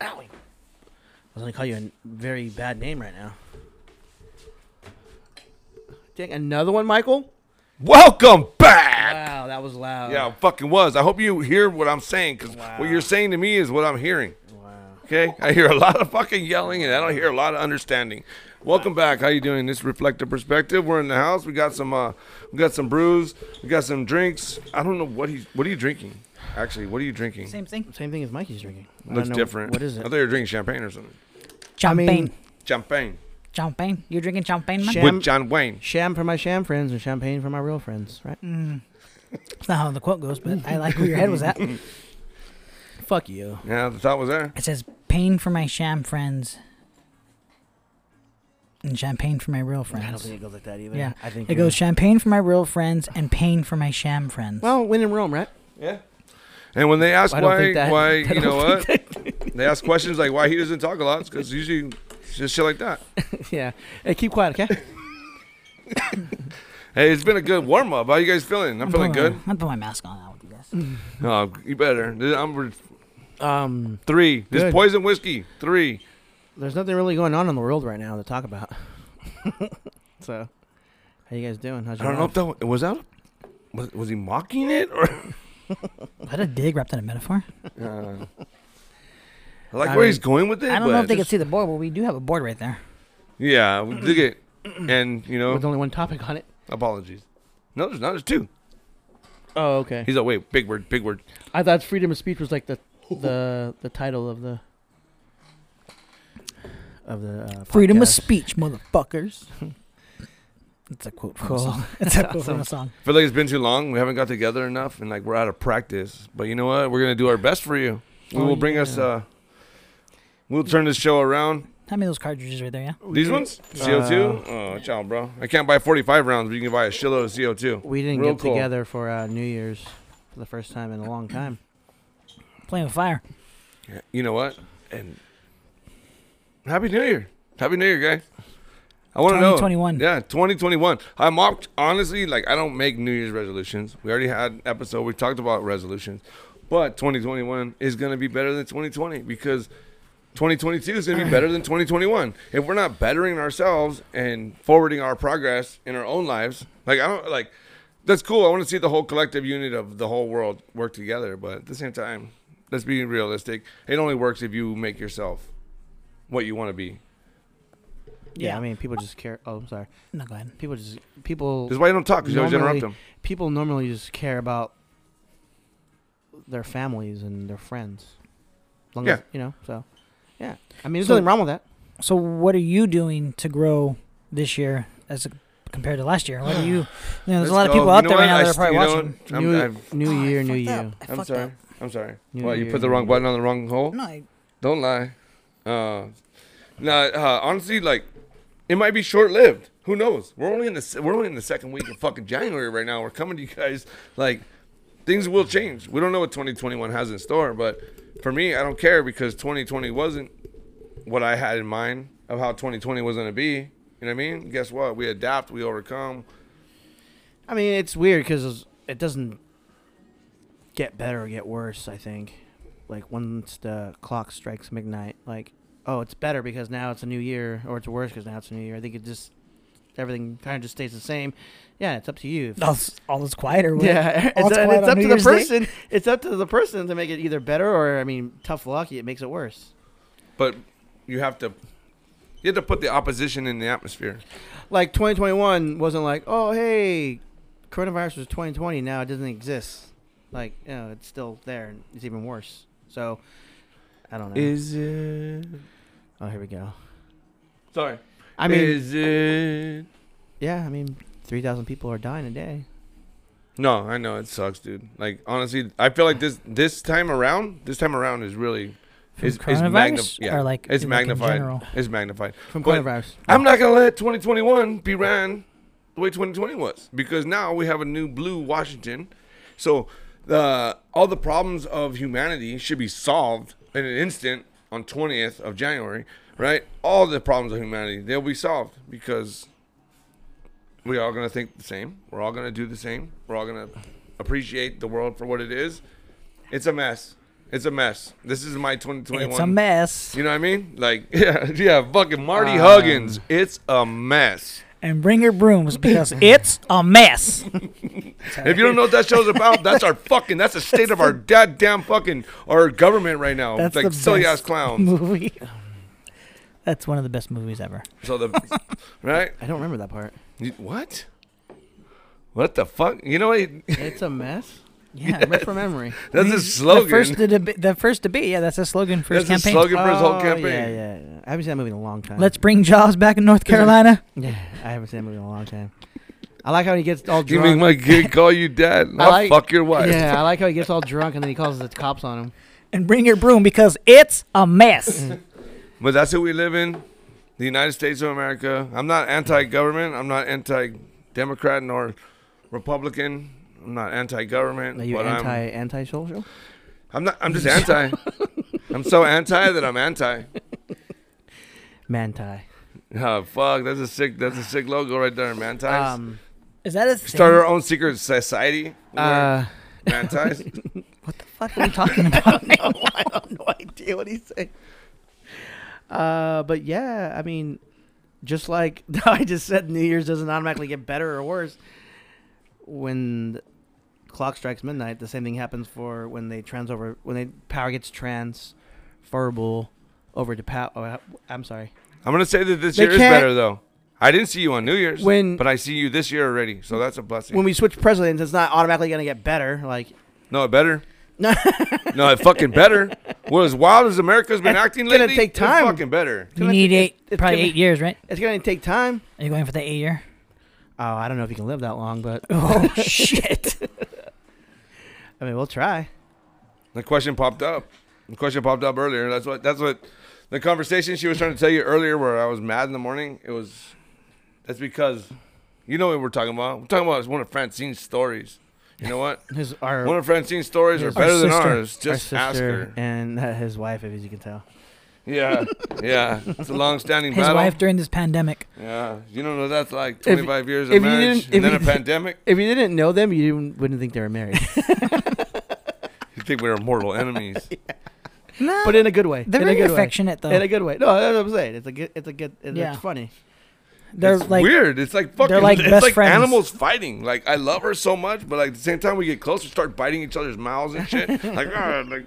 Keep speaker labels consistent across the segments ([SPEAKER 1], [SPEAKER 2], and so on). [SPEAKER 1] Owie. I was gonna call you a very bad name right now. Dang, another one, Michael?
[SPEAKER 2] Welcome back.
[SPEAKER 1] Wow, that was loud.
[SPEAKER 2] Yeah, it fucking was. I hope you hear what I'm saying because
[SPEAKER 1] Wow.
[SPEAKER 2] what you're saying to me is what I'm hearing.
[SPEAKER 1] Wow.
[SPEAKER 2] Okay, I hear a lot of fucking yelling, and I don't hear a lot of understanding. Welcome back. How you doing? This is reflective perspective. We're in the house. We got some. Uh, we got some brews. We got some drinks. I don't know what he. What are you drinking? Actually, what are you drinking?
[SPEAKER 3] Same thing.
[SPEAKER 1] Same thing as Mikey's drinking. I don't
[SPEAKER 2] Looks
[SPEAKER 1] know,
[SPEAKER 2] different.
[SPEAKER 1] What is
[SPEAKER 2] I
[SPEAKER 1] it?
[SPEAKER 2] thought you were drinking champagne or something.
[SPEAKER 3] Champagne.
[SPEAKER 1] mean-
[SPEAKER 2] Champagne
[SPEAKER 3] champagne. You're drinking champagne, man?
[SPEAKER 1] Sham-
[SPEAKER 2] with John Wayne.
[SPEAKER 1] Sham for my sham friends and champagne for my real friends, right?
[SPEAKER 3] That's not how the quote goes, but I like where your head was at.
[SPEAKER 1] Fuck you.
[SPEAKER 2] Yeah, the thought was there.
[SPEAKER 3] It says, pain for my sham friends and champagne for my real friends.
[SPEAKER 1] I don't think it goes like that either.
[SPEAKER 3] yeah.
[SPEAKER 1] I think
[SPEAKER 3] it
[SPEAKER 1] you're-
[SPEAKER 3] goes champagne for my real friends and pain for my sham friends.
[SPEAKER 1] Well, when in Rome, right?
[SPEAKER 2] Yeah. And when they ask
[SPEAKER 1] I don't
[SPEAKER 2] why,
[SPEAKER 1] think that-
[SPEAKER 2] why
[SPEAKER 1] I
[SPEAKER 2] you
[SPEAKER 1] don't
[SPEAKER 2] know what,
[SPEAKER 1] think
[SPEAKER 2] they ask questions like why he doesn't talk a lot because usually it's just shit like that.
[SPEAKER 1] that- yeah. Hey, keep quiet, okay?
[SPEAKER 2] Hey, it's been a good warm up. How you guys feeling? I'm feeling good.
[SPEAKER 3] I'm gonna put my mask on now with you
[SPEAKER 1] Mm.
[SPEAKER 3] guys.
[SPEAKER 2] No, you better. I'm
[SPEAKER 1] um,
[SPEAKER 2] Three. This
[SPEAKER 1] Good.
[SPEAKER 2] poison whiskey. Three.
[SPEAKER 1] there's nothing really going on in the world right now to talk about. so, how you guys doing? How's
[SPEAKER 2] I
[SPEAKER 1] your
[SPEAKER 2] don't know if
[SPEAKER 1] life?
[SPEAKER 2] that wa- was that. Was, was he mocking it or?
[SPEAKER 3] Is that a dig wrapped in a metaphor?
[SPEAKER 2] Uh, I like
[SPEAKER 1] I
[SPEAKER 2] where
[SPEAKER 1] mean,
[SPEAKER 2] he's going with it.
[SPEAKER 3] I don't know
[SPEAKER 2] but
[SPEAKER 3] if they can
[SPEAKER 2] just-
[SPEAKER 3] see the board, but we do have a board right there.
[SPEAKER 2] Yeah, we dig it. And you know,
[SPEAKER 1] With only one topic on it.
[SPEAKER 2] apologies. No, there's not. There's two.
[SPEAKER 1] Oh, okay.
[SPEAKER 2] He's like, wait, big word, big word.
[SPEAKER 1] I thought freedom of speech was like the the the title of the of the uh,
[SPEAKER 3] Freedom of
[SPEAKER 1] podcast.
[SPEAKER 3] speech, motherfuckers. That's a quote from
[SPEAKER 1] Cool.
[SPEAKER 3] a song. That's a quote from a song.
[SPEAKER 2] I feel like it's been too long. We haven't got together enough, and like we're out of practice. But you know what? We're gonna do our best for you. We
[SPEAKER 1] Oh,
[SPEAKER 2] will bring us.
[SPEAKER 1] yeah.
[SPEAKER 2] uh We'll turn this show around.
[SPEAKER 3] Hand me those cartridges right there, yeah?
[SPEAKER 2] These ones?
[SPEAKER 1] Uh,
[SPEAKER 2] CO2? oh, ciao, bro. I can't buy 45 rounds, but you can buy a shitload of CO2.
[SPEAKER 1] We didn't
[SPEAKER 2] Real
[SPEAKER 1] get
[SPEAKER 2] cool.
[SPEAKER 1] together for uh, New Year's for the first time in a long time.
[SPEAKER 3] Playing with fire.
[SPEAKER 2] Yeah, You know what? And Happy New Year. Happy New Year, guys. I want to know.
[SPEAKER 3] 2021.
[SPEAKER 2] Yeah, 2021. I mocked, honestly, like, I don't make New Year's resolutions. We already had an episode. We talked about resolutions. But 2021 is going to be better than 2020 because 2022 is going to be better than 2021. If we're not bettering ourselves and forwarding our progress in our own lives, like, I don't, like, that's cool. I want to see the whole collective unit of the whole world work together. But at the same time, let's be realistic. It only works if you make yourself what you want to be.
[SPEAKER 1] Yeah, I mean, people just care. Oh, I'm sorry.
[SPEAKER 3] No, go ahead.
[SPEAKER 1] People just people.
[SPEAKER 2] That's why you don't talk because you always
[SPEAKER 1] normally-
[SPEAKER 2] interrupt them.
[SPEAKER 1] People normally just care about their families and their friends. Long
[SPEAKER 2] Yeah.
[SPEAKER 1] as, you know. So, yeah. I mean, there's
[SPEAKER 3] So-
[SPEAKER 1] nothing wrong with that.
[SPEAKER 3] So, what are you doing to grow this year as compared to last year? What do you? You know, there's a lot of people out there right now that are probably watching.
[SPEAKER 2] I'm,
[SPEAKER 1] new
[SPEAKER 2] I'm,
[SPEAKER 1] New
[SPEAKER 3] Oh, I
[SPEAKER 1] Year, New
[SPEAKER 3] fucked up.
[SPEAKER 1] You.
[SPEAKER 3] I
[SPEAKER 2] I'm
[SPEAKER 3] fucked
[SPEAKER 2] sorry.
[SPEAKER 3] up.
[SPEAKER 2] I'm sorry.
[SPEAKER 1] New
[SPEAKER 2] Well, you
[SPEAKER 1] year,
[SPEAKER 2] put the
[SPEAKER 1] new
[SPEAKER 2] wrong
[SPEAKER 1] year.
[SPEAKER 2] button on the wrong hole.
[SPEAKER 3] No, I,
[SPEAKER 2] Don't lie. Uh, nah, uh, honestly, like it might be short lived. Who knows? We're only in the se- we're only in the second week of fucking January right now. We're coming to you guys like things will change. We don't know what 2021 has in store, but for me, I don't care because 2020 wasn't what I had in mind of how 2020 was going to be. You know what I mean? Guess what? We adapt. We overcome.
[SPEAKER 1] I mean, it's weird because it doesn't get better or get worse. I think, like once the clock strikes midnight, like oh, it's better because now it's a new year, or it's worse because now it's a new year. I think it just everything kind of just stays the same. Yeah, it's up to you.
[SPEAKER 3] all, this- all this quiet or what?
[SPEAKER 1] yeah,
[SPEAKER 3] All
[SPEAKER 1] it's,
[SPEAKER 3] this
[SPEAKER 1] and
[SPEAKER 3] quiet
[SPEAKER 1] it's
[SPEAKER 3] on
[SPEAKER 1] up
[SPEAKER 3] New
[SPEAKER 1] to the
[SPEAKER 3] Year's Day?
[SPEAKER 1] person. It's up to the person to make it either better or, I mean, tough lucky, it makes it worse.
[SPEAKER 2] But you have to you have to put the opposition in the atmosphere.
[SPEAKER 1] Like 2021 wasn't like, oh hey, coronavirus was 2020. Now it doesn't exist. Like you know, it's still there and it's even worse. So I don't know.
[SPEAKER 2] Is it?
[SPEAKER 1] oh, here we go.
[SPEAKER 2] Sorry.
[SPEAKER 1] I mean,
[SPEAKER 2] is it?
[SPEAKER 1] yeah, I mean, 3,000 people are dying a day.
[SPEAKER 2] No, I know it sucks, dude. Like honestly, I feel like this this time around, this time around is really
[SPEAKER 3] From
[SPEAKER 2] is, is
[SPEAKER 3] coronavirus
[SPEAKER 2] yeah,
[SPEAKER 3] or like
[SPEAKER 2] it's
[SPEAKER 3] like in
[SPEAKER 2] magnified.
[SPEAKER 3] general?
[SPEAKER 2] it's magnified.
[SPEAKER 1] From
[SPEAKER 2] But-
[SPEAKER 1] coronavirus.
[SPEAKER 2] I'm not gonna let 2021 be ran the way 2020 was because now we have a new blue Washington. So the all the problems of humanity should be solved in an instant on 20th of January, right? All the problems of humanity they'll be solved because we're all gonna think the same. We're all gonna do the same. We're all gonna appreciate the world for what it is. It's a mess. It's a mess. This is my 2021.
[SPEAKER 3] It's a mess. Um,
[SPEAKER 2] You know what I mean? Like, yeah, yeah, fucking Marty Huggins. It's a mess.
[SPEAKER 3] And bring your brooms because it's a mess.
[SPEAKER 2] If you don't know what that show's about, that's our fucking, that's the state of our goddamn fucking, our government right now.
[SPEAKER 3] That's
[SPEAKER 2] It's like
[SPEAKER 3] the
[SPEAKER 2] silly ass
[SPEAKER 3] best
[SPEAKER 2] clowns.
[SPEAKER 3] movie. That's one of the best movies ever.
[SPEAKER 2] So the, right?
[SPEAKER 1] I don't remember that part.
[SPEAKER 2] You- What? What the fuck? You know what?
[SPEAKER 1] It's a mess.
[SPEAKER 3] Yeah.
[SPEAKER 1] Rip from memory.
[SPEAKER 2] That's
[SPEAKER 3] The-
[SPEAKER 2] his slogan.
[SPEAKER 3] The first, deba- the first debate. Yeah, that's a slogan for
[SPEAKER 2] that's
[SPEAKER 3] his
[SPEAKER 2] his
[SPEAKER 3] campaign.
[SPEAKER 2] slogan for his whole
[SPEAKER 1] Oh,
[SPEAKER 2] campaign.
[SPEAKER 1] Yeah, yeah, yeah. I haven't seen that movie in a long time.
[SPEAKER 3] Let's bring Jaws back in North Carolina.
[SPEAKER 1] Yeah, I haven't seen that movie in a long time. I like how he gets all
[SPEAKER 2] You
[SPEAKER 1] drunk.
[SPEAKER 2] make my kid call you dad.
[SPEAKER 1] I
[SPEAKER 2] I'll
[SPEAKER 1] like-
[SPEAKER 2] fuck your wife.
[SPEAKER 1] yeah, I like how he gets all drunk and then he calls the cops on him.
[SPEAKER 3] and bring your broom because it's a
[SPEAKER 1] Mm-hmm.
[SPEAKER 3] mess.
[SPEAKER 2] But that's who we live in, the United States of America. I'm not anti-government. I'm not anti-Democrat nor Republican. I'm not anti-government.
[SPEAKER 1] Are you
[SPEAKER 2] but
[SPEAKER 1] anti
[SPEAKER 2] I'm,
[SPEAKER 1] anti social?
[SPEAKER 2] I'm not. I'm just anti. I'm so anti that I'm anti.
[SPEAKER 1] Manti.
[SPEAKER 2] Oh fuck! That's a sick. That's a sick logo right there, Mantis.
[SPEAKER 1] Um,
[SPEAKER 3] Is that a thing?
[SPEAKER 2] Start our own secret society.
[SPEAKER 1] uh,
[SPEAKER 2] Mantis.
[SPEAKER 3] what the fuck are we talking about?
[SPEAKER 1] I have no idea what he's saying. Uh, but yeah, I mean, just like I just said, New Year's doesn't automatically get better or worse. When the clock strikes midnight, the same thing happens for when they trans over when they power gets transferable over to power. Oh, I'm sorry.
[SPEAKER 2] I'm gonna say that this
[SPEAKER 1] They
[SPEAKER 2] year is
[SPEAKER 1] can't-
[SPEAKER 2] better though. I didn't see you on New Year's,
[SPEAKER 1] When-
[SPEAKER 2] but I see you this year already, so that's a blessing.
[SPEAKER 1] When we switch presidents, it's not automatically gonna get better. Like
[SPEAKER 2] no, it better.
[SPEAKER 1] No.
[SPEAKER 2] no, it fucking better. Well, as wild as America's been acting
[SPEAKER 1] gonna
[SPEAKER 2] lately,
[SPEAKER 1] take
[SPEAKER 2] it's
[SPEAKER 1] time.
[SPEAKER 2] fucking better.
[SPEAKER 3] You need eight,
[SPEAKER 1] it's
[SPEAKER 3] probably
[SPEAKER 1] gonna-
[SPEAKER 3] eight years, right?
[SPEAKER 1] it's gonna take time.
[SPEAKER 3] Are you going for the eight year?
[SPEAKER 1] Oh, I don't know if you can live that long, but
[SPEAKER 3] Oh shit!
[SPEAKER 1] I mean, we'll try.
[SPEAKER 2] The question popped up. The question popped up earlier. That's what. That's what. The conversation she was trying to tell you earlier, where I was mad in the morning, it was. That's because, you know what we're talking about. We're talking about one of Francine's stories. You know what?
[SPEAKER 1] His, our,
[SPEAKER 2] One of Francine's stories are
[SPEAKER 1] Our
[SPEAKER 2] better than
[SPEAKER 3] sister.
[SPEAKER 2] ours.
[SPEAKER 1] our
[SPEAKER 2] Just ask her.
[SPEAKER 1] and uh, his wife, if you can tell.
[SPEAKER 2] Yeah, yeah. It's a long-standing
[SPEAKER 3] His
[SPEAKER 2] battle.
[SPEAKER 3] wife during this pandemic.
[SPEAKER 2] Yeah, you don't know that's like
[SPEAKER 1] If-
[SPEAKER 2] 25 years of
[SPEAKER 1] if you
[SPEAKER 2] marriage
[SPEAKER 1] didn't-
[SPEAKER 2] and
[SPEAKER 1] if
[SPEAKER 2] then a
[SPEAKER 1] you-
[SPEAKER 2] pandemic.
[SPEAKER 1] If you didn't know them, you didn't, wouldn't think they were married,
[SPEAKER 2] You think we were mortal enemies?
[SPEAKER 3] No,
[SPEAKER 1] but in a good way.
[SPEAKER 3] they're
[SPEAKER 1] in a
[SPEAKER 3] very
[SPEAKER 1] good
[SPEAKER 3] affectionate
[SPEAKER 1] way.
[SPEAKER 3] though.
[SPEAKER 1] In a good way. No, that's what I'm saying. It's a good. It's a good. It's
[SPEAKER 3] Yeah.
[SPEAKER 1] funny.
[SPEAKER 3] they're
[SPEAKER 2] it's
[SPEAKER 3] like
[SPEAKER 2] weird. It's like fucking.
[SPEAKER 3] like
[SPEAKER 2] it's
[SPEAKER 3] best
[SPEAKER 2] like
[SPEAKER 3] friends.
[SPEAKER 2] animals fighting. Like I love her so much, but like at the same time we get close, we start biting each other's mouths and shit. like, "Ah," like,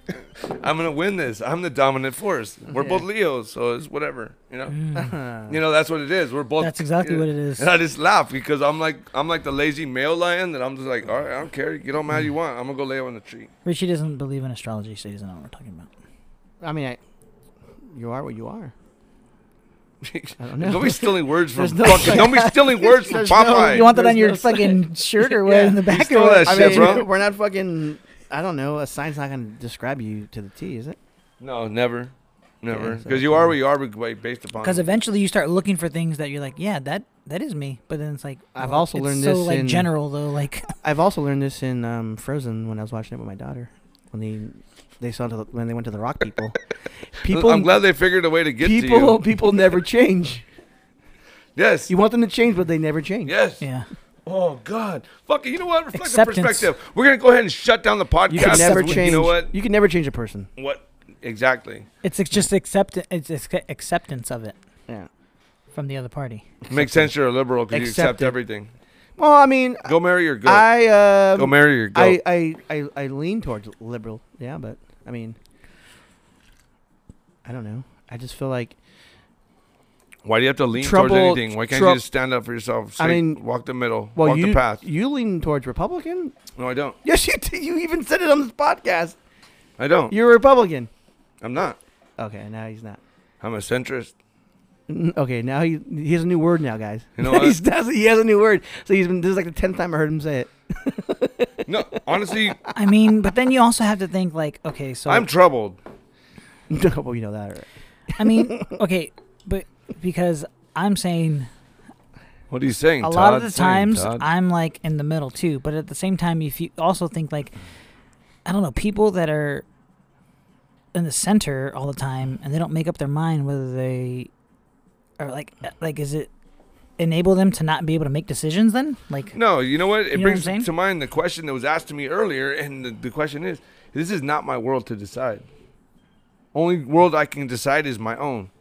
[SPEAKER 2] I'm gonna win this. I'm the dominant force. We're
[SPEAKER 1] Yeah.
[SPEAKER 2] both Leos, so it's whatever. You know.
[SPEAKER 1] Uh-huh.
[SPEAKER 2] You know that's what it is. We're both.
[SPEAKER 3] Mm. That's exactly what it is.
[SPEAKER 2] And I just laugh because I'm like I'm like the lazy male lion that I'm just like all right I don't care get on mad
[SPEAKER 3] Mm.
[SPEAKER 2] you want I'm gonna go lay on the tree.
[SPEAKER 3] Richie doesn't believe in astrology, so he doesn't know what we're talking about.
[SPEAKER 1] I mean, I, you are what you are. I don't know.
[SPEAKER 2] Don't be stealing words from
[SPEAKER 1] There's no
[SPEAKER 2] fucking. Don't be stealing words from
[SPEAKER 1] There's no-
[SPEAKER 2] Popeye.
[SPEAKER 3] you want that
[SPEAKER 1] there's
[SPEAKER 3] on your
[SPEAKER 1] no sign.
[SPEAKER 3] fucking shirt or what
[SPEAKER 1] Yeah.
[SPEAKER 3] in the
[SPEAKER 2] He
[SPEAKER 3] back
[SPEAKER 2] stole
[SPEAKER 3] or what?
[SPEAKER 2] that
[SPEAKER 1] I
[SPEAKER 2] shit,
[SPEAKER 1] mean,
[SPEAKER 2] bro.
[SPEAKER 1] we're not fucking. I don't know. A sign's not gonna describe you to the T, is it?
[SPEAKER 2] No, never, never.
[SPEAKER 1] Yeah, so
[SPEAKER 2] Because you are what you are by- based upon.
[SPEAKER 3] Because eventually you start looking for things that you're like, yeah, that that is me. But then it's like
[SPEAKER 1] I've
[SPEAKER 3] well,
[SPEAKER 1] also
[SPEAKER 3] it's
[SPEAKER 1] learned
[SPEAKER 3] so
[SPEAKER 1] this
[SPEAKER 3] like
[SPEAKER 1] in-
[SPEAKER 3] general though, like
[SPEAKER 1] I've also learned this in um, Frozen when I was watching it with my daughter. When they they saw to the, when they went to the rock people. People.
[SPEAKER 2] I'm glad they figured a way to get
[SPEAKER 1] people.
[SPEAKER 2] to you.
[SPEAKER 1] People never change.
[SPEAKER 2] Yes.
[SPEAKER 1] You want them to change, but they never change.
[SPEAKER 2] Yes.
[SPEAKER 3] yeah.
[SPEAKER 2] Oh God. Fuck it. You know what? Reflective
[SPEAKER 3] Acceptance.
[SPEAKER 2] perspective. We're gonna go ahead and shut down the podcast.
[SPEAKER 1] You can never
[SPEAKER 2] You
[SPEAKER 1] change.
[SPEAKER 2] know what?
[SPEAKER 1] You can never change a person.
[SPEAKER 2] What? Exactly.
[SPEAKER 3] It's ex- just accept it's ex- acceptance of it
[SPEAKER 1] Yeah.
[SPEAKER 3] from the other party.
[SPEAKER 2] Makes sense. You're a liberal because you accept
[SPEAKER 1] Accept it.
[SPEAKER 2] everything.
[SPEAKER 1] Well, I mean,
[SPEAKER 2] Go marry your goat.
[SPEAKER 1] I um,
[SPEAKER 2] go marry your goat.
[SPEAKER 1] I, I I I lean towards liberal. Yeah, but I mean, I don't know. I just feel like
[SPEAKER 2] Why do you have to lean
[SPEAKER 1] Trouble-
[SPEAKER 2] towards anything? Why can't you
[SPEAKER 1] trou-
[SPEAKER 2] just stand up for yourself?
[SPEAKER 1] I
[SPEAKER 2] Straight-
[SPEAKER 1] mean-
[SPEAKER 2] walk the middle.
[SPEAKER 1] well,
[SPEAKER 2] walk
[SPEAKER 1] you
[SPEAKER 2] the path.
[SPEAKER 1] you lean towards Republican.
[SPEAKER 2] No, I don't.
[SPEAKER 1] Yes, you do. you even said it on this podcast.
[SPEAKER 2] I don't.
[SPEAKER 1] You're a Republican.
[SPEAKER 2] I'm not.
[SPEAKER 1] Okay, now he's not.
[SPEAKER 2] I'm a centrist.
[SPEAKER 1] Mm, Okay, now he he has a new word now, guys.
[SPEAKER 2] You know what?
[SPEAKER 1] He's- that's- he has a new word. So he's been this is like the tenth time I heard him say it.
[SPEAKER 2] No, honestly,
[SPEAKER 3] I mean, but then you also have to think like, okay, so
[SPEAKER 2] I'm troubled.
[SPEAKER 1] well, you know that. Right?
[SPEAKER 3] I mean, okay, but because I'm saying
[SPEAKER 2] What are you saying?
[SPEAKER 3] a lot of
[SPEAKER 2] Todd?
[SPEAKER 3] the
[SPEAKER 2] Saying,
[SPEAKER 3] times
[SPEAKER 2] Todd?
[SPEAKER 3] I'm like in the middle too, but at the same time, if you also think like, I don't know, people that are in the center all the time and they don't make up their mind whether they are uh, like, like, is it enable them to not be able to make decisions then? Like
[SPEAKER 2] No, you know what? It
[SPEAKER 3] You know what I'm
[SPEAKER 2] brings
[SPEAKER 3] saying?
[SPEAKER 2] to mind the question that was asked to me earlier, and the, the question is: This is not my world to decide. Only world I can decide is my own,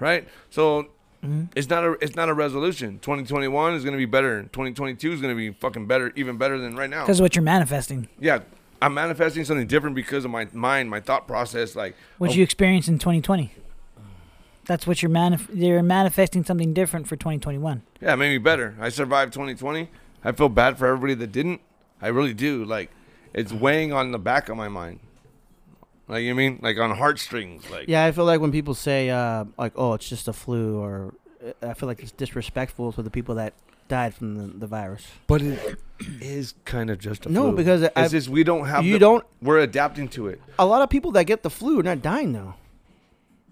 [SPEAKER 2] right? So
[SPEAKER 3] Mm-hmm.
[SPEAKER 2] it's not a it's not a resolution. 2021 is going to be better. 2022 is going to be fucking better, even better than right now.
[SPEAKER 3] because what you're manifesting,
[SPEAKER 2] Yeah, I'm manifesting something different because of my mind, my thought process. Like,
[SPEAKER 3] what
[SPEAKER 2] oh,
[SPEAKER 3] you experienced in 2020. That's what you're manif- you're manifesting something different for 2021.
[SPEAKER 2] yeah, it made me better. I survived 2020. I feel bad for everybody that didn't. I really do. Like, it's weighing on the back of my mind. Like you mean, like on heartstrings. Like,
[SPEAKER 1] Yeah, I feel like when people say uh, like, "Oh, it's just a flu," or uh, I feel like it's disrespectful to the people that died from the, the virus.
[SPEAKER 2] but it is kind of just a
[SPEAKER 1] No,
[SPEAKER 2] flu.
[SPEAKER 1] because
[SPEAKER 2] it's
[SPEAKER 1] I-
[SPEAKER 2] just we don't have.
[SPEAKER 1] you
[SPEAKER 2] the-
[SPEAKER 1] don't-
[SPEAKER 2] We're adapting to it.
[SPEAKER 1] A lot of people that get the flu are not dying though.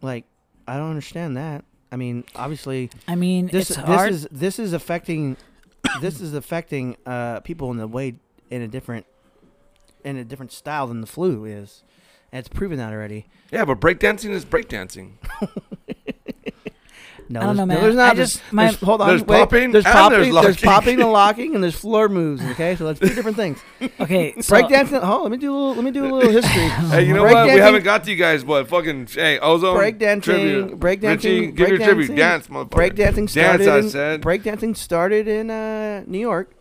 [SPEAKER 1] Like, I don't understand that. I mean, obviously,
[SPEAKER 3] I mean,
[SPEAKER 1] this
[SPEAKER 3] it's
[SPEAKER 1] this
[SPEAKER 3] hard.
[SPEAKER 1] is this is affecting this is affecting uh, people in the way in a different in a different style than the flu is. And it's proven that already.
[SPEAKER 2] Yeah, but breakdancing is breakdancing.
[SPEAKER 1] No, there's-
[SPEAKER 3] I don't know,
[SPEAKER 1] no,
[SPEAKER 3] man.
[SPEAKER 1] There's not.
[SPEAKER 3] I
[SPEAKER 1] There's-
[SPEAKER 3] just- my-
[SPEAKER 1] there's- hold on.
[SPEAKER 2] There's
[SPEAKER 1] wait.
[SPEAKER 2] popping
[SPEAKER 1] There's
[SPEAKER 2] and
[SPEAKER 1] popping.
[SPEAKER 2] there's locking.
[SPEAKER 1] popping and locking, and there's floor moves. Okay, so that's two different things.
[SPEAKER 3] okay, so,
[SPEAKER 1] Breakdancing. Oh, let me do a little. Let me do a little history.
[SPEAKER 2] Hey, you know what? We
[SPEAKER 1] Breakdancing-
[SPEAKER 2] haven't got to you guys, but fucking hey, ozone
[SPEAKER 1] Breakdancing-
[SPEAKER 2] tribute.
[SPEAKER 1] breakdancing-
[SPEAKER 2] Richie, give your
[SPEAKER 1] breakdancing-
[SPEAKER 2] tribute. Dance, motherfucker.
[SPEAKER 1] Breakdancing started.
[SPEAKER 2] Dance, I
[SPEAKER 1] in,
[SPEAKER 2] said.
[SPEAKER 1] Breakdancing started in uh, New York.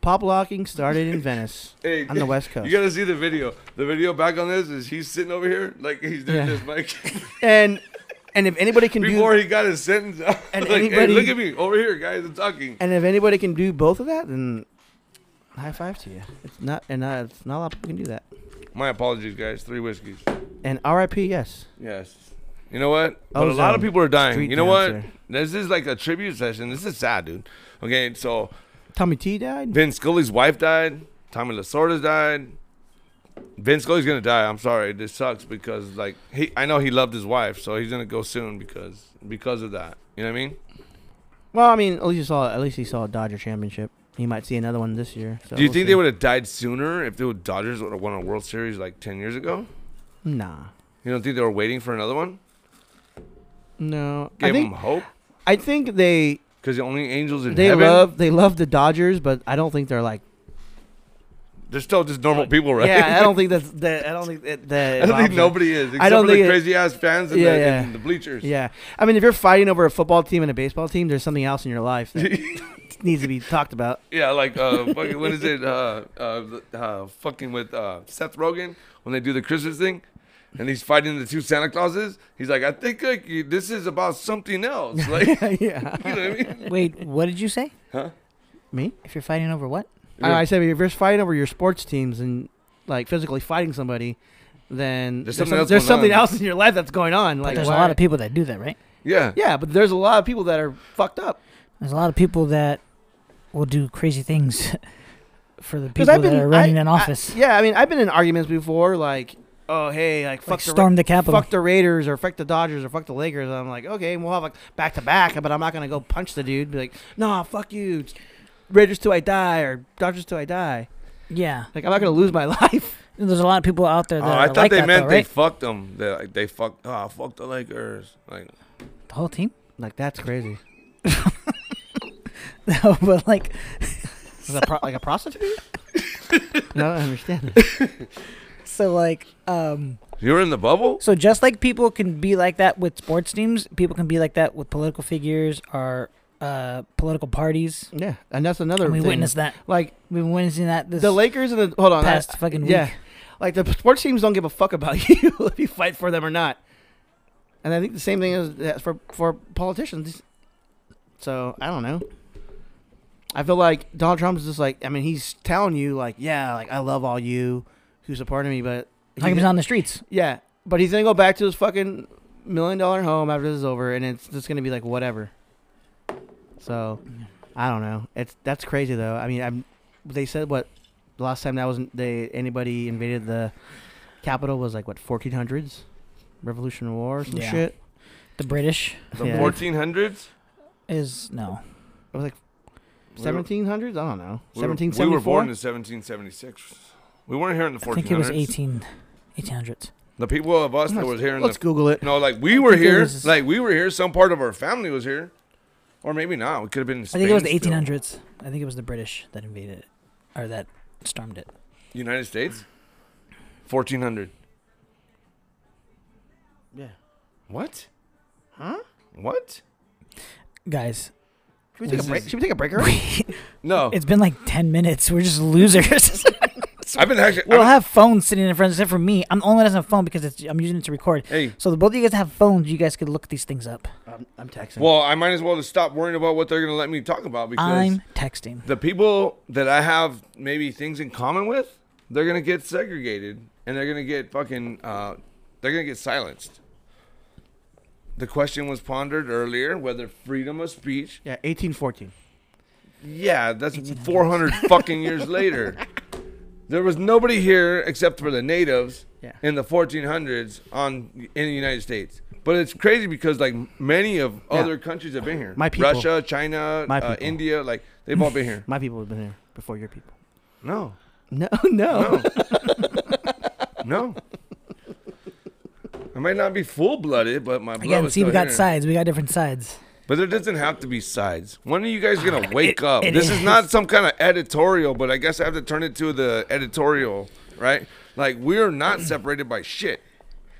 [SPEAKER 1] Pop locking started in Venice
[SPEAKER 2] Hey,
[SPEAKER 1] on the West Coast.
[SPEAKER 2] You gotta see the video. The video back on this is he's sitting over here like he's doing
[SPEAKER 1] Yeah.
[SPEAKER 2] this, Mike.
[SPEAKER 1] and and if anybody can
[SPEAKER 2] Before
[SPEAKER 1] do
[SPEAKER 2] he got his sentence out,
[SPEAKER 1] And
[SPEAKER 2] like,
[SPEAKER 1] anybody-
[SPEAKER 2] hey, look at me over here, guys. I'm talking.
[SPEAKER 1] and if anybody can do both of that, then high five to you. It's not and not, it's not a lot of people can do that.
[SPEAKER 2] My apologies, guys. Three whiskeys.
[SPEAKER 1] And R.I.P. Yes.
[SPEAKER 2] Yes. You know what? But a lot of
[SPEAKER 1] Ozone.
[SPEAKER 2] people are dying.
[SPEAKER 1] Street
[SPEAKER 2] you know what?
[SPEAKER 1] dancer.
[SPEAKER 2] This is like a tribute session. This is sad, dude. Okay, so
[SPEAKER 1] Tommy T died.
[SPEAKER 2] Vince Scully's wife died. Tommy Lasorda's died. Vince Scully's gonna die. I'm sorry. This sucks because like he, I know he loved his wife, so he's gonna go soon because because of that. You know what I mean?
[SPEAKER 1] Well, I mean, at least he saw at least he saw a Dodger championship. He might see another one this year. So
[SPEAKER 2] Do you
[SPEAKER 1] we'll
[SPEAKER 2] think
[SPEAKER 1] see.
[SPEAKER 2] they would have died sooner if the Dodgers would have won a World Series like ten years ago?
[SPEAKER 1] Nah.
[SPEAKER 2] You don't think they were waiting for another one?
[SPEAKER 1] No. I
[SPEAKER 2] Gave
[SPEAKER 1] think
[SPEAKER 2] them hope
[SPEAKER 1] I think they
[SPEAKER 2] because the only angels in
[SPEAKER 1] they
[SPEAKER 2] heaven
[SPEAKER 1] love they love the Dodgers, but I don't think they're like
[SPEAKER 2] they're still just normal people, right?
[SPEAKER 1] yeah. I don't think that's that. I don't think that. that
[SPEAKER 2] I don't think nobody is except
[SPEAKER 1] don't
[SPEAKER 2] for the
[SPEAKER 1] think it-
[SPEAKER 2] crazy ass fans and,
[SPEAKER 1] Yeah,
[SPEAKER 2] the,
[SPEAKER 1] yeah.
[SPEAKER 2] and the bleachers.
[SPEAKER 1] Yeah, I mean, if you're fighting over a football team and a baseball team, there's something else in your life that needs to be talked about.
[SPEAKER 2] Yeah, like uh, fucking, what is it? Uh, uh, uh, fucking with uh, Seth Rogen when they do the Christmas thing, and he's fighting the two Santa Clauses. He's like, I think like you- this is about something else. Like, you
[SPEAKER 1] yeah.
[SPEAKER 2] know what I mean?
[SPEAKER 3] wait, what did you say?
[SPEAKER 1] Me?
[SPEAKER 3] If you're fighting over what?
[SPEAKER 1] I, I said, if you're fighting over your sports teams and like physically fighting somebody, then
[SPEAKER 2] There's
[SPEAKER 1] there's
[SPEAKER 2] something
[SPEAKER 1] something,
[SPEAKER 2] else
[SPEAKER 1] there's
[SPEAKER 2] going
[SPEAKER 1] something
[SPEAKER 2] on.
[SPEAKER 1] else in your life that's going on. Like
[SPEAKER 3] There's a
[SPEAKER 1] why-
[SPEAKER 3] lot of people that do that, right?
[SPEAKER 2] Yeah,
[SPEAKER 1] Yeah, but there's a lot of people that are fucked up.
[SPEAKER 3] There's a lot of people that will do crazy things for the
[SPEAKER 1] 'Cause
[SPEAKER 3] people
[SPEAKER 1] I've been
[SPEAKER 3] that are running
[SPEAKER 1] I-
[SPEAKER 3] in
[SPEAKER 1] I-
[SPEAKER 3] office.
[SPEAKER 1] yeah, I mean, I've been in arguments before, like, oh hey, like fuck
[SPEAKER 3] like
[SPEAKER 1] the Ra-
[SPEAKER 3] storm the Capitol.
[SPEAKER 1] fuck the Raiders or fuck the Dodgers or fuck the Lakers. And I'm like, okay, we'll have a back to back, but I'm not gonna go punch the dude. Be like, nah, fuck you, Raiders till I die or Dodgers till I die.
[SPEAKER 3] Yeah,
[SPEAKER 1] Like I'm not gonna lose my life.
[SPEAKER 3] there's a lot of people out there
[SPEAKER 2] Oh,
[SPEAKER 3] that
[SPEAKER 2] I
[SPEAKER 3] are
[SPEAKER 2] thought
[SPEAKER 3] like
[SPEAKER 2] they
[SPEAKER 3] that,
[SPEAKER 2] meant
[SPEAKER 3] though,
[SPEAKER 2] they
[SPEAKER 3] right?
[SPEAKER 2] fucked them. They like they fucked. Oh, fuck the Lakers. Like,
[SPEAKER 3] the whole team.
[SPEAKER 1] Like that's crazy.
[SPEAKER 3] No, but like,
[SPEAKER 1] Is that pro- like a prostitute? no, I don't understand. That.
[SPEAKER 3] so like, um,
[SPEAKER 2] you were in the bubble.
[SPEAKER 3] So just like people can be like that with sports teams, people can be like that with political figures or uh, political parties.
[SPEAKER 1] Yeah, and that's another.
[SPEAKER 3] And we
[SPEAKER 1] thing.
[SPEAKER 3] witnessed that.
[SPEAKER 1] like
[SPEAKER 3] We've been witnessing that this
[SPEAKER 1] the Lakers and the hold on. I-
[SPEAKER 3] past fucking week.
[SPEAKER 1] Yeah. Like the sports teams don't give a fuck about you if you fight for them or not. And I think the same thing is that for for politicians. So I don't know. I feel like Donald Trump's just like I mean he's telling you like yeah like I love all you who supported me but
[SPEAKER 3] Like
[SPEAKER 1] he's-
[SPEAKER 3] he's on the streets.
[SPEAKER 1] yeah but he's gonna go back to his fucking million dollar home after this is over and it's just gonna be like whatever. So I don't know. It's that's crazy though. I mean, I'm. They said what the last time that wasn't they anybody invaded the capital was like what 1400s, Revolutionary War or some
[SPEAKER 3] Yeah.
[SPEAKER 1] shit.
[SPEAKER 3] The British
[SPEAKER 2] The
[SPEAKER 1] Yeah.
[SPEAKER 2] 1400s.
[SPEAKER 3] is no.
[SPEAKER 1] It was like
[SPEAKER 2] We were-
[SPEAKER 1] 1700s. I don't know.
[SPEAKER 2] we were- We were
[SPEAKER 1] 1774.
[SPEAKER 2] born in 1776. We weren't here in the 1400s.
[SPEAKER 3] I think it was 18, 1800s.
[SPEAKER 2] The people of us that was here in the
[SPEAKER 1] Let's Google it.
[SPEAKER 2] No, like we
[SPEAKER 3] I
[SPEAKER 2] were
[SPEAKER 3] think it
[SPEAKER 2] here.
[SPEAKER 3] was-
[SPEAKER 2] Like we were here. Some part of our family was here. Or maybe not. We could have been. In
[SPEAKER 3] I think it was the 1800s. I think it was the British that invaded it or that stormed it.
[SPEAKER 2] United States. Fourteen hundred.
[SPEAKER 1] Yeah.
[SPEAKER 2] What?
[SPEAKER 1] Huh?
[SPEAKER 2] What?
[SPEAKER 3] Guys,
[SPEAKER 1] Should we take
[SPEAKER 2] This
[SPEAKER 1] a break?
[SPEAKER 2] is-
[SPEAKER 1] Should we take a break? Already?
[SPEAKER 2] No.
[SPEAKER 3] it's been like 10 minutes. We're just losers.
[SPEAKER 2] I've been actually.
[SPEAKER 3] we'll
[SPEAKER 2] I've
[SPEAKER 3] have phones sitting in front except for me. I'm the only one that has a phone because it's, I'm using it to record.
[SPEAKER 2] been- hey.
[SPEAKER 3] So the both of you guys have phones. You guys could look these things up.
[SPEAKER 1] I'm, I'm texting.
[SPEAKER 2] Well, I might as well just stop worrying about what they're going to let me talk about because
[SPEAKER 3] I'm texting.
[SPEAKER 2] the people that I have maybe things in common with, they're going to get segregated and they're going to get fucking. Uh, they're going to get silenced. The question was pondered earlier whether freedom of speech.
[SPEAKER 1] yeah, 1814.
[SPEAKER 2] Yeah, that's 400 fucking years later. There was nobody here except for the natives
[SPEAKER 1] Yeah.
[SPEAKER 2] in the 1400s on in the United States. But it's crazy because like many of
[SPEAKER 1] Yeah.
[SPEAKER 2] other countries have been here.
[SPEAKER 1] My people.
[SPEAKER 2] Russia, China,
[SPEAKER 1] My
[SPEAKER 2] uh,
[SPEAKER 1] people.
[SPEAKER 2] India, like they've all been here.
[SPEAKER 1] My people have been there before your people.
[SPEAKER 2] No.
[SPEAKER 1] No, no.
[SPEAKER 2] No. no. I might not be full blooded, but my blood
[SPEAKER 3] Again,
[SPEAKER 2] is
[SPEAKER 3] see, we
[SPEAKER 2] still
[SPEAKER 3] got
[SPEAKER 2] here.
[SPEAKER 3] sides. We got different sides.
[SPEAKER 2] But there doesn't have to be sides. When are you guys gonna wake up?
[SPEAKER 3] Ah, it
[SPEAKER 2] this is.
[SPEAKER 3] is.
[SPEAKER 2] not some kind of editorial, but I guess I have to turn it to the editorial, right? Like we're not separated by shit.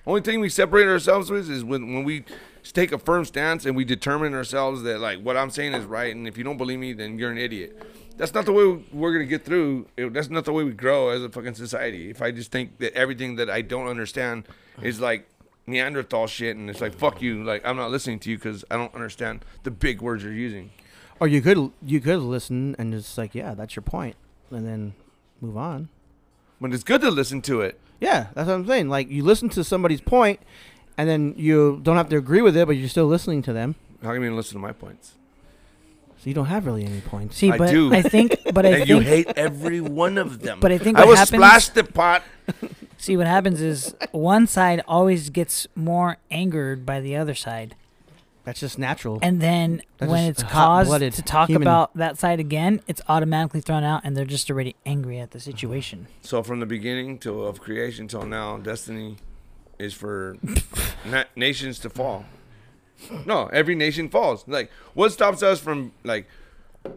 [SPEAKER 2] Only thing we separate ourselves with is when when we take a firm stance and we determine ourselves that like what I'm saying is right, and if you don't believe me, then you're an idiot. That's not the way we're gonna get through. It- That's not the way we grow as a fucking society. If I just think that everything that I don't understand is like Neanderthal shit, and it's like fuck you, like I'm not listening to you because I don't understand the big words you're using.
[SPEAKER 1] Or you could you could listen and just like, yeah, that's your point, and then move on.
[SPEAKER 2] But it's good to listen to it.
[SPEAKER 1] Yeah, that's what I'm saying. Like you listen to somebody's point, and then you don't have to agree with it, but you're still listening to them,
[SPEAKER 2] How can you listen to my points?
[SPEAKER 1] so you don't have really any points.
[SPEAKER 3] See,
[SPEAKER 2] I
[SPEAKER 3] but
[SPEAKER 2] do.
[SPEAKER 3] I think, but I
[SPEAKER 2] and you
[SPEAKER 3] think,
[SPEAKER 2] hate every one of them.
[SPEAKER 3] but I think
[SPEAKER 2] I
[SPEAKER 3] what
[SPEAKER 2] will
[SPEAKER 3] happens.
[SPEAKER 2] splash the pot.
[SPEAKER 3] See, what happens is one side always gets more angered by the other side.
[SPEAKER 1] That's just natural.
[SPEAKER 3] And then
[SPEAKER 1] That's
[SPEAKER 3] when
[SPEAKER 1] just
[SPEAKER 3] it's
[SPEAKER 1] a
[SPEAKER 3] caused
[SPEAKER 1] hot-blooded
[SPEAKER 3] to talk
[SPEAKER 1] human.
[SPEAKER 3] about that side again, it's automatically thrown out and they're just already angry at the situation.
[SPEAKER 2] So from the beginning to of creation till now, destiny is for na- nations to fall. No, every nation falls. Like what stops us from like?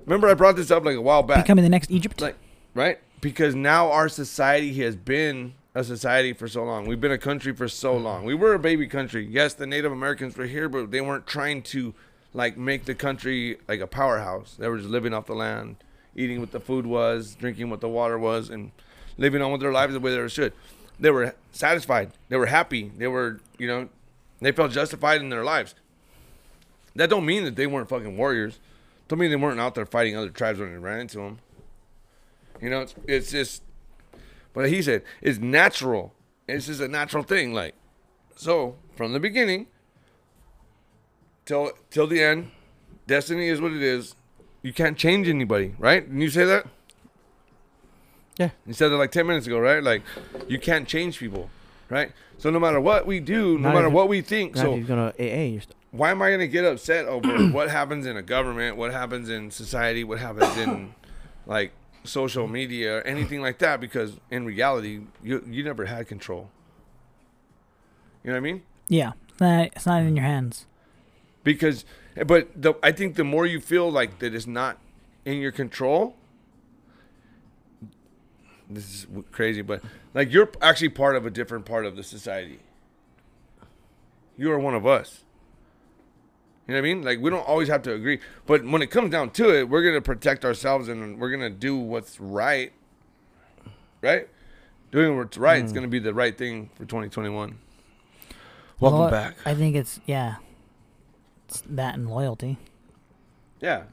[SPEAKER 2] Remember, I brought this up like a while back.
[SPEAKER 3] Becoming the next Egypt?
[SPEAKER 2] like right because now our society has been a society for so long we've been a country for so long we were a baby country yes the native americans were here but they weren't trying to like make the country like a powerhouse they were just living off the land eating what the food was drinking what the water was and living on with their lives the way they should they were satisfied they were happy they were you know they felt justified in their lives that don't mean that they weren't fucking warriors don't mean they weren't out there fighting other tribes when they ran into them you know, it's, it's just, but he said it's natural. It's just a natural thing. Like, so from the beginning till till the end, destiny is what it is. You can't change anybody, right? Didn't you say that?
[SPEAKER 1] Yeah.
[SPEAKER 2] You said that like ten minutes ago, right? Like, you can't change people, right? So no matter what we do, no
[SPEAKER 1] Not
[SPEAKER 2] matter
[SPEAKER 1] even-
[SPEAKER 2] what we think,
[SPEAKER 1] Now
[SPEAKER 2] so
[SPEAKER 1] if you go to AA, you're st-
[SPEAKER 2] why am I going to get upset over what happens in a government, what happens in society, what happens in like social media, or anything like that? Because in reality, you you never had control. You know what I mean?
[SPEAKER 3] yeah. It's not, it's not in your hands.
[SPEAKER 2] Because, but the, I think the more you feel like that it's not in your control, this is w- crazy, but like you're actually part of a different part of the society. You are one of us. You know what I mean? Like we don't always have to agree, but when it comes down to it, we're gonna protect ourselves and we're gonna do what's right. Right? Doing what's right is gonna be the right thing for 2021. Welcome
[SPEAKER 3] Lo-
[SPEAKER 2] back.
[SPEAKER 3] I think it's, yeah. It's that and loyalty.
[SPEAKER 2] Yeah.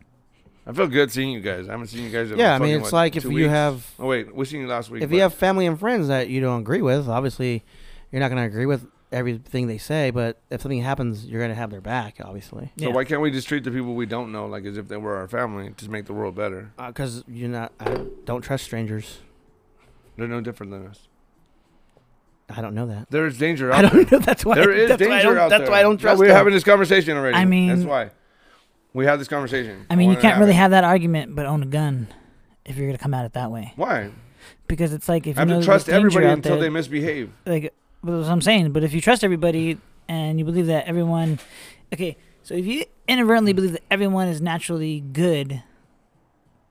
[SPEAKER 2] I feel good seeing you guys. I haven't seen you guys in
[SPEAKER 1] yeah, I mean,
[SPEAKER 2] fucking,
[SPEAKER 1] it's
[SPEAKER 2] what,
[SPEAKER 1] like if
[SPEAKER 2] two
[SPEAKER 1] you
[SPEAKER 2] weeks?
[SPEAKER 1] have
[SPEAKER 2] Oh wait, we seen you last week.
[SPEAKER 1] if you
[SPEAKER 2] but-
[SPEAKER 1] have family and friends that you don't agree with, obviously you're not going to agree with everything they say. But if something happens, you're going to have their back, obviously,
[SPEAKER 2] So
[SPEAKER 3] Yeah.
[SPEAKER 2] why can't we just treat the people we don't know like as if they were our family to make the world better?
[SPEAKER 1] because Uh, you're not. I don't trust strangers.
[SPEAKER 2] They're no different than us.
[SPEAKER 1] I don't know that.
[SPEAKER 2] There is danger
[SPEAKER 1] I
[SPEAKER 2] out there.
[SPEAKER 1] don't know. That's why.
[SPEAKER 2] There is
[SPEAKER 1] that's
[SPEAKER 2] danger
[SPEAKER 1] why I don't,
[SPEAKER 2] out
[SPEAKER 1] that's
[SPEAKER 2] there.
[SPEAKER 1] why I don't
[SPEAKER 2] No,
[SPEAKER 1] trust.
[SPEAKER 2] we're
[SPEAKER 1] them.
[SPEAKER 2] having this conversation already.
[SPEAKER 3] I mean-
[SPEAKER 2] that's why we have this conversation.
[SPEAKER 3] I mean, you
[SPEAKER 2] wanted to
[SPEAKER 3] can't really
[SPEAKER 2] it.
[SPEAKER 3] have that argument but own a gun if you're going to come at it that way.
[SPEAKER 2] Why?
[SPEAKER 3] Because it's like if
[SPEAKER 2] I have
[SPEAKER 3] you know
[SPEAKER 2] to
[SPEAKER 3] there's
[SPEAKER 2] trust
[SPEAKER 3] danger
[SPEAKER 2] everybody
[SPEAKER 3] out
[SPEAKER 2] until
[SPEAKER 3] there,
[SPEAKER 2] they misbehave.
[SPEAKER 3] like but that's what I'm saying. But if you trust everybody and you believe that everyone, okay, So if you inadvertently believe that everyone is naturally good,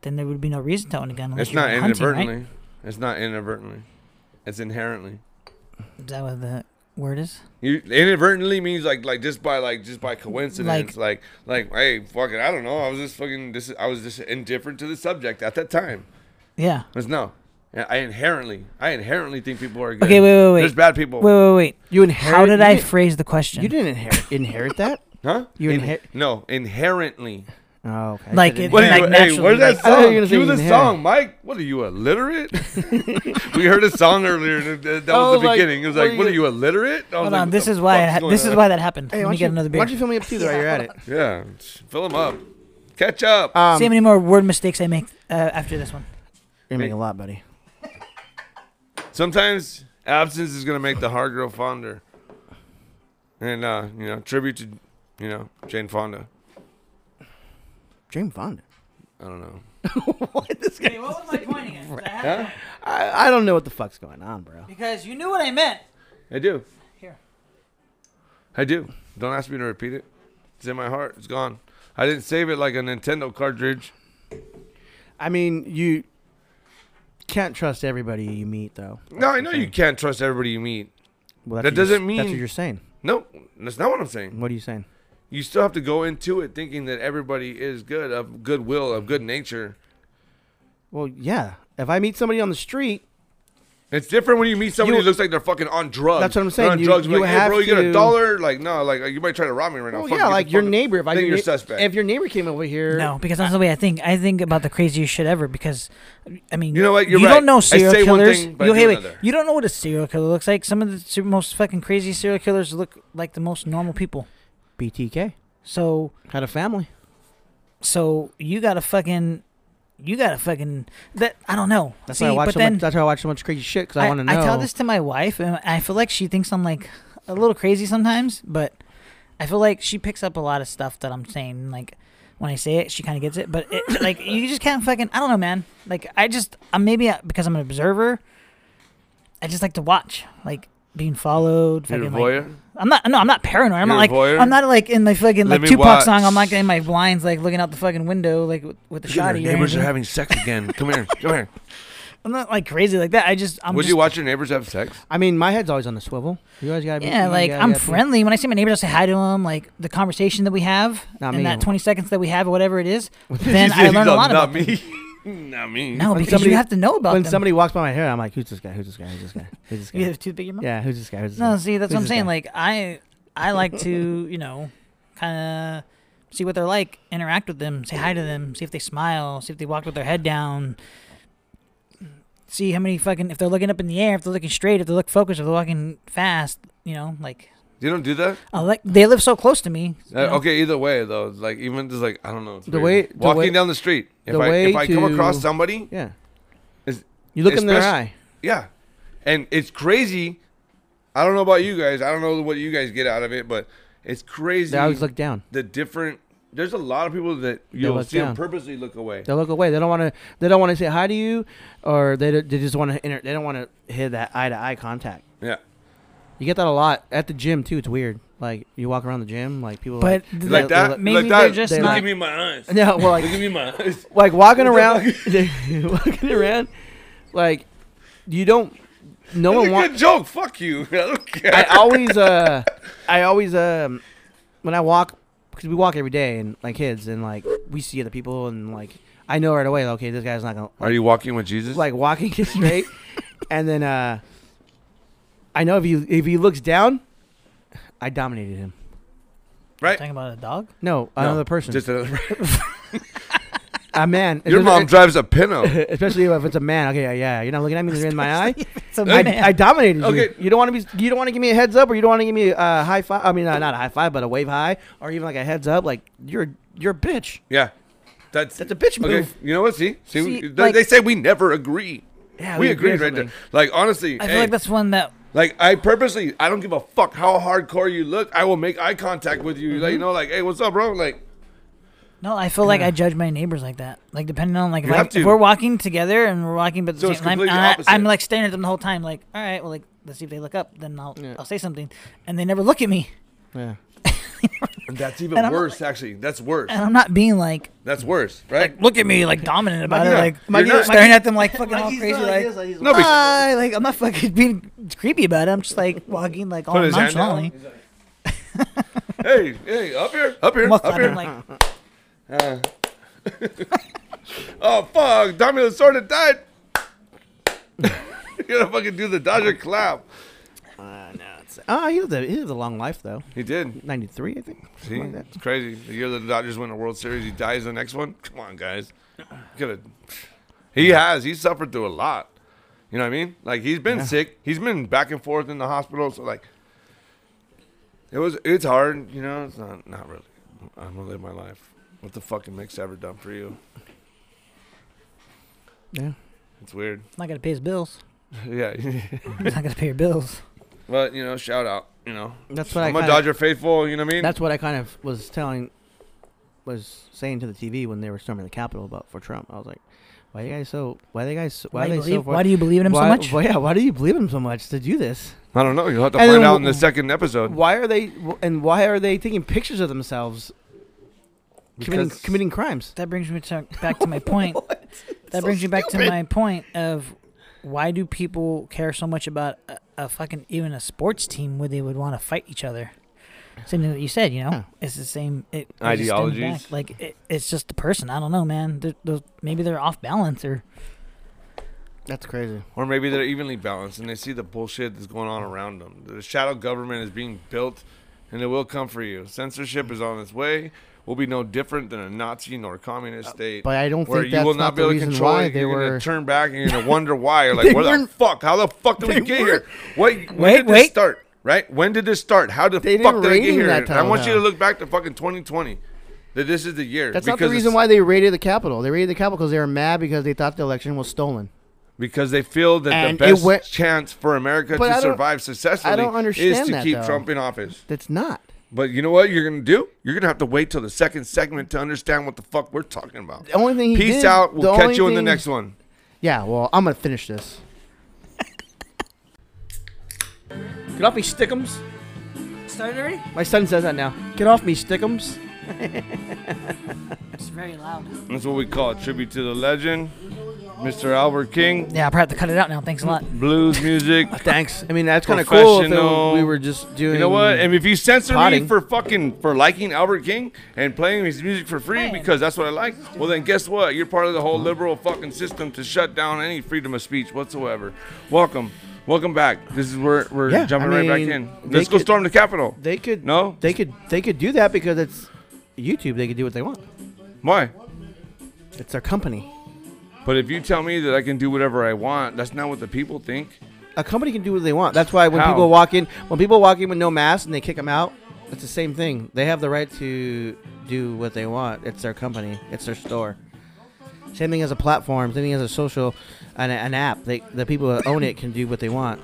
[SPEAKER 3] then there would be no reason to own a gun. unless
[SPEAKER 2] It's
[SPEAKER 3] you're
[SPEAKER 2] not
[SPEAKER 3] hunting, right?
[SPEAKER 2] inadvertently. It's not inadvertently. It's inherently.
[SPEAKER 3] Is that what the word is?
[SPEAKER 2] You inadvertently means like like just by like just by coincidence. Like like, hey, fucking, I don't know. I was just fucking. This I was just indifferent to the subject at that time.
[SPEAKER 3] Yeah.
[SPEAKER 2] It's no. I I inherently, I inherently think people are good.
[SPEAKER 3] Okay, wait, wait, wait.
[SPEAKER 2] There's bad people,
[SPEAKER 3] Wait, wait, wait.
[SPEAKER 1] You inherit.
[SPEAKER 3] How did
[SPEAKER 1] you
[SPEAKER 3] I
[SPEAKER 1] didn't-
[SPEAKER 3] phrase the question?
[SPEAKER 1] you didn't inherit, inherit that.
[SPEAKER 2] huh?
[SPEAKER 1] You
[SPEAKER 2] In-
[SPEAKER 1] inher-
[SPEAKER 2] no, inherently.
[SPEAKER 1] Oh, okay.
[SPEAKER 3] Like
[SPEAKER 1] Didn't
[SPEAKER 3] it-
[SPEAKER 1] hear-
[SPEAKER 2] What are you,
[SPEAKER 3] like
[SPEAKER 2] hey, where's
[SPEAKER 3] naturally,
[SPEAKER 2] that
[SPEAKER 3] like-
[SPEAKER 1] I thought you were
[SPEAKER 2] song?
[SPEAKER 1] gonna say
[SPEAKER 2] Cue the
[SPEAKER 1] inherent.
[SPEAKER 2] song, Mike. What are you, illiterate? we heard a song earlier. and That that
[SPEAKER 1] I
[SPEAKER 2] was
[SPEAKER 1] was
[SPEAKER 2] the
[SPEAKER 1] like,
[SPEAKER 2] beginning. It was
[SPEAKER 1] what
[SPEAKER 2] like,
[SPEAKER 1] are
[SPEAKER 2] what are
[SPEAKER 1] you-
[SPEAKER 2] you, illiterate? I was
[SPEAKER 3] Hold
[SPEAKER 2] like,
[SPEAKER 3] on.
[SPEAKER 2] what
[SPEAKER 3] This
[SPEAKER 2] the
[SPEAKER 3] is why
[SPEAKER 2] fuck
[SPEAKER 3] it ha-
[SPEAKER 2] going
[SPEAKER 3] this is
[SPEAKER 2] on?
[SPEAKER 3] why that happened.
[SPEAKER 1] Hey,
[SPEAKER 3] Let
[SPEAKER 1] why don't
[SPEAKER 3] me
[SPEAKER 1] you,
[SPEAKER 3] get another
[SPEAKER 1] why
[SPEAKER 3] beer.
[SPEAKER 1] don't you fill me up too? Though you're at it.
[SPEAKER 2] Yeah, fill them up. Catch up.
[SPEAKER 1] Um,
[SPEAKER 3] See how many more word mistakes I make uh, after this one.
[SPEAKER 1] you're making a lot, buddy.
[SPEAKER 2] Sometimes absence is gonna make the hard girl fonder. And uh, you know, tribute to you know Jane Fonda.
[SPEAKER 1] Jane Fonda.
[SPEAKER 2] I don't know.
[SPEAKER 3] Okay, what was I pointing at? I
[SPEAKER 2] Huh?
[SPEAKER 1] I, I don't know what the fuck's going on, bro.
[SPEAKER 3] because you knew what I meant.
[SPEAKER 2] I do.
[SPEAKER 3] Here.
[SPEAKER 2] I do. Don't ask me to repeat it. It's in my heart. It's gone. I didn't save it like a Nintendo cartridge.
[SPEAKER 1] I mean, you can't trust everybody you meet, though.
[SPEAKER 2] No, I know you can't trust everybody you meet.
[SPEAKER 1] Well,
[SPEAKER 2] That
[SPEAKER 1] what you're-
[SPEAKER 2] doesn't
[SPEAKER 1] that's
[SPEAKER 2] mean-
[SPEAKER 1] what you're saying.
[SPEAKER 2] No, that's not what I'm saying.
[SPEAKER 1] What are you saying?
[SPEAKER 2] You still have to go into it thinking that everybody is good, of goodwill, of good nature.
[SPEAKER 1] Well, yeah. If I meet somebody on the street,
[SPEAKER 2] It's different when you meet somebody
[SPEAKER 1] You-
[SPEAKER 2] who looks like they're fucking on drugs.
[SPEAKER 1] That's what I'm
[SPEAKER 2] They're
[SPEAKER 1] saying.
[SPEAKER 2] on
[SPEAKER 1] You-
[SPEAKER 2] drugs,
[SPEAKER 1] you
[SPEAKER 2] like, hey,
[SPEAKER 1] have
[SPEAKER 2] bro, you got a
[SPEAKER 1] to-
[SPEAKER 2] dollar? Like, no, like you might try to rob me right now.
[SPEAKER 1] well,
[SPEAKER 2] Fuck,
[SPEAKER 1] yeah,
[SPEAKER 2] get the
[SPEAKER 1] like your
[SPEAKER 2] fuck-
[SPEAKER 1] neighbor. If I
[SPEAKER 2] then
[SPEAKER 1] knew-
[SPEAKER 2] you're suspect.
[SPEAKER 1] If your neighbor came over here,
[SPEAKER 3] No, because that's the way I think. I think about the craziest shit ever. Because, I mean,
[SPEAKER 2] You know what? You're
[SPEAKER 3] you
[SPEAKER 2] right.
[SPEAKER 3] don't know
[SPEAKER 2] I say
[SPEAKER 3] serial
[SPEAKER 2] one
[SPEAKER 3] killers.
[SPEAKER 2] thing, but I
[SPEAKER 3] you,
[SPEAKER 2] do
[SPEAKER 3] hey, wait.
[SPEAKER 2] another.
[SPEAKER 3] you don't know what a serial killer looks like. Some of the ser- most fucking crazy serial killers look like the most normal people.
[SPEAKER 1] BTK
[SPEAKER 3] So,
[SPEAKER 1] had a family.
[SPEAKER 3] so you gotta fucking, you gotta fucking. That I don't know.
[SPEAKER 1] That's
[SPEAKER 3] See,
[SPEAKER 1] why I watch
[SPEAKER 3] but
[SPEAKER 1] so
[SPEAKER 3] then
[SPEAKER 1] much. That's why I watch so much crazy shit because I, want to know.
[SPEAKER 3] I tell this to my wife, and I feel like she thinks I'm like a little crazy sometimes, but I feel like she picks up a lot of stuff that I'm saying. Like when I say it, she kind of gets it, but it, like you just can't fucking. I don't know, man. Like I just, I'm maybe I- because I'm an observer. I just like to watch, like being followed.
[SPEAKER 2] You're a
[SPEAKER 3] fucking, like-
[SPEAKER 2] voyeur?
[SPEAKER 3] I'm not. No, I'm not paranoid. I'm
[SPEAKER 2] You're a
[SPEAKER 3] not like.
[SPEAKER 2] voyeur?
[SPEAKER 3] I'm not like in my fucking
[SPEAKER 2] Let
[SPEAKER 3] like
[SPEAKER 2] me
[SPEAKER 3] Tupac
[SPEAKER 2] watch.
[SPEAKER 3] song. I'm like in my blinds, like looking out the fucking window, like with, with the
[SPEAKER 2] Look at her,
[SPEAKER 3] shotty. or
[SPEAKER 2] neighbors are
[SPEAKER 3] anything.
[SPEAKER 2] having sex again. Come here, come here.
[SPEAKER 3] I'm not like crazy like that. I just. I'm
[SPEAKER 2] Would
[SPEAKER 3] just,
[SPEAKER 2] you watch your neighbors have sex?
[SPEAKER 1] I mean, my head's always on the swivel. You guys gotta be.
[SPEAKER 3] Yeah,
[SPEAKER 1] you
[SPEAKER 3] like
[SPEAKER 1] gotta-
[SPEAKER 3] I'm
[SPEAKER 1] gotta be-
[SPEAKER 3] friendly. When I see my neighbors, I say hi to them. Like the conversation that we have,
[SPEAKER 1] Not
[SPEAKER 3] and
[SPEAKER 1] me.
[SPEAKER 3] that 20 seconds that we have, or whatever it is,
[SPEAKER 2] He
[SPEAKER 3] then
[SPEAKER 2] said,
[SPEAKER 3] I
[SPEAKER 2] he's
[SPEAKER 3] learn a
[SPEAKER 2] all,
[SPEAKER 3] lot
[SPEAKER 2] not
[SPEAKER 3] about them.
[SPEAKER 2] me. not me.
[SPEAKER 3] No,
[SPEAKER 1] When
[SPEAKER 3] because
[SPEAKER 1] somebody-
[SPEAKER 3] you have to know about
[SPEAKER 1] When
[SPEAKER 3] them.
[SPEAKER 1] somebody walks by my hair, I'm like, "Who's this guy? Who's this guy? Who's this guy? Who's this
[SPEAKER 3] you
[SPEAKER 1] guy?"
[SPEAKER 3] have toothpick in your mouth.
[SPEAKER 1] Yeah, who's this guy? Who's this
[SPEAKER 3] No,
[SPEAKER 1] guy?
[SPEAKER 3] see, that's
[SPEAKER 1] Who's
[SPEAKER 3] what I'm
[SPEAKER 1] this
[SPEAKER 3] saying.
[SPEAKER 1] guy?
[SPEAKER 3] Like I, I like to, you know, kind of see what they're like, interact with them, say hi to them, see if they smile, see if they walk with their head down. See how many fucking if they're looking up in the air, if they're looking straight, if they look focused, if they're walking fast, you know, like
[SPEAKER 2] You don't do that?
[SPEAKER 3] I like they live so close to me. you
[SPEAKER 2] Uh,
[SPEAKER 3] know?
[SPEAKER 2] Okay, either way though, like even just like I don't know. it's
[SPEAKER 1] The
[SPEAKER 2] weird.
[SPEAKER 1] way- the
[SPEAKER 2] walking
[SPEAKER 1] way-
[SPEAKER 2] down the street, if
[SPEAKER 1] the
[SPEAKER 2] I
[SPEAKER 1] way
[SPEAKER 2] if I come
[SPEAKER 1] to-
[SPEAKER 2] across somebody,
[SPEAKER 1] Yeah.
[SPEAKER 2] Is-
[SPEAKER 1] you look in their
[SPEAKER 2] especially-
[SPEAKER 1] eye.
[SPEAKER 2] yeah, and it's crazy. I don't know about you guys. I don't know what you guys get out of it, but it's crazy.
[SPEAKER 1] They always look down.
[SPEAKER 2] the different. There's a lot of people that you'll
[SPEAKER 1] look
[SPEAKER 2] see 'em
[SPEAKER 1] down.
[SPEAKER 2] purposely look away.
[SPEAKER 1] They look away. They don't want to. They don't want to say hi to you, or they don't- they just want to. Inter- they don't want to hit that eye to eye contact.
[SPEAKER 2] Yeah,
[SPEAKER 1] You get that a lot at the gym too. It's weird. Like you walk around the gym, like people
[SPEAKER 3] But
[SPEAKER 1] they-
[SPEAKER 3] th-
[SPEAKER 2] like
[SPEAKER 1] they
[SPEAKER 2] that.
[SPEAKER 1] look-
[SPEAKER 3] maybe
[SPEAKER 2] like
[SPEAKER 3] they're
[SPEAKER 2] that.
[SPEAKER 3] just
[SPEAKER 2] look
[SPEAKER 1] not-
[SPEAKER 2] at me in my eyes.
[SPEAKER 1] no, well,
[SPEAKER 2] Look
[SPEAKER 1] like
[SPEAKER 2] at me in my eyes.
[SPEAKER 1] like walking
[SPEAKER 2] What the
[SPEAKER 1] around, walking around, like you don't. No
[SPEAKER 2] That's
[SPEAKER 1] one
[SPEAKER 2] a
[SPEAKER 1] wants.
[SPEAKER 2] good joke. Fuck you. I don't care.
[SPEAKER 1] I always uh I always um when I walk because we walk every day and like kids and like we see other people and like I know right away like, okay this guy's not gonna
[SPEAKER 2] Are you walking with Jesus?
[SPEAKER 1] like walking straight and then uh I know if he if he looks down I dominated him
[SPEAKER 2] right?
[SPEAKER 3] Talking about a dog?
[SPEAKER 1] no
[SPEAKER 2] No,
[SPEAKER 1] another person
[SPEAKER 2] Just another.
[SPEAKER 1] a man
[SPEAKER 2] Your
[SPEAKER 1] Especially-
[SPEAKER 2] mom drives a Pinto.
[SPEAKER 1] especially if it's a man okay yeah, yeah you're not looking at me you're in my eye
[SPEAKER 3] So
[SPEAKER 1] I, I dominated
[SPEAKER 2] Okay.
[SPEAKER 1] you. You don't want to be. You don't want to give me a heads up, or you don't want to give me a uh, high five. I mean, uh, not a high five, but a wave high, or even like a heads up. Like you're you're a bitch.
[SPEAKER 2] Yeah. That's
[SPEAKER 1] That's a bitch
[SPEAKER 2] Okay,
[SPEAKER 1] move.
[SPEAKER 2] you know what? See, see,
[SPEAKER 3] See,
[SPEAKER 2] they,
[SPEAKER 3] like-
[SPEAKER 2] they say we never agree.
[SPEAKER 1] Yeah,
[SPEAKER 2] we,
[SPEAKER 1] we agree
[SPEAKER 2] agreed
[SPEAKER 1] on
[SPEAKER 2] right there.
[SPEAKER 1] something.
[SPEAKER 2] Like honestly,
[SPEAKER 3] I
[SPEAKER 2] hey,
[SPEAKER 3] feel like that's one that
[SPEAKER 2] like, I purposely, I don't give a fuck how hardcore you look. I will make eye contact with you. Like you know, like hey, what's up, bro? Like
[SPEAKER 3] no, I feel like I judge my neighbors like that. Like depending on like if,
[SPEAKER 2] You
[SPEAKER 3] I,
[SPEAKER 2] have to.
[SPEAKER 3] if we're walking together and we're walking but at the
[SPEAKER 2] So
[SPEAKER 3] same
[SPEAKER 2] it's
[SPEAKER 3] time,
[SPEAKER 2] completely
[SPEAKER 3] and I,
[SPEAKER 2] opposite.
[SPEAKER 3] I'm like staring at them the whole time. Like all right, well like let's see if they look up. Then I'll
[SPEAKER 1] Yeah.
[SPEAKER 3] I'll say something, and they never look at me.
[SPEAKER 1] Yeah.
[SPEAKER 2] That's even
[SPEAKER 3] And I'm not
[SPEAKER 2] worse, actually. That's worse.
[SPEAKER 3] and I'm not being like
[SPEAKER 2] That's worse, right?
[SPEAKER 3] like look at me like dominant about
[SPEAKER 2] Mikey,
[SPEAKER 3] it, like
[SPEAKER 2] you're Mikey, not-
[SPEAKER 3] staring at them like fucking all
[SPEAKER 1] he's
[SPEAKER 3] crazy,
[SPEAKER 1] not-
[SPEAKER 3] like
[SPEAKER 1] he is, like, he's
[SPEAKER 2] No, because-
[SPEAKER 3] "Hi," like I'm not fucking being creepy about it. I'm just like walking like all
[SPEAKER 2] Put his hand
[SPEAKER 3] nonchalantly.
[SPEAKER 2] down. hey, hey, up here, up here,
[SPEAKER 3] Muff
[SPEAKER 2] up
[SPEAKER 3] at him,
[SPEAKER 2] here.
[SPEAKER 3] like
[SPEAKER 2] oh fuck, Domino Sorta died. You're gonna fucking do the Dodger clap.
[SPEAKER 1] Uh, no, it's, uh, he lived a, he lived a long life though.
[SPEAKER 2] He did.
[SPEAKER 1] 93, I think. something
[SPEAKER 2] See,
[SPEAKER 1] like that.
[SPEAKER 2] it's crazy. The year the Dodgers win the World Series, he dies the next one. Come on, guys. Gotta. He has. He suffered through a lot. You know what I mean? Like he's been sick. He's been back and forth in the hospital. So like, it was. It's hard. You know. It's not. Not really. I'm gonna live my life. What the fucking mix ever done for you?
[SPEAKER 1] Yeah.
[SPEAKER 2] It's weird.
[SPEAKER 3] I'm not gonna pay his bills.
[SPEAKER 2] yeah.
[SPEAKER 3] I'm not gonna pay your bills.
[SPEAKER 2] But you know, shout out. You know,
[SPEAKER 1] That's what I
[SPEAKER 2] I'm a
[SPEAKER 1] kinda-
[SPEAKER 2] Dodger faithful. You know what I mean?
[SPEAKER 1] That's what I kind of was telling, was saying to the TV when they were storming the Capitol about for Trump. I was like, why you guys so? Why they guys? Why,
[SPEAKER 3] Why,
[SPEAKER 1] are they
[SPEAKER 3] you believe,
[SPEAKER 1] so? for-
[SPEAKER 3] why do you believe in him so
[SPEAKER 1] why-
[SPEAKER 3] much?
[SPEAKER 1] Why, yeah, why do you believe him so much to do this?
[SPEAKER 2] I don't know. You'll have to
[SPEAKER 1] And
[SPEAKER 2] find
[SPEAKER 1] then-
[SPEAKER 2] out in the second episode.
[SPEAKER 1] Why are they? And why are they taking pictures of themselves committing
[SPEAKER 2] Because-
[SPEAKER 1] committing crimes?
[SPEAKER 3] That brings me to, back to my point. that
[SPEAKER 1] so
[SPEAKER 3] brings me back
[SPEAKER 1] stupid.
[SPEAKER 3] to my point of why do people care so much about a, a fucking even a sports team where they would want to fight each other? Same thing that you said, you know,
[SPEAKER 1] Yeah.
[SPEAKER 3] it's the same it, it just stems
[SPEAKER 2] Ideologies.
[SPEAKER 3] back. Like it, it's just the person. I don't know, man. They're, they're, maybe they're off balance or
[SPEAKER 1] That's crazy.
[SPEAKER 2] Or maybe they're evenly balanced and they see the bullshit that's going on around them. The shadow government is being built and it will come for you. Censorship is on its way. We'll be no different than a Nazi nor communist state.
[SPEAKER 1] Uh, But I don't
[SPEAKER 2] where
[SPEAKER 1] think
[SPEAKER 2] you will
[SPEAKER 1] that's
[SPEAKER 2] not
[SPEAKER 1] not the
[SPEAKER 2] be able to
[SPEAKER 1] reason
[SPEAKER 2] control
[SPEAKER 1] why
[SPEAKER 2] it.
[SPEAKER 1] they
[SPEAKER 2] You're
[SPEAKER 1] were.
[SPEAKER 2] gonna turn back and you're gonna wonder why. You're like,
[SPEAKER 1] They
[SPEAKER 2] where the
[SPEAKER 1] weren't-
[SPEAKER 2] fuck? How the fuck did we
[SPEAKER 1] they
[SPEAKER 2] get
[SPEAKER 1] weren't-
[SPEAKER 2] here? What when
[SPEAKER 3] Wait,
[SPEAKER 2] did this
[SPEAKER 3] wait.
[SPEAKER 2] start? Right? When did this start? How the
[SPEAKER 1] They didn't
[SPEAKER 2] fuck did I get
[SPEAKER 1] rating
[SPEAKER 2] here?
[SPEAKER 1] that
[SPEAKER 2] I want you to
[SPEAKER 1] time.
[SPEAKER 2] look back to fucking twenty twenty. That this is the year.
[SPEAKER 1] That's not the
[SPEAKER 2] because
[SPEAKER 1] reason
[SPEAKER 2] it's-
[SPEAKER 1] why they raided the Capitol. They raided the Capitol because they were mad because they thought the election was stolen.
[SPEAKER 2] because they feel that the
[SPEAKER 1] And it
[SPEAKER 2] best
[SPEAKER 1] went-
[SPEAKER 2] chance for America
[SPEAKER 1] But I
[SPEAKER 2] to
[SPEAKER 1] don't-
[SPEAKER 2] survive successfully
[SPEAKER 1] I don't
[SPEAKER 2] is
[SPEAKER 1] understand
[SPEAKER 2] to
[SPEAKER 1] that,
[SPEAKER 2] keep
[SPEAKER 1] though.
[SPEAKER 2] Trump in office.
[SPEAKER 1] That's not.
[SPEAKER 2] But you know what you're gonna do? You're gonna have to wait till the second segment to understand what the fuck we're talking about.
[SPEAKER 1] The only thing he
[SPEAKER 2] Peace
[SPEAKER 1] did-
[SPEAKER 2] out.
[SPEAKER 1] the
[SPEAKER 2] We'll catch
[SPEAKER 1] only
[SPEAKER 2] you in the
[SPEAKER 1] thing-
[SPEAKER 2] next one.
[SPEAKER 1] Yeah. Well, I'm gonna finish this. Get off me, stickums.
[SPEAKER 3] started already.
[SPEAKER 1] My son says that now. Get off me, stickums.
[SPEAKER 3] It's very loud.
[SPEAKER 2] That's what we call a tribute to the legend, Mr. Albert King.
[SPEAKER 3] Yeah, I'll probably have to cut it out now. Thanks a lot.
[SPEAKER 2] Blues music.
[SPEAKER 1] Thanks. I mean, that's kind of cool. If
[SPEAKER 2] Professional.
[SPEAKER 1] it, we were just doing.
[SPEAKER 2] You know what? And if you censor me
[SPEAKER 1] Potting.
[SPEAKER 2] for fucking for liking Albert King and playing his music for free
[SPEAKER 3] Man.
[SPEAKER 2] because that's what I like, well then guess what? You're part of the whole liberal fucking system to shut down any freedom of speech whatsoever. Welcome, welcome back. This is where we're
[SPEAKER 1] Yeah,
[SPEAKER 2] jumping
[SPEAKER 1] I
[SPEAKER 2] right
[SPEAKER 1] mean,
[SPEAKER 2] back in.
[SPEAKER 1] they
[SPEAKER 2] Let's go
[SPEAKER 1] could-
[SPEAKER 2] storm the Capitol.
[SPEAKER 1] they could
[SPEAKER 2] No?
[SPEAKER 1] They could they could do that because it's YouTube. They could do what they want.
[SPEAKER 2] Why?
[SPEAKER 1] It's their company.
[SPEAKER 2] But if you tell me that I can do whatever I want, that's not what the people think.
[SPEAKER 1] A company can do what they want. That's why when
[SPEAKER 2] How?
[SPEAKER 1] people walk in, when people walk in with no mask and they kick them out, it's the same thing. They have the right to do what they want. It's their company. It's their store. Same thing as a platform. Same thing as a social, an, an app. They the people that own it can do what they want.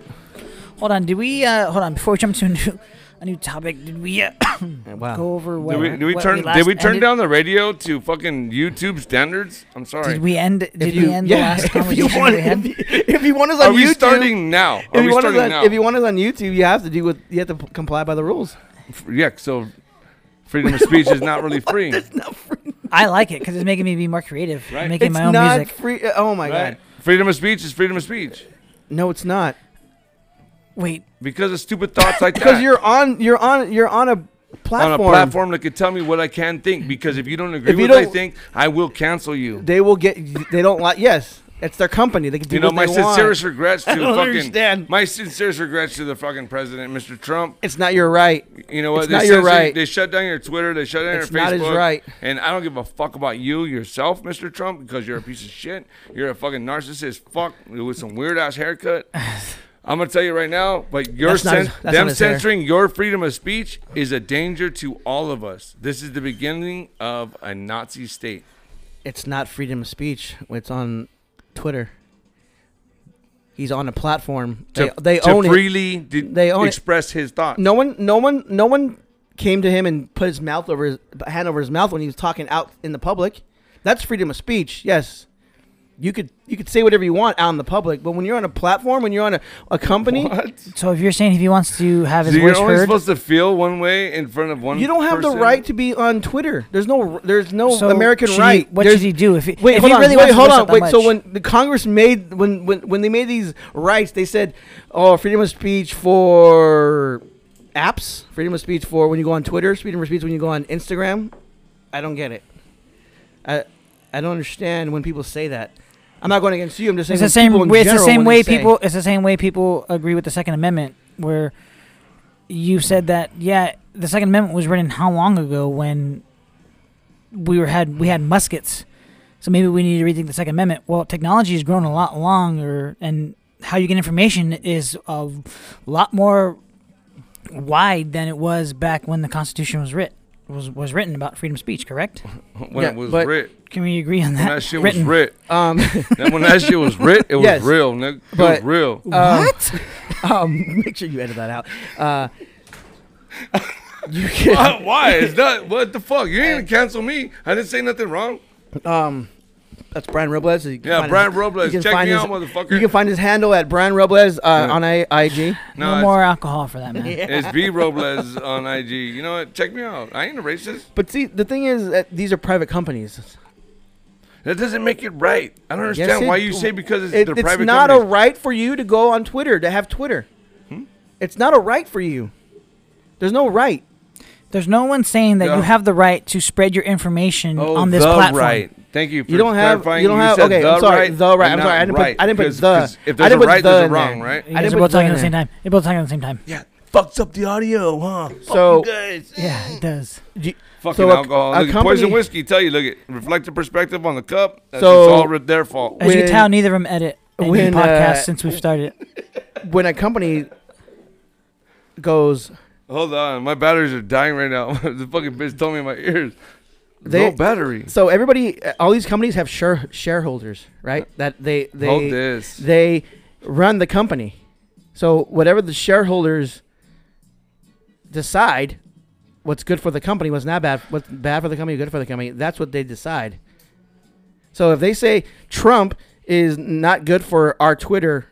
[SPEAKER 3] Hold on. Did we? Uh, hold on. Before we jump to a new, a new topic, did we uh,
[SPEAKER 1] And Wow.
[SPEAKER 3] go over what
[SPEAKER 2] Did we, did we
[SPEAKER 3] what
[SPEAKER 2] turn?
[SPEAKER 3] last
[SPEAKER 2] did we turn
[SPEAKER 3] ended-
[SPEAKER 2] down the radio to fucking YouTube standards? I'm sorry.
[SPEAKER 3] Did we end? Did we end the last
[SPEAKER 1] if you
[SPEAKER 3] conversation
[SPEAKER 1] want,
[SPEAKER 3] we had?
[SPEAKER 1] if, you, if you want us on
[SPEAKER 2] Are we
[SPEAKER 1] YouTube,
[SPEAKER 2] starting now? Are
[SPEAKER 1] If you,
[SPEAKER 2] we
[SPEAKER 1] want us
[SPEAKER 2] starting
[SPEAKER 1] on,
[SPEAKER 2] now?
[SPEAKER 1] if you want us on YouTube, you have to do what you have to p- comply by the rules.
[SPEAKER 2] yeah, so freedom of speech is not really free.
[SPEAKER 3] I like it because it's making me be more creative.
[SPEAKER 2] Right.
[SPEAKER 3] I'm making
[SPEAKER 1] it's
[SPEAKER 3] my own
[SPEAKER 1] not
[SPEAKER 3] music.
[SPEAKER 1] free. Oh my
[SPEAKER 2] Right?
[SPEAKER 1] god!
[SPEAKER 2] Freedom of speech is freedom of speech
[SPEAKER 1] No, it's not
[SPEAKER 3] Wait,
[SPEAKER 2] because of stupid thoughts like that.
[SPEAKER 1] because you're on you're on you're on a
[SPEAKER 2] on
[SPEAKER 1] platform.
[SPEAKER 2] a platform that could tell me what I can think. Because if you don't agree
[SPEAKER 1] If you
[SPEAKER 2] with what I
[SPEAKER 1] don't-
[SPEAKER 2] think, I will cancel you.
[SPEAKER 1] They will get. They don't like. Yes, it's their company. They can do
[SPEAKER 2] You know
[SPEAKER 1] what
[SPEAKER 2] my
[SPEAKER 1] they want.
[SPEAKER 2] sincerest regrets to
[SPEAKER 1] I
[SPEAKER 2] the
[SPEAKER 1] don't
[SPEAKER 2] fucking
[SPEAKER 1] understand.
[SPEAKER 2] my sincerest regrets to the fucking president, Mr. Trump.
[SPEAKER 1] It's not your right.
[SPEAKER 2] You know what?
[SPEAKER 1] It's not your
[SPEAKER 2] censored-
[SPEAKER 1] right.
[SPEAKER 2] They shut down your Twitter. They shut down
[SPEAKER 1] It's
[SPEAKER 2] your
[SPEAKER 1] not
[SPEAKER 2] Facebook.
[SPEAKER 1] his right.
[SPEAKER 2] And I don't give a fuck about you yourself, Mr. Trump, because you're a piece of shit. You're a fucking narcissist. Fuck with some weird ass haircut. I'm gonna tell you right now, but your
[SPEAKER 1] That's not his-
[SPEAKER 2] cen-
[SPEAKER 1] that's
[SPEAKER 2] them
[SPEAKER 1] not his hair.
[SPEAKER 2] censoring your freedom of speech is a danger to all of us. This is the beginning of a Nazi state.
[SPEAKER 1] It's not freedom of speech. It's on Twitter. He's on a platform. They,
[SPEAKER 2] to,
[SPEAKER 1] they
[SPEAKER 2] to
[SPEAKER 1] own it.
[SPEAKER 2] freely de-
[SPEAKER 1] They own it.
[SPEAKER 2] express his thoughts.
[SPEAKER 1] No one, no one, no one came to him and put his mouth over his hand over his mouth when he was talking out in the public. That's freedom of speech. Yes, You could you could say whatever you want out in the public, but when you're on a platform, when you're on a, a company,
[SPEAKER 2] What?
[SPEAKER 3] So if you're saying if he wants to have
[SPEAKER 2] So
[SPEAKER 3] his
[SPEAKER 2] you're
[SPEAKER 3] voice
[SPEAKER 2] only
[SPEAKER 3] heard,
[SPEAKER 2] supposed to feel one way in front of one.
[SPEAKER 1] you don't have the
[SPEAKER 2] person?
[SPEAKER 1] right to be on Twitter. There's no there's no
[SPEAKER 3] so
[SPEAKER 1] American
[SPEAKER 3] should he-
[SPEAKER 1] right.
[SPEAKER 3] what
[SPEAKER 1] There's-
[SPEAKER 3] should he do if he,
[SPEAKER 1] Wait,
[SPEAKER 3] if
[SPEAKER 1] hold
[SPEAKER 3] he
[SPEAKER 1] on.
[SPEAKER 3] really
[SPEAKER 1] wait,
[SPEAKER 3] wants
[SPEAKER 1] hold
[SPEAKER 3] to voice
[SPEAKER 1] on.
[SPEAKER 3] out that
[SPEAKER 1] Wait, so
[SPEAKER 3] much?
[SPEAKER 1] when the Congress made when, when when they made these rights, they said, "Oh, freedom of speech for apps, freedom of speech for when you go on Twitter, freedom of speech when you go on Instagram." I don't get it. I I don't understand when people say that. I'm not going against you. I'm just saying
[SPEAKER 3] it's the
[SPEAKER 1] when
[SPEAKER 3] same
[SPEAKER 1] people in
[SPEAKER 3] way. It's the
[SPEAKER 1] general,
[SPEAKER 3] same
[SPEAKER 1] when
[SPEAKER 3] way
[SPEAKER 1] they say-
[SPEAKER 3] people. It's the same way people agree with the Second Amendment, where you said that yeah, the Second Amendment was written how long ago when we were had we had muskets, so maybe we need to rethink the Second Amendment. Well, technology has grown a lot longer, and how you get information is a lot more wide than it was back when the Constitution was writ was was written about freedom of speech. Correct?
[SPEAKER 2] When
[SPEAKER 1] Yeah,
[SPEAKER 2] it was
[SPEAKER 1] but-
[SPEAKER 2] writ,
[SPEAKER 3] Can we agree
[SPEAKER 2] when
[SPEAKER 3] on that?
[SPEAKER 2] that shit
[SPEAKER 3] written.
[SPEAKER 2] was writ,
[SPEAKER 1] Um,
[SPEAKER 2] and when that shit was writ, it was
[SPEAKER 1] Yes.
[SPEAKER 2] real, nigga. It
[SPEAKER 1] But-
[SPEAKER 2] was real.
[SPEAKER 1] what? Um, make sure you edit that out. Uh, you can.
[SPEAKER 2] Why- Why is that? What the fuck? You ain't gonna cancel me. I didn't say nothing wrong.
[SPEAKER 1] Um, that's Brian Robles. You can
[SPEAKER 2] Yeah,
[SPEAKER 1] find
[SPEAKER 2] Brian
[SPEAKER 1] his-
[SPEAKER 2] Robles.
[SPEAKER 1] you can
[SPEAKER 2] Check
[SPEAKER 1] find
[SPEAKER 2] me
[SPEAKER 1] his-
[SPEAKER 2] out, motherfucker.
[SPEAKER 1] You can find his handle at Brian Robles uh, on I- IG.
[SPEAKER 2] No,
[SPEAKER 3] no more alcohol for that man.
[SPEAKER 2] It's, it's B Robles on IG. You know what? Check me out. I ain't a racist.
[SPEAKER 1] But see, the thing is, that these are private companies.
[SPEAKER 2] That doesn't make it right. I don't understand
[SPEAKER 1] it-
[SPEAKER 2] why you say because it's
[SPEAKER 1] It-
[SPEAKER 2] their
[SPEAKER 1] it's
[SPEAKER 2] private
[SPEAKER 1] not a
[SPEAKER 2] companies. Hmm?
[SPEAKER 1] right for you to go on Twitter to have Twitter. It's not a right for you. There's no right.
[SPEAKER 3] There's no one saying that
[SPEAKER 2] Yeah.
[SPEAKER 3] you have the right to spread your information
[SPEAKER 2] Oh,
[SPEAKER 3] on this
[SPEAKER 2] the
[SPEAKER 3] platform.
[SPEAKER 2] right. Thank you. For
[SPEAKER 1] You don't have.
[SPEAKER 2] clarifying.
[SPEAKER 1] You don't have.
[SPEAKER 2] said
[SPEAKER 1] Okay,
[SPEAKER 2] the
[SPEAKER 1] I'm sorry.
[SPEAKER 2] right
[SPEAKER 1] the right.
[SPEAKER 2] and
[SPEAKER 1] I'm sorry.
[SPEAKER 2] not
[SPEAKER 1] I didn't
[SPEAKER 2] right,
[SPEAKER 1] put. I didn't put
[SPEAKER 2] 'cause-
[SPEAKER 1] the.
[SPEAKER 2] 'cause
[SPEAKER 1] I
[SPEAKER 2] If there's a
[SPEAKER 1] didn't put
[SPEAKER 2] right,
[SPEAKER 1] the
[SPEAKER 2] there's a
[SPEAKER 1] in
[SPEAKER 2] wrong,
[SPEAKER 1] there.
[SPEAKER 2] right?
[SPEAKER 3] You
[SPEAKER 1] I
[SPEAKER 3] guys
[SPEAKER 1] didn't
[SPEAKER 3] are
[SPEAKER 1] put
[SPEAKER 3] both
[SPEAKER 1] the
[SPEAKER 3] talking at
[SPEAKER 1] in
[SPEAKER 3] the same
[SPEAKER 1] there.
[SPEAKER 3] time. You're both talking at the same time.
[SPEAKER 2] Yeah, fucks up the audio, huh?
[SPEAKER 1] So-
[SPEAKER 2] Fuck you guys.
[SPEAKER 3] Yeah, it does.
[SPEAKER 1] You-
[SPEAKER 2] Fucking
[SPEAKER 1] so a-
[SPEAKER 2] alcohol.
[SPEAKER 1] a
[SPEAKER 2] look, poison
[SPEAKER 1] company-
[SPEAKER 2] whiskey. Tell you, look at reflective perspective on the cup. That's
[SPEAKER 1] So-
[SPEAKER 2] it's all re- their fault.
[SPEAKER 3] As you
[SPEAKER 1] When-
[SPEAKER 3] can tell, neither of them edit any
[SPEAKER 1] when, uh,
[SPEAKER 3] podcast since we've started.
[SPEAKER 1] When a company goes,
[SPEAKER 2] Hold on, my batteries are dying right now. the fucking bitch told me in my ears.
[SPEAKER 1] They-
[SPEAKER 2] no battery.
[SPEAKER 1] so everybody, uh, all these companies have share, shareholders, right? That they they
[SPEAKER 2] Hold this.
[SPEAKER 1] they run the company. So whatever the shareholders decide, what's good for the company, what's not bad, what's bad for the company, good for the company, that's what they decide. So if they say Trump is not good for our Twitter,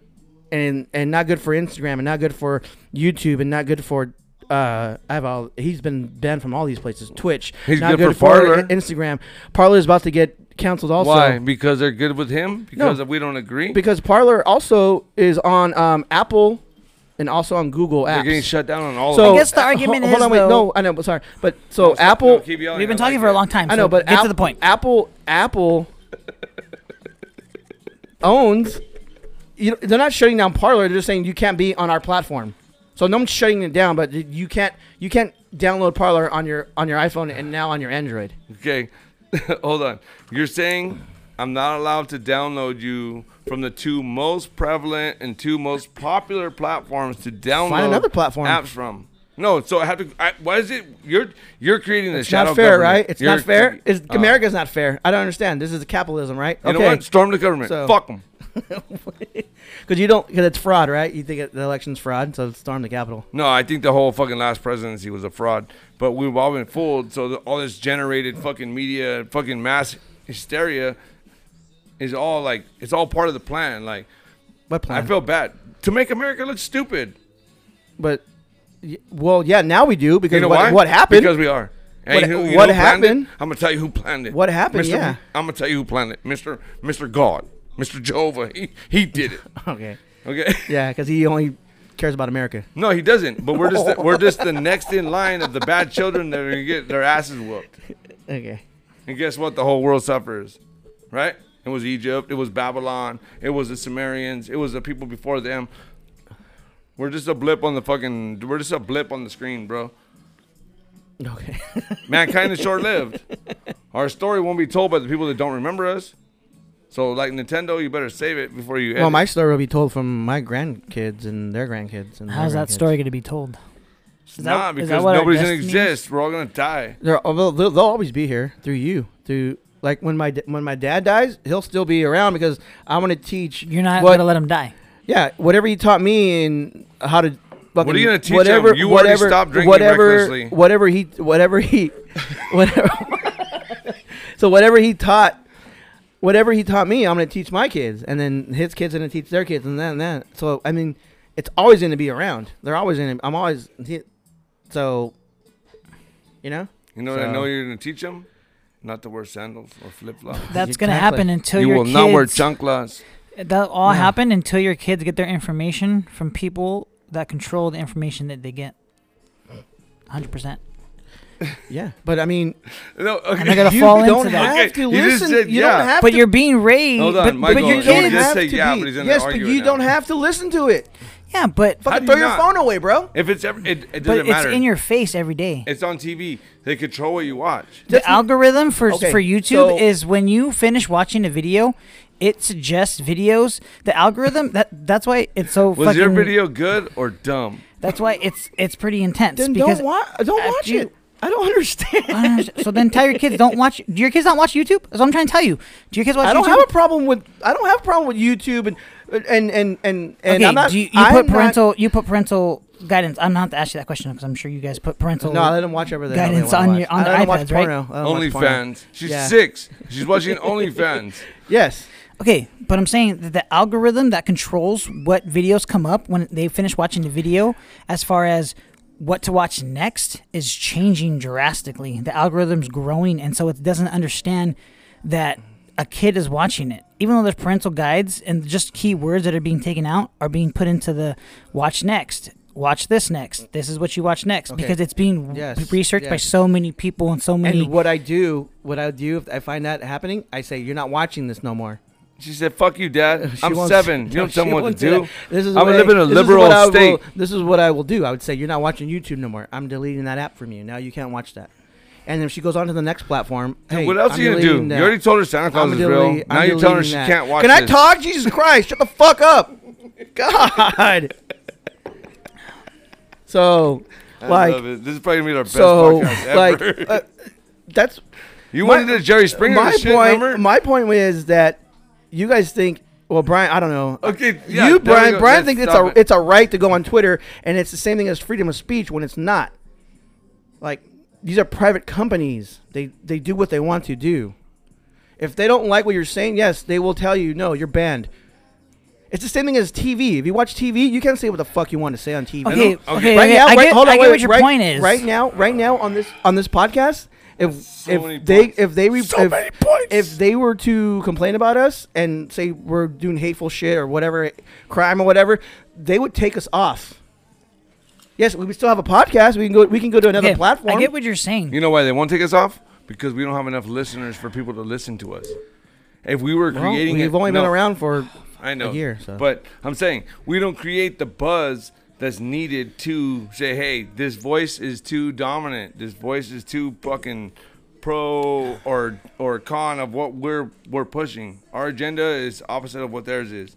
[SPEAKER 1] and and not good for Instagram, and not good for YouTube, and not good for uh, I've all he's been banned from all these places. Twitch,
[SPEAKER 2] He's
[SPEAKER 1] not
[SPEAKER 2] good for Parler.
[SPEAKER 1] Instagram. Parler's about to get canceled also.
[SPEAKER 2] Why? Because they're good with him. Because we don't agree.
[SPEAKER 1] Because Parler also is on um, Apple and also on Google
[SPEAKER 2] they're getting
[SPEAKER 1] apps.
[SPEAKER 2] shut down on all.
[SPEAKER 1] so
[SPEAKER 2] of
[SPEAKER 3] I
[SPEAKER 2] them.
[SPEAKER 3] guess the
[SPEAKER 1] uh, ho-
[SPEAKER 3] argument
[SPEAKER 1] hold
[SPEAKER 3] is,
[SPEAKER 1] on, wait,
[SPEAKER 3] though-
[SPEAKER 1] no, I know, but sorry, but so
[SPEAKER 2] No, stop-
[SPEAKER 1] Apple,
[SPEAKER 2] no, keep yelling.
[SPEAKER 3] We've been
[SPEAKER 2] I
[SPEAKER 3] talking
[SPEAKER 2] like
[SPEAKER 3] for a
[SPEAKER 2] it.
[SPEAKER 3] long time.
[SPEAKER 1] I know,
[SPEAKER 3] so
[SPEAKER 1] but
[SPEAKER 3] get
[SPEAKER 1] Ap-
[SPEAKER 3] to the point.
[SPEAKER 1] Apple, Apple owns. You know, they're not shutting down Parler. They're just saying you can't be on our platform. So no one's shutting it down, but you can't you can't download Parler on your on your iPhone and now on your Android.
[SPEAKER 2] Okay, hold on. You're saying I'm not allowed to download you from the two most prevalent and two most popular platforms to download
[SPEAKER 1] another platform.
[SPEAKER 2] apps from. No, so I have to. I, why is it? You're you're creating this
[SPEAKER 1] It's
[SPEAKER 2] shadow
[SPEAKER 1] not fair,
[SPEAKER 2] government.
[SPEAKER 1] right? It's
[SPEAKER 2] You're-
[SPEAKER 1] not fair. It's,
[SPEAKER 2] Uh,
[SPEAKER 1] America's not fair. I don't understand. This is capitalism, right?
[SPEAKER 2] You know what? Storm the government.
[SPEAKER 1] So-
[SPEAKER 2] Fuck them.
[SPEAKER 1] Because you don't, because it's fraud, right? You think it, the election's fraud, so storm the Capitol.
[SPEAKER 2] No, I think the whole fucking last presidency was a fraud. But we've all been fooled. So the, all this generated fucking media, fucking mass hysteria, is all like it's all part of the plan. Like
[SPEAKER 1] What
[SPEAKER 2] I
[SPEAKER 1] plan?
[SPEAKER 2] feel bad to make America look stupid.
[SPEAKER 1] but, y- well, yeah, now we do because
[SPEAKER 2] You know
[SPEAKER 1] what,
[SPEAKER 2] why?
[SPEAKER 1] what happened?
[SPEAKER 2] Because we are.
[SPEAKER 1] What-
[SPEAKER 2] who-
[SPEAKER 1] what
[SPEAKER 2] who planned it?
[SPEAKER 1] happened?
[SPEAKER 2] I'm gonna tell you who planned it.
[SPEAKER 1] What happened?
[SPEAKER 2] Mr.
[SPEAKER 1] Yeah.
[SPEAKER 2] I'm gonna tell you who planned it. Mr. Mr. God, Mr. Jehovah. He he did it.
[SPEAKER 1] okay,
[SPEAKER 2] Okay.
[SPEAKER 1] yeah, because he only cares about America.
[SPEAKER 2] No, he doesn't. But we're just the, we're just the next in line of the bad children that are gonna get their asses whooped.
[SPEAKER 1] Okay,
[SPEAKER 2] And guess what? The whole world suffers, right? It was Egypt. It was Babylon. It was the Sumerians. It was the people before them. We're just a blip on the fucking. We're just a blip on the screen, bro.
[SPEAKER 1] okay,
[SPEAKER 2] Mankind is short lived. Our story won't be told by the people that don't remember us. So, like Nintendo, you better save it before you. End
[SPEAKER 1] well, my
[SPEAKER 2] it.
[SPEAKER 1] story will be told from my grandkids and their grandkids. And their
[SPEAKER 3] How's that
[SPEAKER 1] grandkids.
[SPEAKER 3] story going to be told? Is that-
[SPEAKER 2] nah,
[SPEAKER 3] is that
[SPEAKER 2] because
[SPEAKER 3] what our
[SPEAKER 2] nobody's gonna
[SPEAKER 3] destiny is?
[SPEAKER 2] exist. We're all gonna die.
[SPEAKER 1] They're, oh, they'll, they'll they'll always be here through you, through like when my da- when my dad dies, he'll still be around because I want to teach.
[SPEAKER 3] You're not
[SPEAKER 1] what,
[SPEAKER 3] going to let him die.
[SPEAKER 1] Yeah, whatever you taught me and how to. Fucking,
[SPEAKER 2] are you gonna teach
[SPEAKER 1] whatever,
[SPEAKER 2] him? You already
[SPEAKER 1] whatever,
[SPEAKER 2] stopped drinking
[SPEAKER 1] whatever,
[SPEAKER 2] recklessly.
[SPEAKER 1] Whatever he, whatever he, whatever. so whatever he taught, whatever he taught me, I'm gonna teach my kids, and then his kids are gonna teach their kids, and that and that. So I mean, it's always gonna be around. They're always gonna. I'm always. he- So, you know,
[SPEAKER 2] You know what I know
[SPEAKER 1] So-
[SPEAKER 2] you're gonna teach them? Not to wear sandals or flip flops.
[SPEAKER 3] That's gonna
[SPEAKER 1] Exactly.
[SPEAKER 3] happen until
[SPEAKER 2] You
[SPEAKER 3] your
[SPEAKER 2] will
[SPEAKER 3] kids,
[SPEAKER 2] not wear chanclas.
[SPEAKER 3] That all
[SPEAKER 1] Yeah.
[SPEAKER 3] happen until your kids get their information from people that control the information that they get. Hundred percent.
[SPEAKER 1] yeah. But I mean,
[SPEAKER 2] No,
[SPEAKER 3] And they're gonna
[SPEAKER 1] you
[SPEAKER 3] fall
[SPEAKER 1] don't
[SPEAKER 3] into that.
[SPEAKER 1] have
[SPEAKER 2] Okay,
[SPEAKER 1] to
[SPEAKER 2] you just
[SPEAKER 1] listen.
[SPEAKER 2] said,
[SPEAKER 1] you
[SPEAKER 2] yeah.
[SPEAKER 1] don't have
[SPEAKER 3] But
[SPEAKER 1] to.
[SPEAKER 3] you're being raised.
[SPEAKER 2] Hold on,
[SPEAKER 3] but, but
[SPEAKER 2] Michael,
[SPEAKER 3] your
[SPEAKER 2] you
[SPEAKER 1] you don't
[SPEAKER 2] just
[SPEAKER 3] kids.
[SPEAKER 1] have
[SPEAKER 2] say
[SPEAKER 1] to
[SPEAKER 2] yeah,
[SPEAKER 1] be.
[SPEAKER 2] but he's gonna
[SPEAKER 1] yes, but
[SPEAKER 2] argue
[SPEAKER 1] you
[SPEAKER 2] it
[SPEAKER 1] don't
[SPEAKER 2] now.
[SPEAKER 1] have to listen to it.
[SPEAKER 3] Yeah, but
[SPEAKER 2] How
[SPEAKER 1] Fucking
[SPEAKER 2] do
[SPEAKER 1] throw
[SPEAKER 2] you
[SPEAKER 1] your
[SPEAKER 2] not?
[SPEAKER 1] phone away, bro.
[SPEAKER 2] If it's ever, it, it
[SPEAKER 3] but
[SPEAKER 2] doesn't
[SPEAKER 3] it's
[SPEAKER 2] matter.
[SPEAKER 3] in your face every day.
[SPEAKER 2] it's on TV. They control what you watch.
[SPEAKER 3] the
[SPEAKER 1] That's-
[SPEAKER 3] algorithm for
[SPEAKER 1] Okay,
[SPEAKER 3] for YouTube
[SPEAKER 1] so-
[SPEAKER 3] is when you finish watching a video, it suggests videos. The algorithm that that's why it's so
[SPEAKER 2] Was
[SPEAKER 3] fucking.
[SPEAKER 2] your video good or dumb?
[SPEAKER 3] That's why it's it's pretty intense.
[SPEAKER 1] Then
[SPEAKER 3] because
[SPEAKER 1] don't watch. Don't
[SPEAKER 3] after
[SPEAKER 1] watch
[SPEAKER 3] you-
[SPEAKER 1] it. I don't understand.
[SPEAKER 3] I don't understand. so then tell your kids don't watch. Do your kids not watch YouTube? That's what I'm trying to tell you. Do your kids watch
[SPEAKER 1] I don't
[SPEAKER 3] YouTube?
[SPEAKER 1] have a problem with I don't have a problem with YouTube and and and and, and
[SPEAKER 3] okay,
[SPEAKER 1] I'm not.
[SPEAKER 3] do you, you
[SPEAKER 1] I'm
[SPEAKER 3] put
[SPEAKER 1] not-
[SPEAKER 3] parental you put parental guidance. I'm not to ask you that question because I'm sure you guys put parental.
[SPEAKER 1] no, I let them watch everything. I don't
[SPEAKER 3] guidance
[SPEAKER 1] wanna
[SPEAKER 3] on
[SPEAKER 1] watch.
[SPEAKER 3] your- on
[SPEAKER 1] I
[SPEAKER 3] their
[SPEAKER 1] don't watch
[SPEAKER 3] iPads, right?
[SPEAKER 1] porno. I don't watch porno.
[SPEAKER 2] OnlyFans. She's
[SPEAKER 1] Yeah.
[SPEAKER 2] six. She's watching OnlyFans.
[SPEAKER 1] Yes.
[SPEAKER 3] okay, but I'm saying that the algorithm that controls what videos come up when they finish watching the video, as far as what to watch next, is changing drastically. The algorithm's growing, and so it doesn't understand that a kid is watching it. Even though there's parental guides and just key words that are being taken out are being put into the watch next. Watch this next. This is what you watch next because it's being
[SPEAKER 1] Yes,
[SPEAKER 3] researched by
[SPEAKER 1] yes.
[SPEAKER 3] so many people and so many.
[SPEAKER 1] And what I do, what I do if I find that happening, I say you're not watching this no more.
[SPEAKER 2] She said, "Fuck you, Dad.
[SPEAKER 1] She
[SPEAKER 2] I'm
[SPEAKER 1] won't-
[SPEAKER 2] seven. You
[SPEAKER 1] no,
[SPEAKER 2] don't tell
[SPEAKER 1] she
[SPEAKER 2] me what
[SPEAKER 1] won't
[SPEAKER 2] to
[SPEAKER 1] say
[SPEAKER 2] do.
[SPEAKER 1] that. This is
[SPEAKER 2] I'm
[SPEAKER 1] what
[SPEAKER 2] gonna live in a
[SPEAKER 1] this is
[SPEAKER 2] liberal
[SPEAKER 1] what I will-
[SPEAKER 2] state.
[SPEAKER 1] this is what I will do. I would say you're not watching YouTube no more. I'm deleting that app from you. Now you can't watch that. And if she goes on to the next platform, hey,
[SPEAKER 2] what else
[SPEAKER 1] I'm
[SPEAKER 2] are you gonna do?
[SPEAKER 1] deleting that.
[SPEAKER 2] You already told her Santa Claus
[SPEAKER 1] I'm
[SPEAKER 2] is
[SPEAKER 1] delete-
[SPEAKER 2] real.
[SPEAKER 1] I'm
[SPEAKER 2] Now you're telling her
[SPEAKER 1] deleting
[SPEAKER 2] she
[SPEAKER 1] that.
[SPEAKER 2] can't watch.
[SPEAKER 1] Can
[SPEAKER 2] this.
[SPEAKER 1] I talk? Jesus Christ! Shut the fuck up. God. So,
[SPEAKER 2] I
[SPEAKER 1] like,
[SPEAKER 2] love it. this is probably gonna be our best
[SPEAKER 1] so,
[SPEAKER 2] podcast ever.
[SPEAKER 1] like, uh, that's
[SPEAKER 2] you
[SPEAKER 1] my-
[SPEAKER 2] wanted to Jerry Springer
[SPEAKER 1] my
[SPEAKER 2] this shit,
[SPEAKER 1] point.
[SPEAKER 2] remember?
[SPEAKER 1] My point is that you guys think. Well, Brian, I don't know.
[SPEAKER 2] Okay, yeah, there
[SPEAKER 1] you,
[SPEAKER 2] we
[SPEAKER 1] Brian.
[SPEAKER 2] go.
[SPEAKER 1] Brian
[SPEAKER 2] Let's
[SPEAKER 1] thinks it's
[SPEAKER 2] stop
[SPEAKER 1] a
[SPEAKER 2] it.
[SPEAKER 1] it's a right to go on Twitter, and it's the same thing as freedom of speech when it's not. Like these are private companies. They they do what they want to do. If they don't like what you're saying, yes, they will tell you no, you're banned. It's the same thing as TV. If you watch TV, you can't say what the fuck you want to say on TV.
[SPEAKER 3] okay, okay,
[SPEAKER 2] okay.
[SPEAKER 3] okay,
[SPEAKER 1] Right now,
[SPEAKER 3] I
[SPEAKER 1] right,
[SPEAKER 3] get,
[SPEAKER 1] hold on,
[SPEAKER 3] I get
[SPEAKER 1] wait,
[SPEAKER 3] what your
[SPEAKER 1] right-
[SPEAKER 3] point is.
[SPEAKER 1] Right now, right now on this on this podcast, if
[SPEAKER 2] So many
[SPEAKER 1] if they
[SPEAKER 2] points.
[SPEAKER 1] if they re-
[SPEAKER 2] So
[SPEAKER 1] if,
[SPEAKER 2] many points.
[SPEAKER 1] if they were to complain about us and say we're doing hateful shit or whatever crime or whatever, they would take us off. Yes, we would still have a podcast. We can go. We can go to another
[SPEAKER 3] Okay,
[SPEAKER 1] platform.
[SPEAKER 3] I get what you're saying.
[SPEAKER 2] You know why they won't take us off? Because we don't have enough listeners for people to listen to us. If we were
[SPEAKER 1] Well,
[SPEAKER 2] creating,
[SPEAKER 1] we've
[SPEAKER 2] it-
[SPEAKER 1] only been
[SPEAKER 2] no,
[SPEAKER 1] around for
[SPEAKER 2] I know,
[SPEAKER 1] a year, so.
[SPEAKER 2] but I'm saying we don't create the buzz that's needed to say, hey, this voice is too dominant. This voice is too fucking pro or or con of what we're we're pushing. Our agenda is opposite of what theirs is.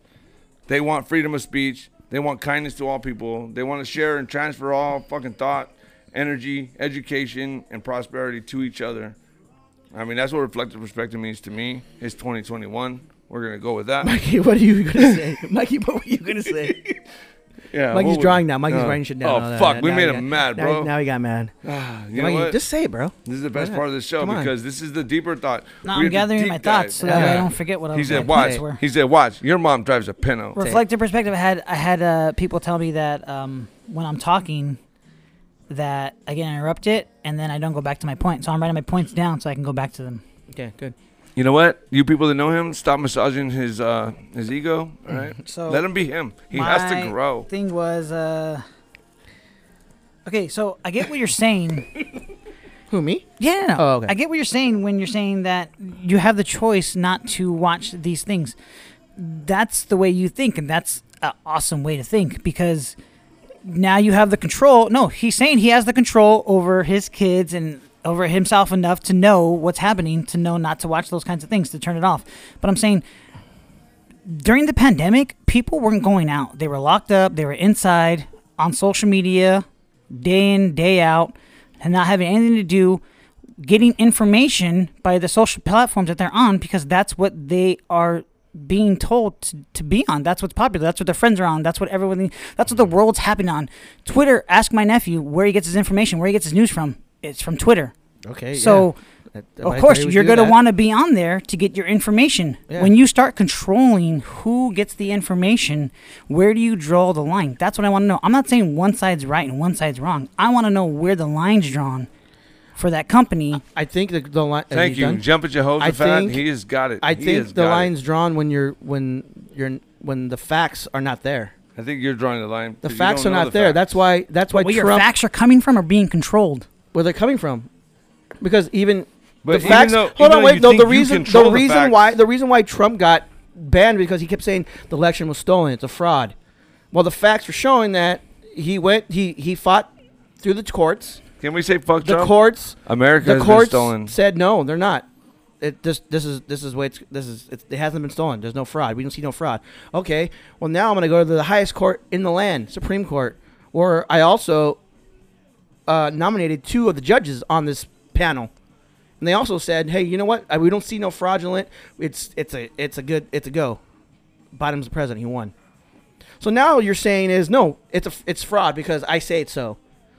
[SPEAKER 2] They want freedom of speech. They want kindness to all people. They want to share and transfer all fucking thought, energy, education, and prosperity to each other. I mean, that's what reflective perspective means to me. It's 2021. We're gonna go with that.
[SPEAKER 1] Mikey, what are you gonna say, Mikey? What were you gonna say?
[SPEAKER 2] Yeah,
[SPEAKER 1] Mikey's
[SPEAKER 2] what would-
[SPEAKER 1] drawing now. Mikey's
[SPEAKER 2] Uh,
[SPEAKER 1] writing shit down.
[SPEAKER 2] Oh
[SPEAKER 1] Now-
[SPEAKER 2] fuck,
[SPEAKER 1] now
[SPEAKER 2] we
[SPEAKER 1] he
[SPEAKER 2] made
[SPEAKER 1] got-
[SPEAKER 2] him mad,
[SPEAKER 1] now-
[SPEAKER 2] bro.
[SPEAKER 1] Now he got mad.
[SPEAKER 2] Ah, you know
[SPEAKER 1] Mikey,
[SPEAKER 2] what?
[SPEAKER 1] just say, it, bro.
[SPEAKER 2] this is the best
[SPEAKER 1] Why not?
[SPEAKER 2] part of the show
[SPEAKER 1] Come on.
[SPEAKER 2] because this is the deeper thought. We
[SPEAKER 3] No, I'm
[SPEAKER 2] have to
[SPEAKER 3] gathering
[SPEAKER 2] deep
[SPEAKER 3] my
[SPEAKER 2] dive.
[SPEAKER 3] thoughts so that way I
[SPEAKER 1] Yeah.
[SPEAKER 3] don't forget what I
[SPEAKER 2] He
[SPEAKER 3] was
[SPEAKER 2] said,
[SPEAKER 3] my
[SPEAKER 2] "Watch."
[SPEAKER 3] points were.
[SPEAKER 2] He said, "Watch." Your mom drives a Pinto.
[SPEAKER 3] Reflective perspective. I had I had uh, people tell me that um, when I'm talking, that I get interrupted and then I don't go back to my point. So I'm writing my points down so I can go back to them.
[SPEAKER 1] Okay, good.
[SPEAKER 2] You know what? You people that know him, stop massaging his uh his ego. All right,
[SPEAKER 3] So
[SPEAKER 2] let him be him. He has
[SPEAKER 3] my
[SPEAKER 2] to grow.
[SPEAKER 3] Thing was, uh, okay. So I get what you're saying.
[SPEAKER 1] Who me?
[SPEAKER 3] Yeah. no, no.
[SPEAKER 1] Oh, okay.
[SPEAKER 3] I get what you're saying when you're saying that you have the choice not to watch these things. That's the way you think, and that's an awesome way to think because now you have the control. No, he's saying he has the control over his kids and over himself enough to know what's happening, to know not to watch those kinds of things, to turn it off. But I'm saying during the pandemic, people weren't going out. They were locked up, they were inside on social media day in, day out, and not having anything to do, getting information by the social platforms that they're on because that's what they are being told to, to be on. That's what's popular. That's what their friends are on. That's what everything that's what the world's happening on. Twitter, ask my nephew where he gets his information, where he gets his news from. It's from Twitter.
[SPEAKER 1] Okay.
[SPEAKER 3] So
[SPEAKER 1] that-
[SPEAKER 3] Of
[SPEAKER 1] I
[SPEAKER 3] course,
[SPEAKER 1] agree with
[SPEAKER 3] you're
[SPEAKER 1] you
[SPEAKER 3] going to
[SPEAKER 1] that-
[SPEAKER 3] want to be on there to get your information.
[SPEAKER 1] Yeah.
[SPEAKER 3] When you start controlling who gets the information, where do you draw the line? That's what I want to know. I'm not saying one side's right and one side's wrong. I want to know where the line's drawn for that company.
[SPEAKER 1] I think the, the line. are
[SPEAKER 2] Thank you.
[SPEAKER 1] done?
[SPEAKER 2] Jump at Jehovah's.
[SPEAKER 1] I think-
[SPEAKER 2] he has got it.
[SPEAKER 1] I
[SPEAKER 2] He has
[SPEAKER 1] think the
[SPEAKER 2] got it.
[SPEAKER 1] line's drawn when you're when you're when the facts are not there.
[SPEAKER 2] I think you're drawing the line.
[SPEAKER 1] The
[SPEAKER 2] 'cause you
[SPEAKER 1] facts are
[SPEAKER 2] don't know
[SPEAKER 1] not
[SPEAKER 2] the
[SPEAKER 1] there.
[SPEAKER 2] facts.
[SPEAKER 1] That's why. That's why
[SPEAKER 3] Where your
[SPEAKER 1] Trump.
[SPEAKER 3] facts are coming from are being controlled.
[SPEAKER 1] Where they're coming from? Because even
[SPEAKER 2] But
[SPEAKER 1] the
[SPEAKER 2] even
[SPEAKER 1] facts.
[SPEAKER 2] though- even
[SPEAKER 1] hold
[SPEAKER 2] though
[SPEAKER 1] on,
[SPEAKER 2] you
[SPEAKER 1] wait. No,
[SPEAKER 2] think
[SPEAKER 1] the
[SPEAKER 2] you
[SPEAKER 1] reason
[SPEAKER 2] control
[SPEAKER 1] the
[SPEAKER 2] the
[SPEAKER 1] reason
[SPEAKER 2] facts-
[SPEAKER 1] why the reason why Trump got banned because he kept saying the election was stolen. It's a fraud. Well, the facts are showing that he went. He he fought through the courts.
[SPEAKER 2] Can we say fuck
[SPEAKER 1] The
[SPEAKER 2] Trump?
[SPEAKER 1] courts.
[SPEAKER 2] America
[SPEAKER 1] the
[SPEAKER 2] has
[SPEAKER 1] courts
[SPEAKER 2] been stolen.
[SPEAKER 1] said no, they're not. It this this is this is what it's, this is it's, it hasn't been stolen. There's no fraud. We don't see no fraud. Okay, well now I'm gonna go to the highest court in the land, Supreme Court, where I also uh, nominated two of the judges on this panel, and they also said, hey, you know what? I, we don't see no fraudulent. It's it's a it's a good it's a go. Bottom's the president. He won. So now you're saying is no, it's a, it's fraud because I say it so.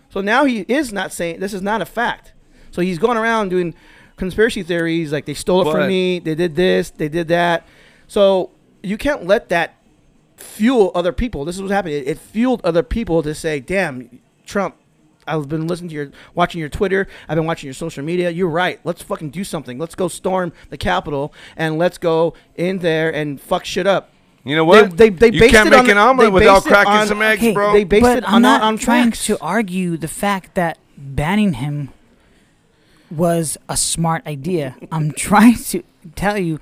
[SPEAKER 1] So now he is not saying this is not a fact. So he's going around doing conspiracy theories like they stole it
[SPEAKER 2] But-
[SPEAKER 1] from me, they did this, they did that. So you can't let that fuel other people. This is what's happening. It, it fueled other people to say, "Damn, Trump, I've been listening to your, watching your Twitter. I've been watching your social media. You're right. Let's fucking do something. Let's go storm the Capitol and let's go in there and fuck shit up."
[SPEAKER 2] You know what?
[SPEAKER 1] They- they- they
[SPEAKER 2] you
[SPEAKER 1] based
[SPEAKER 2] can't
[SPEAKER 1] it
[SPEAKER 2] make
[SPEAKER 1] on-
[SPEAKER 2] an omelet
[SPEAKER 1] they
[SPEAKER 2] without
[SPEAKER 1] based it
[SPEAKER 2] cracking
[SPEAKER 1] on-
[SPEAKER 2] some eggs,
[SPEAKER 3] okay,
[SPEAKER 2] bro.
[SPEAKER 1] They based
[SPEAKER 3] but
[SPEAKER 1] it
[SPEAKER 3] I'm
[SPEAKER 1] on
[SPEAKER 3] not
[SPEAKER 1] on
[SPEAKER 3] trying
[SPEAKER 1] facts.
[SPEAKER 3] to argue the fact that banning him was a smart idea. I'm trying to tell you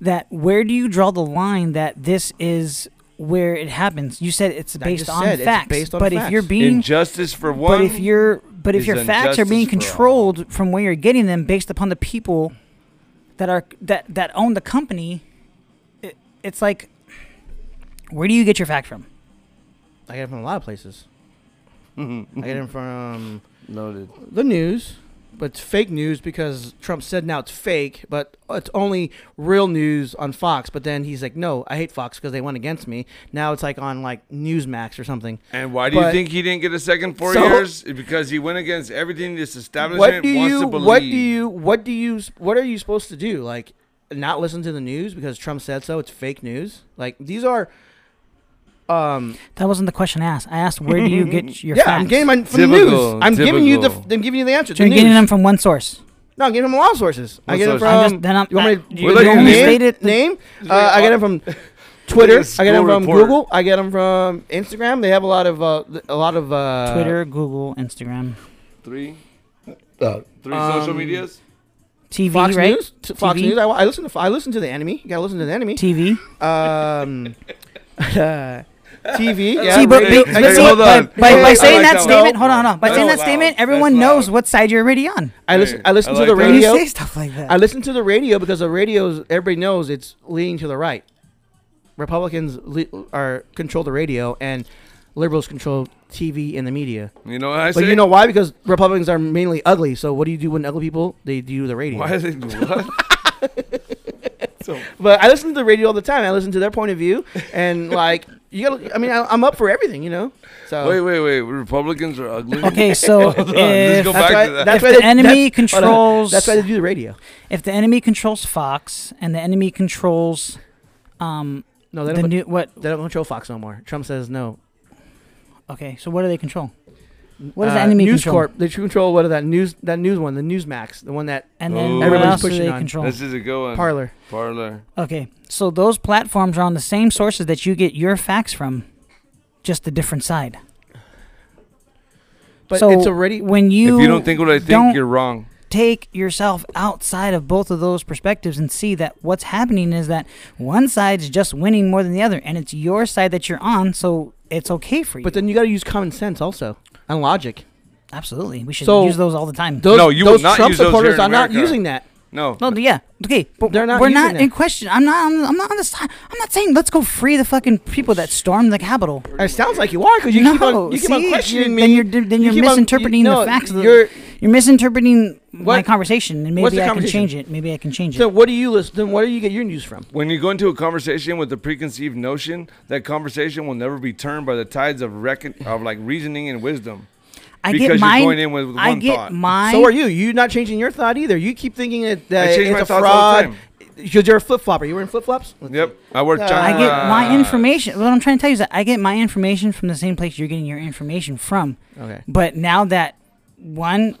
[SPEAKER 3] that where do you draw the line that this is where it happens? You said it's
[SPEAKER 1] I
[SPEAKER 3] based
[SPEAKER 1] just
[SPEAKER 3] on
[SPEAKER 1] said it's
[SPEAKER 3] facts,
[SPEAKER 1] based on
[SPEAKER 3] but if
[SPEAKER 1] facts.
[SPEAKER 3] you're being
[SPEAKER 2] Injustice for one.
[SPEAKER 3] but if you're but if
[SPEAKER 2] is
[SPEAKER 3] your facts are being
[SPEAKER 2] injustice for all.
[SPEAKER 3] controlled from where you're getting them based upon the people that are that that own the company, it, it's like where do you get your fact from?
[SPEAKER 1] I get it from a lot of places. I
[SPEAKER 2] Mm-hmm.
[SPEAKER 1] get it from
[SPEAKER 2] Noted.
[SPEAKER 1] the news, but it's fake news because Trump said now it's fake, but it's only real news on Fox. But then he's like, "No, I hate Fox because they went against me." Now it's like on like Newsmax or something.
[SPEAKER 2] And why do you
[SPEAKER 1] But-
[SPEAKER 2] think he didn't get a second four
[SPEAKER 1] So-
[SPEAKER 2] years? Because he went against everything this establishment
[SPEAKER 1] what do
[SPEAKER 2] wants
[SPEAKER 1] you
[SPEAKER 2] to believe.
[SPEAKER 1] what do you what do you what are you supposed to do like not listen to the news because trump said so it's fake news like these are um
[SPEAKER 3] That wasn't the question I asked. I asked where do you get your
[SPEAKER 1] yeah
[SPEAKER 3] facts?
[SPEAKER 1] i'm getting mine from the
[SPEAKER 2] Typical,
[SPEAKER 1] news i'm giving you the
[SPEAKER 2] typical.
[SPEAKER 1] i'm giving you the answer
[SPEAKER 3] so
[SPEAKER 1] the
[SPEAKER 3] you're getting
[SPEAKER 1] news.
[SPEAKER 3] them from one source.
[SPEAKER 1] no i'm getting them from a lot of sources i
[SPEAKER 2] What
[SPEAKER 1] get them
[SPEAKER 2] sources?
[SPEAKER 1] from
[SPEAKER 3] I'm just- then I'm-
[SPEAKER 1] you want me
[SPEAKER 3] I-
[SPEAKER 1] to
[SPEAKER 3] you-
[SPEAKER 2] We're you looking
[SPEAKER 1] name,
[SPEAKER 2] only at you.
[SPEAKER 3] stated-
[SPEAKER 1] name?
[SPEAKER 2] Just
[SPEAKER 1] Uh,
[SPEAKER 2] like
[SPEAKER 1] i get
[SPEAKER 2] all-
[SPEAKER 1] them from twitter
[SPEAKER 2] Like a
[SPEAKER 1] i get them
[SPEAKER 2] school
[SPEAKER 1] from
[SPEAKER 2] report.
[SPEAKER 1] google i get them from instagram they have a lot of uh, th- a lot of uh
[SPEAKER 3] Twitter, Google, Instagram,
[SPEAKER 2] three
[SPEAKER 4] Uh,
[SPEAKER 2] three social
[SPEAKER 1] Um,
[SPEAKER 2] medias?
[SPEAKER 3] TV,
[SPEAKER 1] Fox
[SPEAKER 3] right?
[SPEAKER 1] News, T- Fox
[SPEAKER 3] TV?
[SPEAKER 1] News. I, wa- I listen to I listen to the enemy. You gotta listen to the enemy.
[SPEAKER 3] TV.
[SPEAKER 1] Um, uh, TV. Yeah,
[SPEAKER 3] See, but,
[SPEAKER 2] radio-
[SPEAKER 3] but- but
[SPEAKER 2] Hey,
[SPEAKER 3] see,
[SPEAKER 2] hold on.
[SPEAKER 3] but- by,
[SPEAKER 1] Hey,
[SPEAKER 3] by
[SPEAKER 1] I
[SPEAKER 2] like
[SPEAKER 3] saying that,
[SPEAKER 2] that one.
[SPEAKER 3] statement, hold on, hold on. By
[SPEAKER 2] That's
[SPEAKER 3] saying that
[SPEAKER 2] loud.
[SPEAKER 3] statement,
[SPEAKER 2] That's
[SPEAKER 3] everyone
[SPEAKER 2] loud.
[SPEAKER 3] knows what side you're already on.
[SPEAKER 1] I listen. I listen
[SPEAKER 2] I
[SPEAKER 1] to
[SPEAKER 2] like
[SPEAKER 1] the
[SPEAKER 2] that.
[SPEAKER 3] When you
[SPEAKER 1] radio.
[SPEAKER 3] say stuff like that.
[SPEAKER 1] I listen to the radio because the radio, everybody knows it's leaning to the right. Republicans le- are control the radio, and liberals control TV and the media.
[SPEAKER 2] You know what I say?
[SPEAKER 1] But you know why? Because Republicans are mainly ugly. So what do you do when ugly people? They do the radio.
[SPEAKER 2] why is it what? so
[SPEAKER 1] But I listen to the radio all the time. I listen to their point of view, and like you gotta. I mean, I, I'm up for everything, you know. So
[SPEAKER 2] wait, wait, wait. Republicans are ugly.
[SPEAKER 3] okay, so
[SPEAKER 2] Let's
[SPEAKER 3] if,
[SPEAKER 2] go
[SPEAKER 1] That's
[SPEAKER 2] back
[SPEAKER 1] why-
[SPEAKER 2] to that.
[SPEAKER 1] that's
[SPEAKER 3] If
[SPEAKER 1] why
[SPEAKER 3] the
[SPEAKER 1] they-
[SPEAKER 3] enemy
[SPEAKER 1] that's- hold on.
[SPEAKER 3] controls-
[SPEAKER 1] That's why they do the radio.
[SPEAKER 3] if the enemy controls Fox and the enemy controls um,
[SPEAKER 1] No, they
[SPEAKER 3] the
[SPEAKER 1] don't.
[SPEAKER 3] new what?
[SPEAKER 1] they don't control Fox no more. Trump says no.
[SPEAKER 3] Okay, so what do they control? What does the
[SPEAKER 1] Uh,
[SPEAKER 3] enemy
[SPEAKER 1] News
[SPEAKER 3] control?
[SPEAKER 1] Corp. They control what are that news that news one, the Newsmax, the one that
[SPEAKER 3] And then
[SPEAKER 2] Ooh.
[SPEAKER 3] what
[SPEAKER 2] Everybody's
[SPEAKER 3] else do
[SPEAKER 1] Oh. pushing
[SPEAKER 3] they
[SPEAKER 1] on.
[SPEAKER 3] control?
[SPEAKER 2] This is a good one.
[SPEAKER 1] Parlor.
[SPEAKER 2] Parlor.
[SPEAKER 3] Okay, so those platforms are on the same sources that you get your facts from, just a different side.
[SPEAKER 1] But
[SPEAKER 3] So
[SPEAKER 1] it's already
[SPEAKER 3] when you
[SPEAKER 2] if you don't think what I think,
[SPEAKER 3] don't
[SPEAKER 2] you're wrong.
[SPEAKER 3] take yourself outside of both of those perspectives and see that what's happening is that one side is just winning more than the other, and it's your side that you're on, so it's okay for you.
[SPEAKER 1] But then you got to use common sense also and logic.
[SPEAKER 3] absolutely, we should
[SPEAKER 1] So-
[SPEAKER 3] use those all the time.
[SPEAKER 1] Those,
[SPEAKER 2] No, you
[SPEAKER 1] those
[SPEAKER 2] would not
[SPEAKER 1] Trump
[SPEAKER 2] use those here
[SPEAKER 1] supporters
[SPEAKER 2] in
[SPEAKER 1] are not
[SPEAKER 2] America.
[SPEAKER 1] using that.
[SPEAKER 2] No.
[SPEAKER 3] no, yeah, okay, but
[SPEAKER 1] They're not
[SPEAKER 3] we're
[SPEAKER 1] using
[SPEAKER 3] not
[SPEAKER 1] that.
[SPEAKER 3] in question. I'm not. I'm, I'm not on the side. I'm not saying let's go free the fucking people that stormed the Capitol.
[SPEAKER 1] It sounds like you are because you
[SPEAKER 3] no,
[SPEAKER 1] keep on you keep
[SPEAKER 3] see,
[SPEAKER 1] on questioning
[SPEAKER 3] you're,
[SPEAKER 1] me.
[SPEAKER 3] Then you're, then
[SPEAKER 1] You keep
[SPEAKER 3] you're
[SPEAKER 1] on- you-
[SPEAKER 3] misinterpreting
[SPEAKER 1] no,
[SPEAKER 3] the facts. Of the,
[SPEAKER 1] you're-
[SPEAKER 3] you're, misinterpreting my
[SPEAKER 1] What-
[SPEAKER 3] conversation, and
[SPEAKER 1] what's
[SPEAKER 3] maybe
[SPEAKER 1] the
[SPEAKER 3] I can
[SPEAKER 1] conversation?
[SPEAKER 3] change it. Maybe I can change it.
[SPEAKER 1] so what do you listen? Then where do you get your news from?
[SPEAKER 2] When you go into a conversation with a preconceived notion, that conversation will never be turned by the tides of recon- of like reasoning and wisdom.
[SPEAKER 3] I
[SPEAKER 2] because
[SPEAKER 3] get mine.
[SPEAKER 2] you're going in with one
[SPEAKER 3] I get
[SPEAKER 2] thought.
[SPEAKER 3] mine.
[SPEAKER 1] So are you? You're not changing your thought either. You keep thinking that, that
[SPEAKER 2] I change
[SPEAKER 1] it's
[SPEAKER 2] my
[SPEAKER 1] a
[SPEAKER 2] thoughts all the
[SPEAKER 1] fraud because you're a flip flopper. You were in flip flops.
[SPEAKER 2] Yep, I wear.
[SPEAKER 1] Uh,
[SPEAKER 2] chakras.
[SPEAKER 3] I get
[SPEAKER 2] Ah.
[SPEAKER 3] my information. What I'm trying to tell you is that I get my information from the same place you're getting your information from.
[SPEAKER 1] Okay.
[SPEAKER 3] But now that one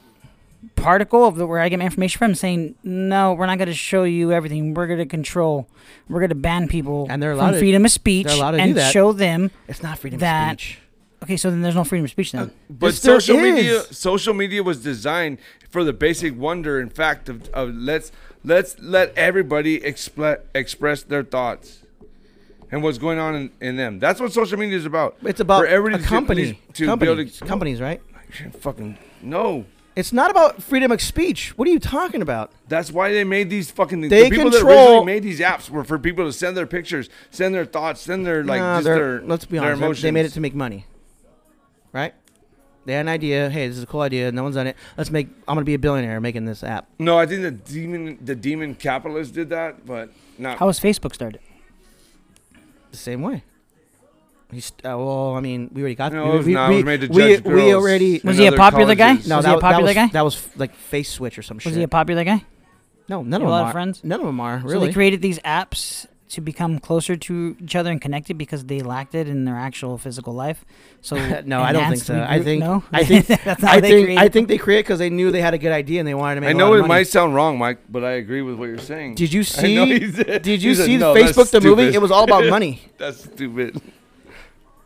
[SPEAKER 3] particle of the, where I get my information from is saying, no, we're not going to show you everything. We're going to control. We're going to ban people
[SPEAKER 1] And they're allowed
[SPEAKER 3] from
[SPEAKER 1] to-
[SPEAKER 3] freedom of speech
[SPEAKER 1] they're allowed to do
[SPEAKER 3] and
[SPEAKER 1] that.
[SPEAKER 3] show them.
[SPEAKER 1] It's not freedom
[SPEAKER 3] That-
[SPEAKER 1] of speech.
[SPEAKER 3] Okay, so then there's no freedom of speech then.
[SPEAKER 2] But
[SPEAKER 1] Yes, there
[SPEAKER 2] social media,
[SPEAKER 1] is.
[SPEAKER 2] social media was designed for the basic wonder and fact of, of let's let's let everybody expre- express their thoughts and what's going on in, in them. That's what social media is about.
[SPEAKER 1] It's about
[SPEAKER 2] for
[SPEAKER 1] a
[SPEAKER 2] everybody to-
[SPEAKER 1] company.
[SPEAKER 2] to
[SPEAKER 1] companies,
[SPEAKER 2] build a,
[SPEAKER 1] companies, right?
[SPEAKER 2] Fucking no.
[SPEAKER 1] It's not about freedom of speech. What are you talking about?
[SPEAKER 2] That's why they made these fucking things.
[SPEAKER 1] They
[SPEAKER 2] the people that
[SPEAKER 1] control-
[SPEAKER 2] originally made these apps were for people to send their pictures, send their thoughts, send their like
[SPEAKER 1] Nah,
[SPEAKER 2] just
[SPEAKER 1] they're-
[SPEAKER 2] their
[SPEAKER 1] let's be
[SPEAKER 2] their
[SPEAKER 1] honest. they- They made it
[SPEAKER 2] emotions.
[SPEAKER 1] to make money, right? They had an idea. Hey, this is a cool idea. No one's done it. Let's make. I'm gonna be a billionaire making this app.
[SPEAKER 2] No, I think the demon the demon capitalist did that, but not
[SPEAKER 3] How was Facebook started?
[SPEAKER 1] the same way. He's uh, well. I mean, we already got.
[SPEAKER 2] No,
[SPEAKER 1] we,
[SPEAKER 2] it was
[SPEAKER 1] we,
[SPEAKER 2] not. It
[SPEAKER 1] we,
[SPEAKER 2] was made to
[SPEAKER 1] we-
[SPEAKER 2] judge
[SPEAKER 1] we
[SPEAKER 2] girls.
[SPEAKER 1] already.
[SPEAKER 2] And
[SPEAKER 3] Was he a
[SPEAKER 2] other
[SPEAKER 3] popular guy?
[SPEAKER 2] colleges.
[SPEAKER 1] No,
[SPEAKER 3] Was
[SPEAKER 1] that,
[SPEAKER 3] he a
[SPEAKER 1] that
[SPEAKER 3] popular
[SPEAKER 1] was
[SPEAKER 3] guy?
[SPEAKER 1] that was f- like face switch or some shit.
[SPEAKER 3] Was he a popular guy?
[SPEAKER 1] no, none
[SPEAKER 3] he
[SPEAKER 1] of them
[SPEAKER 3] a lot of
[SPEAKER 1] are.
[SPEAKER 3] friends?
[SPEAKER 1] None of them are
[SPEAKER 3] So
[SPEAKER 1] really.
[SPEAKER 3] they created these apps to become closer to each other and connected because they lacked it in their actual physical life. So
[SPEAKER 1] no, I don't think
[SPEAKER 3] enhanced
[SPEAKER 1] so. I
[SPEAKER 3] regroup-
[SPEAKER 1] think
[SPEAKER 3] no.
[SPEAKER 1] I think
[SPEAKER 3] that's not
[SPEAKER 1] I
[SPEAKER 3] how they
[SPEAKER 1] think I
[SPEAKER 3] created
[SPEAKER 1] think they create because they knew they had a good idea and they wanted to make.
[SPEAKER 2] I
[SPEAKER 1] a
[SPEAKER 2] know
[SPEAKER 1] lot
[SPEAKER 2] it
[SPEAKER 1] of money.
[SPEAKER 2] might sound wrong, Mike, but I agree with what you're saying.
[SPEAKER 1] Did you
[SPEAKER 2] I know
[SPEAKER 1] see?
[SPEAKER 2] he said-
[SPEAKER 1] Did
[SPEAKER 2] he
[SPEAKER 1] you
[SPEAKER 2] said,
[SPEAKER 1] see
[SPEAKER 2] "No, that's
[SPEAKER 1] Facebook the movie?
[SPEAKER 2] stupid."
[SPEAKER 1] It was all about money.
[SPEAKER 2] That's stupid.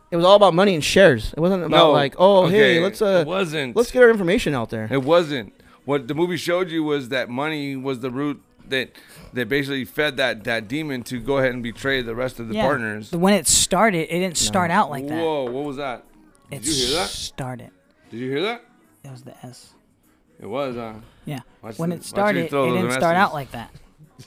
[SPEAKER 1] It was all about money and shares. It wasn't about
[SPEAKER 2] No,
[SPEAKER 1] like, oh,
[SPEAKER 2] okay,
[SPEAKER 1] hey, let's uh,
[SPEAKER 2] it wasn't.
[SPEAKER 1] let's get our information out there.
[SPEAKER 2] It wasn't. What the movie showed you was that money was the root that that basically fed that that demon to go ahead and betray the rest of the
[SPEAKER 3] Yeah.
[SPEAKER 2] partners.
[SPEAKER 3] When it started, it didn't start out like that.
[SPEAKER 2] Whoa, what was that?
[SPEAKER 3] it
[SPEAKER 2] Did you hear that?
[SPEAKER 3] started.
[SPEAKER 2] Did you hear that?
[SPEAKER 3] It was the S.
[SPEAKER 2] It was, huh?
[SPEAKER 3] Yeah.
[SPEAKER 2] Watch
[SPEAKER 3] when
[SPEAKER 2] the-
[SPEAKER 3] it
[SPEAKER 2] watch you
[SPEAKER 3] started, it
[SPEAKER 2] throw those
[SPEAKER 3] didn't start
[SPEAKER 2] messages.
[SPEAKER 3] out like that.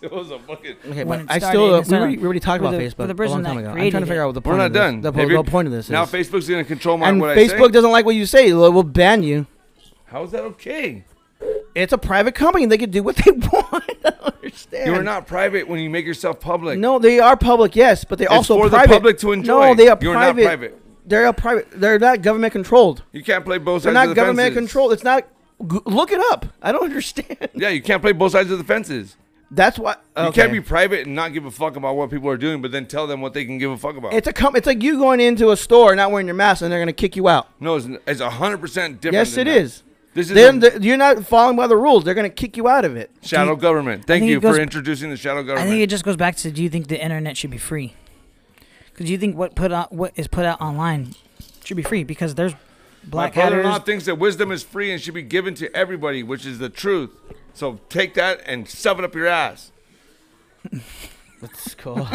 [SPEAKER 2] It was a fucking.
[SPEAKER 1] Okay,
[SPEAKER 3] when
[SPEAKER 1] but
[SPEAKER 3] it
[SPEAKER 1] I
[SPEAKER 3] started,
[SPEAKER 1] still
[SPEAKER 3] it
[SPEAKER 1] uh, we
[SPEAKER 3] started
[SPEAKER 1] already, we already talked
[SPEAKER 3] for
[SPEAKER 1] about
[SPEAKER 3] the- for
[SPEAKER 1] Facebook
[SPEAKER 3] the
[SPEAKER 1] a
[SPEAKER 3] person
[SPEAKER 1] long time
[SPEAKER 3] that
[SPEAKER 1] ago. I'm
[SPEAKER 3] created
[SPEAKER 1] trying to figure
[SPEAKER 3] it.
[SPEAKER 1] out what the
[SPEAKER 2] We're
[SPEAKER 1] point
[SPEAKER 2] not
[SPEAKER 1] of this,
[SPEAKER 2] done.
[SPEAKER 1] The,
[SPEAKER 2] Have
[SPEAKER 1] po-
[SPEAKER 2] you-
[SPEAKER 1] the point of this
[SPEAKER 2] Now
[SPEAKER 1] is.
[SPEAKER 2] Facebook's gonna control my
[SPEAKER 1] and
[SPEAKER 2] what
[SPEAKER 1] Facebook
[SPEAKER 2] I say.
[SPEAKER 1] doesn't like what you say. We'll we'll ban you.
[SPEAKER 2] How is that okay?
[SPEAKER 1] It's a private company. They can do what they want. I don't understand.
[SPEAKER 2] You are not private when you make yourself public.
[SPEAKER 1] No, they are public, yes, but they're
[SPEAKER 2] It's
[SPEAKER 1] also
[SPEAKER 2] for the
[SPEAKER 1] private.
[SPEAKER 2] public to enjoy.
[SPEAKER 1] No, they are
[SPEAKER 2] You're not
[SPEAKER 1] private.
[SPEAKER 2] private.
[SPEAKER 1] They're a private. They're not government controlled.
[SPEAKER 2] You can't play both
[SPEAKER 1] They're
[SPEAKER 2] sides.
[SPEAKER 1] not
[SPEAKER 2] of the
[SPEAKER 1] government
[SPEAKER 2] fences.
[SPEAKER 1] controlled. It's not. g- Look it up. I don't understand.
[SPEAKER 2] Yeah, you can't play both sides of the fences.
[SPEAKER 1] That's why okay.
[SPEAKER 2] You can't be private and not give a fuck about what people are doing, but then tell them what they can give a fuck about.
[SPEAKER 1] It's a com- It's like you going into a store not wearing your mask and they're gonna kick you out.
[SPEAKER 2] no, it's, it's 100% different.
[SPEAKER 1] Yes,
[SPEAKER 2] than
[SPEAKER 1] it
[SPEAKER 2] that.
[SPEAKER 1] is.
[SPEAKER 2] This is
[SPEAKER 1] Then
[SPEAKER 2] a
[SPEAKER 1] the, you're not following by the rules. They're gonna kick you out of it.
[SPEAKER 2] shadow government. Thank
[SPEAKER 3] think
[SPEAKER 2] you
[SPEAKER 3] it goes-
[SPEAKER 2] for introducing the shadow
[SPEAKER 3] I
[SPEAKER 2] government.
[SPEAKER 3] think it just goes back to do you think the internet should be free? Because you think what put out what is put out online should be free because there's
[SPEAKER 2] My
[SPEAKER 3] black
[SPEAKER 2] brother in law
[SPEAKER 3] hatters.
[SPEAKER 2] thinks that wisdom is free and should be given to everybody, which is the truth. So take that and shove it up your ass.
[SPEAKER 1] That's cool.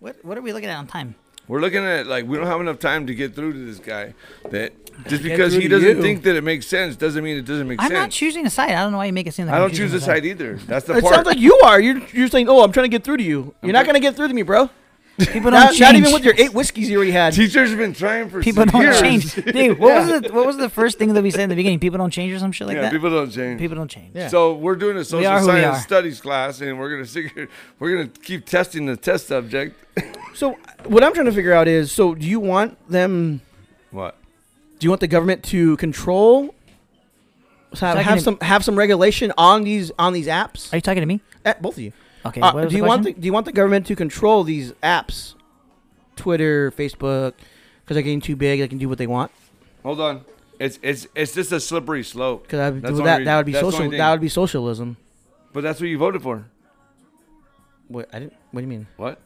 [SPEAKER 3] What what are we looking at on time?
[SPEAKER 2] We're looking at like we don't have enough time to get through to this guy. That just
[SPEAKER 1] Get
[SPEAKER 2] because
[SPEAKER 1] through
[SPEAKER 2] he
[SPEAKER 1] to
[SPEAKER 2] doesn't
[SPEAKER 1] you.
[SPEAKER 2] think that it makes sense doesn't mean it doesn't make
[SPEAKER 3] I'm
[SPEAKER 2] sense.
[SPEAKER 3] not choosing a side. I don't know why you make it seem like
[SPEAKER 2] I
[SPEAKER 3] I'm
[SPEAKER 2] don't
[SPEAKER 3] choosing
[SPEAKER 2] choose
[SPEAKER 3] a
[SPEAKER 2] this side either. That's the
[SPEAKER 1] it
[SPEAKER 2] part.
[SPEAKER 1] sounds like you are. You're you're saying, oh, I'm trying to get through to you. You're not gonna get through to me, bro.
[SPEAKER 3] People don't
[SPEAKER 1] Not,
[SPEAKER 3] change.
[SPEAKER 1] not even with your eight whiskeys you already had.
[SPEAKER 2] Teachers have been trying for
[SPEAKER 3] People
[SPEAKER 2] six
[SPEAKER 3] don't
[SPEAKER 2] years.
[SPEAKER 3] change. Dude, what was the what was the first thing that we said in the beginning? People don't change or some shit like
[SPEAKER 2] yeah,
[SPEAKER 3] that.
[SPEAKER 2] people don't change.
[SPEAKER 3] People don't change.
[SPEAKER 1] Yeah.
[SPEAKER 2] So we're doing a social
[SPEAKER 3] are who we
[SPEAKER 2] science
[SPEAKER 3] are.
[SPEAKER 2] studies class, and we're gonna figure, we're gonna keep testing the test subject.
[SPEAKER 1] So what I'm trying to figure out is, so do you want them?
[SPEAKER 2] What?
[SPEAKER 1] Do you want the government to control? So have,
[SPEAKER 3] Talking
[SPEAKER 1] have
[SPEAKER 3] to-
[SPEAKER 1] some have some regulation on these on these apps.
[SPEAKER 3] Are you talking to me?
[SPEAKER 1] Eh, both of you.
[SPEAKER 3] Okay.
[SPEAKER 1] Uh,
[SPEAKER 3] what was
[SPEAKER 1] do
[SPEAKER 3] the
[SPEAKER 1] you want the,
[SPEAKER 3] question?
[SPEAKER 1] do you want the government to control these apps, Twitter, Facebook, because they're getting too big? They can do what they want.
[SPEAKER 2] Hold on. It's it's it's just a slippery slope.
[SPEAKER 1] Because
[SPEAKER 2] That's the
[SPEAKER 1] that
[SPEAKER 2] only-
[SPEAKER 1] that would be
[SPEAKER 2] that's the
[SPEAKER 1] social.
[SPEAKER 2] only
[SPEAKER 1] That
[SPEAKER 2] thing.
[SPEAKER 1] would be socialism.
[SPEAKER 2] But that's what you voted for.
[SPEAKER 1] What I didn't. What do you mean?
[SPEAKER 2] What?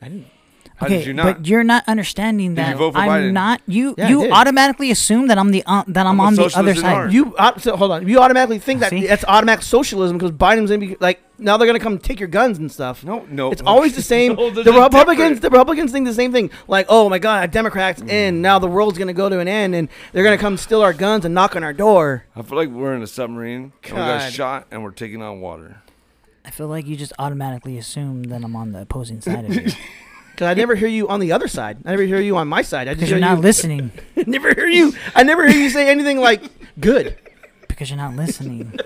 [SPEAKER 1] I didn't.
[SPEAKER 2] How
[SPEAKER 3] okay,
[SPEAKER 2] uh, did you not?
[SPEAKER 3] But you're not understanding
[SPEAKER 2] Did you
[SPEAKER 3] that
[SPEAKER 2] vote for
[SPEAKER 3] I'm
[SPEAKER 2] Biden?
[SPEAKER 3] not. You
[SPEAKER 1] Yeah, I
[SPEAKER 3] you
[SPEAKER 1] did.
[SPEAKER 3] automatically assume that I'm the uh, that I'm,
[SPEAKER 2] a
[SPEAKER 3] on the
[SPEAKER 2] socialist
[SPEAKER 3] other
[SPEAKER 2] at
[SPEAKER 3] side.
[SPEAKER 2] heart.
[SPEAKER 1] You au- so hold on. You automatically think that
[SPEAKER 3] See?
[SPEAKER 1] that's automatic socialism because Biden's gonna be like now they're gonna come take your guns and stuff.
[SPEAKER 2] no, no.
[SPEAKER 1] It's always the same.
[SPEAKER 2] No,
[SPEAKER 1] Oh, the
[SPEAKER 2] they're just
[SPEAKER 1] Republicans,
[SPEAKER 2] different.
[SPEAKER 1] the Republicans think the same thing. Like, oh my God, Democrats in now the world's gonna go to an end, and they're gonna come steal our guns and knock on our door.
[SPEAKER 2] I feel like we're in a submarine. And we got
[SPEAKER 1] God.
[SPEAKER 2] shot, and we're taking on water.
[SPEAKER 3] I feel like you just automatically assume that I'm on the opposing side of you
[SPEAKER 1] Because I never hear you on the other side. I never hear you on my side. I just
[SPEAKER 3] because
[SPEAKER 1] hear
[SPEAKER 3] you're not
[SPEAKER 1] you,
[SPEAKER 3] listening.
[SPEAKER 1] never hear you. I never hear you say anything like good.
[SPEAKER 3] Because you're not listening.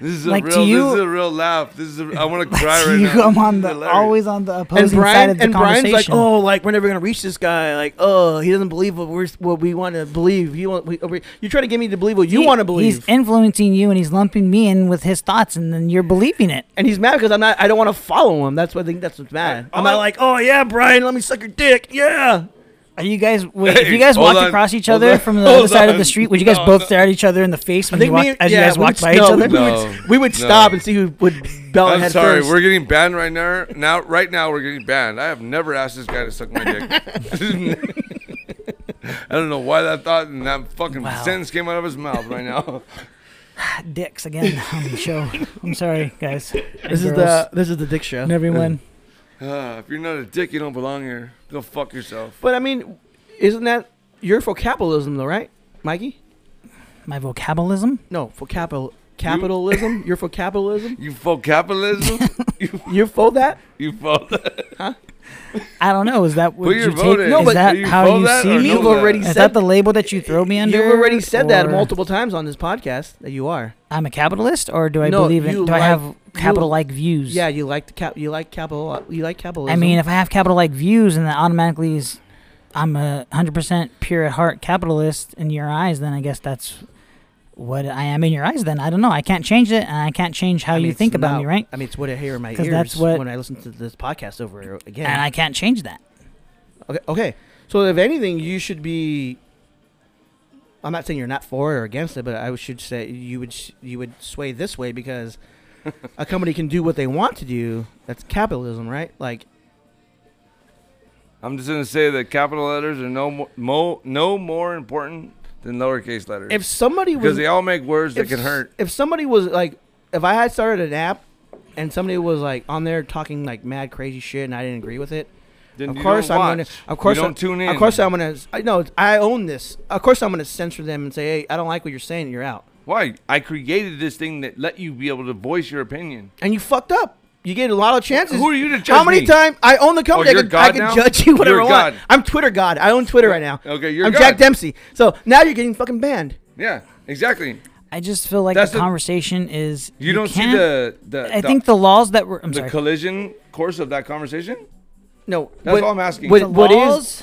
[SPEAKER 2] This is a
[SPEAKER 3] Like, to
[SPEAKER 2] real.
[SPEAKER 3] you-
[SPEAKER 2] this is a real laugh. This is. A, I want to cry right
[SPEAKER 3] you,
[SPEAKER 2] now.
[SPEAKER 3] I'm on
[SPEAKER 2] This
[SPEAKER 3] the
[SPEAKER 2] is hilarious.
[SPEAKER 3] always on the opposing
[SPEAKER 1] and
[SPEAKER 3] side
[SPEAKER 1] Brian
[SPEAKER 3] of the
[SPEAKER 1] and Brian's
[SPEAKER 3] conversation.
[SPEAKER 1] like, oh, like we're never gonna reach this guy. Like, oh, he doesn't believe what we're what we want to believe. You want we, uh, we, you try to get me to believe what you
[SPEAKER 3] He-
[SPEAKER 1] want to believe,
[SPEAKER 3] He's influencing you, and he's lumping me in with his thoughts, and then you're believing it.
[SPEAKER 1] and he's mad because I'm not. I don't want to follow him. That's what I think. That's what's mad.
[SPEAKER 2] I-
[SPEAKER 1] I'm
[SPEAKER 2] I-
[SPEAKER 1] not like, oh yeah, Brian, let me suck your dick. Yeah,
[SPEAKER 3] Are you guys? Wait, if
[SPEAKER 2] Hey,
[SPEAKER 3] you guys
[SPEAKER 2] hold
[SPEAKER 3] walked
[SPEAKER 2] on,
[SPEAKER 3] across each
[SPEAKER 2] hold
[SPEAKER 3] other
[SPEAKER 2] on,
[SPEAKER 3] from the
[SPEAKER 2] hold
[SPEAKER 3] other side of
[SPEAKER 2] on.
[SPEAKER 3] the street, would you guys
[SPEAKER 2] No,
[SPEAKER 3] both
[SPEAKER 2] no.
[SPEAKER 3] stare at each other in the face when
[SPEAKER 1] I think
[SPEAKER 3] you walked,
[SPEAKER 1] me-
[SPEAKER 3] as
[SPEAKER 1] yeah,
[SPEAKER 3] you guys
[SPEAKER 1] we
[SPEAKER 3] walked
[SPEAKER 1] would-
[SPEAKER 3] by
[SPEAKER 1] no,
[SPEAKER 3] each other?
[SPEAKER 1] We
[SPEAKER 2] No.
[SPEAKER 1] would, we would
[SPEAKER 2] No.
[SPEAKER 1] stop and see who would bell
[SPEAKER 2] I'm
[SPEAKER 1] head
[SPEAKER 2] sorry,
[SPEAKER 1] 1st
[SPEAKER 2] we're getting banned right now. Now, right now, we're getting banned. I have never asked this guy to suck my dick. I don't know why that thought and that fucking
[SPEAKER 3] Wow.
[SPEAKER 2] sentence came out of his mouth right now.
[SPEAKER 3] Dicks again on the show. I'm sorry, guys. and
[SPEAKER 1] this is
[SPEAKER 3] girls
[SPEAKER 1] the this is the dick show.
[SPEAKER 3] and everyone.
[SPEAKER 2] Ah, if you're not a dick, you don't belong here. Go fuck yourself.
[SPEAKER 1] But I mean, isn't that your for capitalism though, right, Mikey?
[SPEAKER 3] My vocabulary.
[SPEAKER 1] No, for capital capitalism. you're for capitalism.
[SPEAKER 2] You fuck capitalism.
[SPEAKER 1] You're for that.
[SPEAKER 2] you fuck.
[SPEAKER 3] I don't know. Is that what
[SPEAKER 2] Put your
[SPEAKER 3] you
[SPEAKER 2] vote
[SPEAKER 3] take?
[SPEAKER 2] in.
[SPEAKER 3] Is
[SPEAKER 1] No, but
[SPEAKER 3] that
[SPEAKER 2] do you
[SPEAKER 3] how
[SPEAKER 2] vote
[SPEAKER 3] you
[SPEAKER 2] that
[SPEAKER 3] see
[SPEAKER 2] or
[SPEAKER 3] me?
[SPEAKER 2] no
[SPEAKER 1] You've already
[SPEAKER 3] Is
[SPEAKER 1] said-
[SPEAKER 3] that the label that you throw me under?
[SPEAKER 1] You've already said that
[SPEAKER 3] or
[SPEAKER 1] multiple times on this podcast that you are.
[SPEAKER 3] I'm a capitalist, or do I
[SPEAKER 1] No,
[SPEAKER 3] believe in? Do
[SPEAKER 1] you
[SPEAKER 3] I
[SPEAKER 1] like-
[SPEAKER 3] have capital-like views?
[SPEAKER 1] Yeah, you like the cap. You like capital. You like capitalism.
[SPEAKER 3] I mean, if I have capital-like views, and that automatically is, I'm a hundred percent pure at heart capitalist in your eyes. Then I guess that's what I am in your eyes. Then I don't know. I can't change it, and I can't change how
[SPEAKER 1] I mean,
[SPEAKER 3] you
[SPEAKER 1] it's
[SPEAKER 3] think about
[SPEAKER 1] not-
[SPEAKER 3] me, right?
[SPEAKER 1] I mean, it's what I hear in my
[SPEAKER 3] 'Cause
[SPEAKER 1] ears
[SPEAKER 3] that's what-
[SPEAKER 1] when I listen to this podcast over again.
[SPEAKER 3] And I can't change that.
[SPEAKER 1] okay, okay. So if anything, you should be. I'm not saying you're not for or against it, but I should say you would sh- you would sway this way because a company can do what they want to do. That's capitalism, right? Like
[SPEAKER 2] I'm just gonna say that capital letters are no mo- mo- no more important than lowercase letters
[SPEAKER 1] if somebody
[SPEAKER 2] because
[SPEAKER 1] was
[SPEAKER 2] they all make words that
[SPEAKER 1] if
[SPEAKER 2] can
[SPEAKER 1] s-
[SPEAKER 2] hurt.
[SPEAKER 1] If somebody was like, if I had started an app and somebody was like on there talking like mad crazy shit and I didn't agree with it,
[SPEAKER 2] Then
[SPEAKER 1] of
[SPEAKER 2] you
[SPEAKER 1] course
[SPEAKER 2] don't
[SPEAKER 1] I'm
[SPEAKER 2] watch.
[SPEAKER 1] gonna. Of course
[SPEAKER 2] you
[SPEAKER 1] I'm-
[SPEAKER 2] don't tune in.
[SPEAKER 1] Of course I'm gonna. I know I own this. Of course I'm gonna censor them and say, hey, I don't like what you're saying. You're out.
[SPEAKER 2] Why? I created this thing that let you be able to voice your opinion.
[SPEAKER 1] And you fucked up. You get a lot of chances.
[SPEAKER 2] Who are you to judge
[SPEAKER 1] How many
[SPEAKER 2] me? Oh,
[SPEAKER 1] times I own the company?
[SPEAKER 2] you're
[SPEAKER 1] I can,
[SPEAKER 2] God
[SPEAKER 1] I
[SPEAKER 2] now?
[SPEAKER 1] can judge you whatever
[SPEAKER 2] You're
[SPEAKER 1] I want.
[SPEAKER 2] God.
[SPEAKER 1] I'm Twitter God. I own Twitter right now.
[SPEAKER 2] Okay, you're
[SPEAKER 1] I'm
[SPEAKER 2] God.
[SPEAKER 1] Jack Dempsey. So now you're getting fucking banned.
[SPEAKER 2] Yeah, exactly.
[SPEAKER 3] I just feel like
[SPEAKER 2] That's
[SPEAKER 3] the
[SPEAKER 2] the-
[SPEAKER 3] conversation is
[SPEAKER 2] You, don't see
[SPEAKER 3] can't-
[SPEAKER 2] the the
[SPEAKER 3] I
[SPEAKER 2] the,
[SPEAKER 3] think the laws that were. I'm
[SPEAKER 2] the
[SPEAKER 3] sorry.
[SPEAKER 2] collision course of that conversation.
[SPEAKER 1] No,
[SPEAKER 2] That's
[SPEAKER 1] what-
[SPEAKER 2] all I'm asking.
[SPEAKER 1] What,
[SPEAKER 3] the
[SPEAKER 1] what is?
[SPEAKER 3] laws,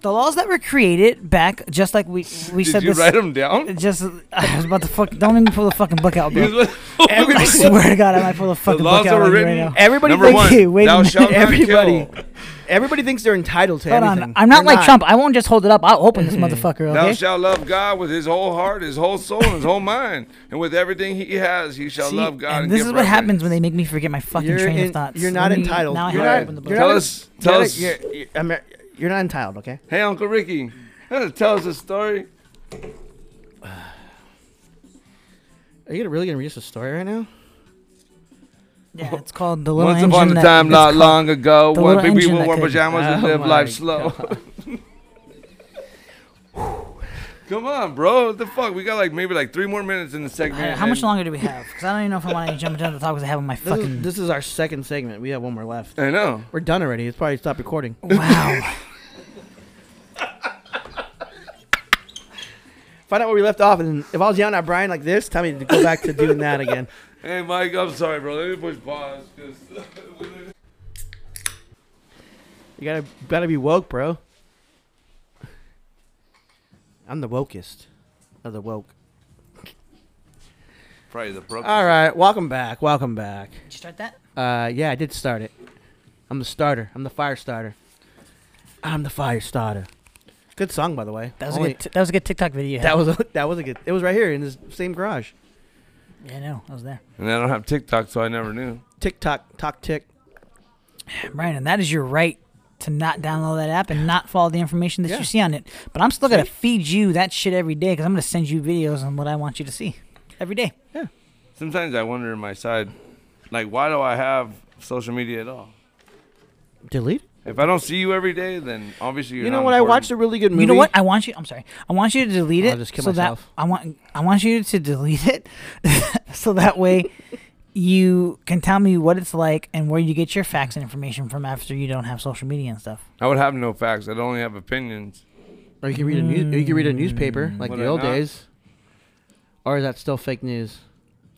[SPEAKER 3] the laws that were created back, just like we we
[SPEAKER 2] Did
[SPEAKER 3] said
[SPEAKER 2] you
[SPEAKER 3] this.
[SPEAKER 2] write them down?
[SPEAKER 3] Just I was about to fuck. Don't make me pull the fucking book out, bro.
[SPEAKER 2] Look at
[SPEAKER 3] I
[SPEAKER 2] this.
[SPEAKER 3] swear to God, I might pull the fucking
[SPEAKER 2] laws
[SPEAKER 3] book
[SPEAKER 2] that
[SPEAKER 3] out
[SPEAKER 2] were
[SPEAKER 3] on you
[SPEAKER 2] written-
[SPEAKER 3] right now.
[SPEAKER 1] Everybody
[SPEAKER 2] Number
[SPEAKER 1] thinks
[SPEAKER 2] one,
[SPEAKER 3] Okay, wait a
[SPEAKER 2] thou
[SPEAKER 3] minute.
[SPEAKER 2] shalt not
[SPEAKER 1] Everybody.
[SPEAKER 2] kill.
[SPEAKER 1] Everybody thinks they're entitled to
[SPEAKER 3] Hold
[SPEAKER 1] everything.
[SPEAKER 3] on, I'm not
[SPEAKER 1] They're
[SPEAKER 3] like Trump. I won't just hold it up. I'll open this motherfucker.
[SPEAKER 2] Thou
[SPEAKER 3] Okay.
[SPEAKER 2] shalt love God with his whole heart, his whole soul, and his whole mind, and with everything he has, he shall
[SPEAKER 3] See,
[SPEAKER 2] love God.
[SPEAKER 3] and this
[SPEAKER 2] give
[SPEAKER 3] is what
[SPEAKER 2] reverence.
[SPEAKER 3] happens when they make me forget my fucking
[SPEAKER 1] You're
[SPEAKER 3] train
[SPEAKER 1] in-
[SPEAKER 3] of thoughts.
[SPEAKER 1] you're
[SPEAKER 3] Let
[SPEAKER 1] not
[SPEAKER 3] me-
[SPEAKER 1] entitled.
[SPEAKER 3] Now I
[SPEAKER 1] You're
[SPEAKER 3] have
[SPEAKER 1] not-
[SPEAKER 3] to open the book.
[SPEAKER 1] you're
[SPEAKER 2] Tell
[SPEAKER 1] not-
[SPEAKER 2] us,
[SPEAKER 1] You're
[SPEAKER 2] tell
[SPEAKER 1] not-
[SPEAKER 2] us.
[SPEAKER 1] You're, you're- I'm not- you're not entitled, okay?
[SPEAKER 2] Hey, Uncle Ricky, uh, tell us a story.
[SPEAKER 1] Are you really gonna read us a story right now?
[SPEAKER 3] yeah, it's called the little
[SPEAKER 2] Once
[SPEAKER 3] engine
[SPEAKER 2] upon a
[SPEAKER 3] that-
[SPEAKER 2] time,
[SPEAKER 3] it's
[SPEAKER 2] not
[SPEAKER 3] called-
[SPEAKER 2] long ago,
[SPEAKER 3] the
[SPEAKER 2] when
[SPEAKER 3] little engine
[SPEAKER 2] people
[SPEAKER 3] that
[SPEAKER 2] wore
[SPEAKER 3] could-
[SPEAKER 2] pajamas and
[SPEAKER 1] Oh
[SPEAKER 2] lived
[SPEAKER 1] my
[SPEAKER 2] life slow. Come on, bro. What the fuck? We got like maybe like three more minutes in the segment.
[SPEAKER 3] Alright, how much
[SPEAKER 2] and-
[SPEAKER 3] longer do we have? Because I don't even know if I want to jump into the topics I have on my
[SPEAKER 1] This
[SPEAKER 3] fucking.
[SPEAKER 1] is, this is our second segment. We have one more left.
[SPEAKER 2] I know.
[SPEAKER 1] We're done already. It's probably stopped recording.
[SPEAKER 3] Wow.
[SPEAKER 1] Find out where we left off, and if I was yelling at Brian like this, tell me to go back to doing that again.
[SPEAKER 2] Hey, Mike, I'm sorry, bro. Let me push pause. 'cause-
[SPEAKER 1] You gotta gotta be woke, bro. I'm the wokest of the woke.
[SPEAKER 2] Probably the broken.
[SPEAKER 1] All right, welcome back. Welcome back.
[SPEAKER 3] Did you start that?
[SPEAKER 1] Uh, yeah, I did start it. I'm the starter. I'm the fire starter. I'm the fire starter. Good song, by the way.
[SPEAKER 3] That was
[SPEAKER 1] Only-
[SPEAKER 3] a good. T- that was a good TikTok video. you had.
[SPEAKER 1] That was a, that was a good. It was right here in this same garage.
[SPEAKER 3] Yeah, I know. I was there.
[SPEAKER 2] And I don't have TikTok, so I never knew.
[SPEAKER 1] Tick tock tock tick.
[SPEAKER 3] Brian, and that is your right to not download that app and not follow the information that
[SPEAKER 1] Yeah.
[SPEAKER 3] you see on it. But I'm still gonna feed you that shit every day because I'm gonna send you videos on what I want you to see every day.
[SPEAKER 2] Sometimes I wonder in my side, like, why do I have social media at all?
[SPEAKER 1] Delete.
[SPEAKER 2] If I don't see you every day, then obviously you're
[SPEAKER 1] You know
[SPEAKER 2] not
[SPEAKER 1] when I watched
[SPEAKER 2] important.
[SPEAKER 1] a really good movie.
[SPEAKER 3] You know what? I want you. I'm sorry. I want you to delete
[SPEAKER 1] I'll
[SPEAKER 3] it
[SPEAKER 1] just kill
[SPEAKER 3] so
[SPEAKER 1] myself.
[SPEAKER 3] that I want. I want you to delete it so that way you can tell me what it's like and where you get your facts and information from after you don't have social media and stuff.
[SPEAKER 2] I would have no facts. I'd only have opinions.
[SPEAKER 1] Or you can read a news. Or you can read a newspaper like
[SPEAKER 2] Would
[SPEAKER 1] the
[SPEAKER 2] I
[SPEAKER 1] old
[SPEAKER 2] not?
[SPEAKER 1] days. Or is that still fake news?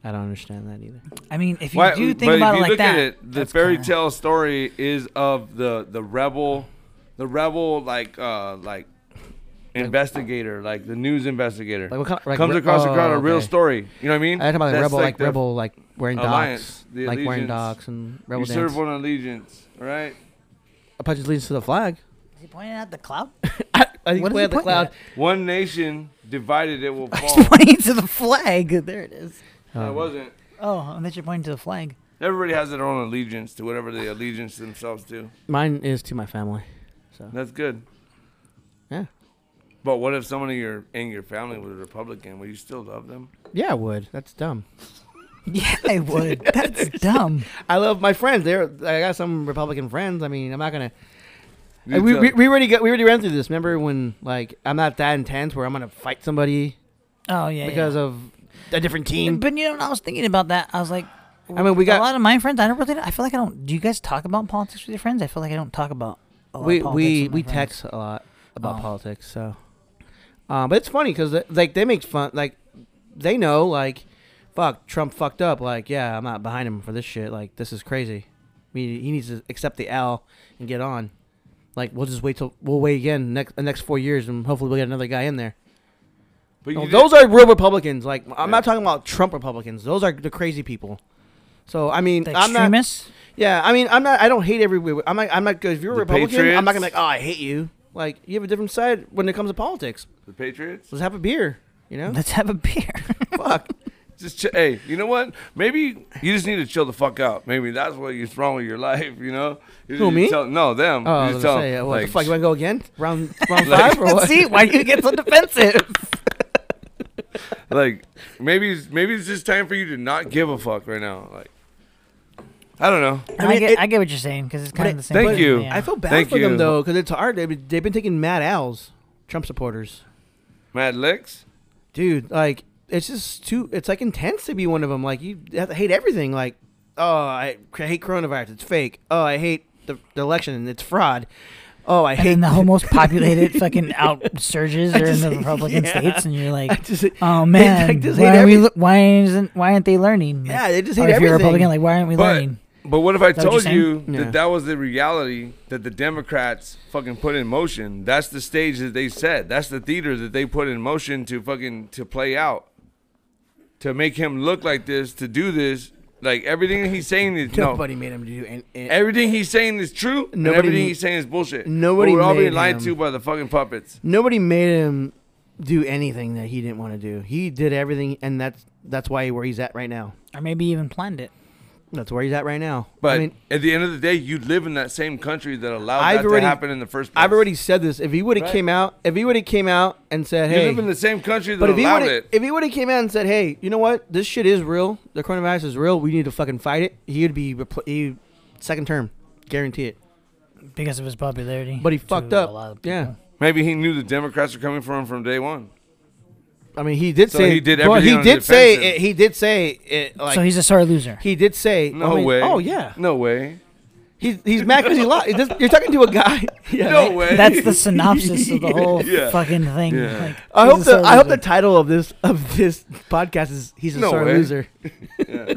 [SPEAKER 5] I don't understand that either.
[SPEAKER 3] I mean, if you
[SPEAKER 2] Why-
[SPEAKER 3] do
[SPEAKER 2] but
[SPEAKER 3] think
[SPEAKER 2] if
[SPEAKER 3] about it
[SPEAKER 2] you
[SPEAKER 3] like
[SPEAKER 2] look
[SPEAKER 3] that,
[SPEAKER 2] at it, the
[SPEAKER 3] that's
[SPEAKER 2] fairy
[SPEAKER 3] kinda-
[SPEAKER 2] tale story is of the the rebel, the rebel like uh like investigator, like the news investigator
[SPEAKER 1] Like what kind? Like,
[SPEAKER 2] comes
[SPEAKER 1] re-
[SPEAKER 2] across the
[SPEAKER 1] oh,
[SPEAKER 2] crowd a real
[SPEAKER 1] okay.
[SPEAKER 2] story. You know what I
[SPEAKER 1] I
[SPEAKER 2] mean?
[SPEAKER 1] talking about like
[SPEAKER 2] That's
[SPEAKER 1] rebel, like,
[SPEAKER 2] the-
[SPEAKER 1] rebel, like wearing
[SPEAKER 2] Alliance,
[SPEAKER 1] docks,
[SPEAKER 2] the
[SPEAKER 1] like wearing
[SPEAKER 2] allegiance.
[SPEAKER 1] docks and rebel
[SPEAKER 2] You
[SPEAKER 1] dance.
[SPEAKER 2] serve on allegiance, all right?
[SPEAKER 1] a pledge allegiance to the flag.
[SPEAKER 3] Is he pointing at the cloud?
[SPEAKER 1] I think
[SPEAKER 3] What is
[SPEAKER 1] we
[SPEAKER 3] he
[SPEAKER 1] had the
[SPEAKER 3] pointing
[SPEAKER 1] cloud.
[SPEAKER 3] at?
[SPEAKER 2] One nation divided, it will fall.
[SPEAKER 3] He's pointing to the flag. There it is.
[SPEAKER 2] No, it wasn't.
[SPEAKER 3] Oh, I bet you're pointing to the flag.
[SPEAKER 2] Everybody has their own allegiance to whatever they allegiance themselves to.
[SPEAKER 5] Mine is to my family.
[SPEAKER 2] That's good.
[SPEAKER 1] Yeah.
[SPEAKER 2] But what if someone in your in your family was a Republican? Will you still love them?
[SPEAKER 1] Yeah, I would. That's dumb.
[SPEAKER 3] Yeah, I would. That's dumb.
[SPEAKER 1] I love my friends. They're I got some Republican friends. I mean, I'm not gonna.
[SPEAKER 2] You
[SPEAKER 1] we,
[SPEAKER 2] tell-
[SPEAKER 1] we, we already got we already ran through this. Remember when like I'm not that intense where I'm gonna fight somebody
[SPEAKER 3] Oh yeah.
[SPEAKER 1] because
[SPEAKER 3] yeah.
[SPEAKER 1] of a different team.
[SPEAKER 3] But you know, when I was thinking about that, I was like,
[SPEAKER 1] I mean, we
[SPEAKER 3] a
[SPEAKER 1] got-
[SPEAKER 3] lot of my friends. I don't really. I feel like I don't. Do you guys talk about politics with your friends? I feel like I don't talk about. A lot
[SPEAKER 1] we
[SPEAKER 3] of politics
[SPEAKER 1] we
[SPEAKER 3] with my
[SPEAKER 1] we
[SPEAKER 3] friends.
[SPEAKER 1] text a lot about
[SPEAKER 3] Oh.
[SPEAKER 1] politics, so. Um, but it's funny because like they make fun, like they know, like, fuck, Trump fucked up. Like, yeah, I'm not behind him for this shit. Like, this is crazy. We he needs to accept the L and get on. Like, we'll just wait till we'll wait again next the next four years, and hopefully we'll get another guy in there.
[SPEAKER 2] But you
[SPEAKER 1] No,
[SPEAKER 2] did-
[SPEAKER 1] those are real Republicans. Like, I'm
[SPEAKER 2] Yeah.
[SPEAKER 1] not talking about Trump Republicans. Those are the crazy people. So I mean,
[SPEAKER 3] The
[SPEAKER 1] I'm not.
[SPEAKER 3] extremists.
[SPEAKER 1] Yeah, I mean, I'm not. I don't hate every. I'm not. I'm not. If you're a
[SPEAKER 2] The
[SPEAKER 1] Republican, I'm not gonna be
[SPEAKER 2] Patriots?
[SPEAKER 1] like, oh, I hate you. Like, you have a different side when it comes to politics.
[SPEAKER 2] the Patriots.
[SPEAKER 1] Let's have a beer. You know,
[SPEAKER 3] Let's have a beer.
[SPEAKER 1] fuck.
[SPEAKER 2] Just ch- hey, you know what? Maybe you just need to chill the fuck out. Maybe that's what you're wrong with your life. You know? You
[SPEAKER 1] Who,
[SPEAKER 2] just
[SPEAKER 1] me?
[SPEAKER 2] tell- no, them.
[SPEAKER 1] Oh, I
[SPEAKER 2] you
[SPEAKER 1] was
[SPEAKER 2] just
[SPEAKER 1] gonna
[SPEAKER 2] tell
[SPEAKER 1] say,
[SPEAKER 2] them,
[SPEAKER 1] what the
[SPEAKER 2] like,
[SPEAKER 1] fuck? You wanna go again? Round round
[SPEAKER 2] Like-
[SPEAKER 1] five or what?
[SPEAKER 3] See why do you get so defensive?
[SPEAKER 2] like maybe it's- maybe it's just time for you to not give a fuck right now. Like, I don't know.
[SPEAKER 3] I,
[SPEAKER 1] mean,
[SPEAKER 3] get,
[SPEAKER 1] it-
[SPEAKER 3] I get what you're saying because it's kind of
[SPEAKER 1] it-
[SPEAKER 3] the same.
[SPEAKER 2] thank
[SPEAKER 3] thing,
[SPEAKER 2] you.
[SPEAKER 3] yeah.
[SPEAKER 1] I feel bad
[SPEAKER 2] Thank
[SPEAKER 1] for
[SPEAKER 2] you.
[SPEAKER 1] them though, because it's hard. They've been, they've been taking mad owls, Trump supporters.
[SPEAKER 2] Mad Licks.
[SPEAKER 1] Dude, like it's just too. It's like intense to be one of them. Like you have to hate everything. Like, oh, I c- hate coronavirus. It's fake. Oh, I hate the, the election. It's fraud. Oh, I
[SPEAKER 3] and
[SPEAKER 1] hate
[SPEAKER 3] then the whole most populated fucking out surges are in
[SPEAKER 1] just-
[SPEAKER 3] the Republican
[SPEAKER 1] yeah.
[SPEAKER 3] states, and you're
[SPEAKER 1] I
[SPEAKER 3] like,
[SPEAKER 1] just
[SPEAKER 3] oh
[SPEAKER 1] They,
[SPEAKER 3] man,
[SPEAKER 1] like, just hate
[SPEAKER 3] why, are we,
[SPEAKER 1] every-
[SPEAKER 3] lo- why isn't why aren't they learning? Like,
[SPEAKER 1] yeah, they just
[SPEAKER 3] or
[SPEAKER 1] hate
[SPEAKER 3] if
[SPEAKER 1] everything.
[SPEAKER 3] you're a Republican, like why aren't we
[SPEAKER 2] But
[SPEAKER 3] learning?
[SPEAKER 2] but what if I
[SPEAKER 3] that what you're
[SPEAKER 2] told
[SPEAKER 3] saying?
[SPEAKER 2] you
[SPEAKER 1] Yeah.
[SPEAKER 2] that that was the reality that the Democrats fucking put in motion? That's the stage that they set. That's the theater that they put in motion to fucking to play out, to make him look like this, to do this. Like everything he's saying is no.
[SPEAKER 1] Nobody made him do an- an-
[SPEAKER 2] Everything he's saying is true. and
[SPEAKER 1] Nobody
[SPEAKER 2] everything
[SPEAKER 1] need-
[SPEAKER 2] he's saying is bullshit.
[SPEAKER 1] nobody
[SPEAKER 2] But we're all being
[SPEAKER 1] made
[SPEAKER 2] lied
[SPEAKER 1] him.
[SPEAKER 2] to by the fucking puppets.
[SPEAKER 1] Nobody made him do anything that he didn't want to do. He did everything, and that's that's why where he's at right now.
[SPEAKER 3] Or maybe even planned it.
[SPEAKER 1] That's where he's at right now.
[SPEAKER 2] But
[SPEAKER 1] I mean,
[SPEAKER 2] at the end of the day, you live in that same country that allowed
[SPEAKER 1] I've
[SPEAKER 2] that
[SPEAKER 1] already-
[SPEAKER 2] to happen in the first place.
[SPEAKER 1] I've already said this. If he would have
[SPEAKER 2] Right.
[SPEAKER 1] came out, if he would have came out and said,
[SPEAKER 2] You
[SPEAKER 1] "Hey,"
[SPEAKER 2] live in the same country that
[SPEAKER 1] But if he
[SPEAKER 2] allowed
[SPEAKER 1] would have,
[SPEAKER 2] it.
[SPEAKER 1] if he would have came out and said, "Hey, you know what? This shit is real. The coronavirus is real. We need to fucking fight it," he'd be repl- he second term, guarantee it.
[SPEAKER 3] because of his popularity.
[SPEAKER 1] But he
[SPEAKER 3] to
[SPEAKER 1] fucked
[SPEAKER 3] a
[SPEAKER 1] up.
[SPEAKER 3] lot of people.
[SPEAKER 1] Yeah,
[SPEAKER 2] Maybe he knew the Democrats were coming for him from day one.
[SPEAKER 1] I mean, he did
[SPEAKER 2] So
[SPEAKER 1] say
[SPEAKER 2] he did
[SPEAKER 1] Well,
[SPEAKER 2] everything
[SPEAKER 1] he
[SPEAKER 2] on the
[SPEAKER 1] did say
[SPEAKER 2] defensive.
[SPEAKER 1] it, he did say it. Like
[SPEAKER 3] so he's a sore loser.
[SPEAKER 1] he did say.
[SPEAKER 2] No
[SPEAKER 1] I mean,
[SPEAKER 2] way.
[SPEAKER 1] Oh yeah.
[SPEAKER 2] No way.
[SPEAKER 1] He's he's mad because he lost. This- You're talking to a guy. Yeah.
[SPEAKER 2] No way.
[SPEAKER 3] That's the synopsis of the whole
[SPEAKER 2] Yeah.
[SPEAKER 3] fucking thing.
[SPEAKER 2] Yeah.
[SPEAKER 3] Like,
[SPEAKER 1] I
[SPEAKER 3] he's a
[SPEAKER 1] hope the
[SPEAKER 3] sore
[SPEAKER 1] I hope
[SPEAKER 3] loser.
[SPEAKER 1] the title of this of this podcast is he's a
[SPEAKER 2] No
[SPEAKER 1] sore
[SPEAKER 2] way.
[SPEAKER 1] loser. uh,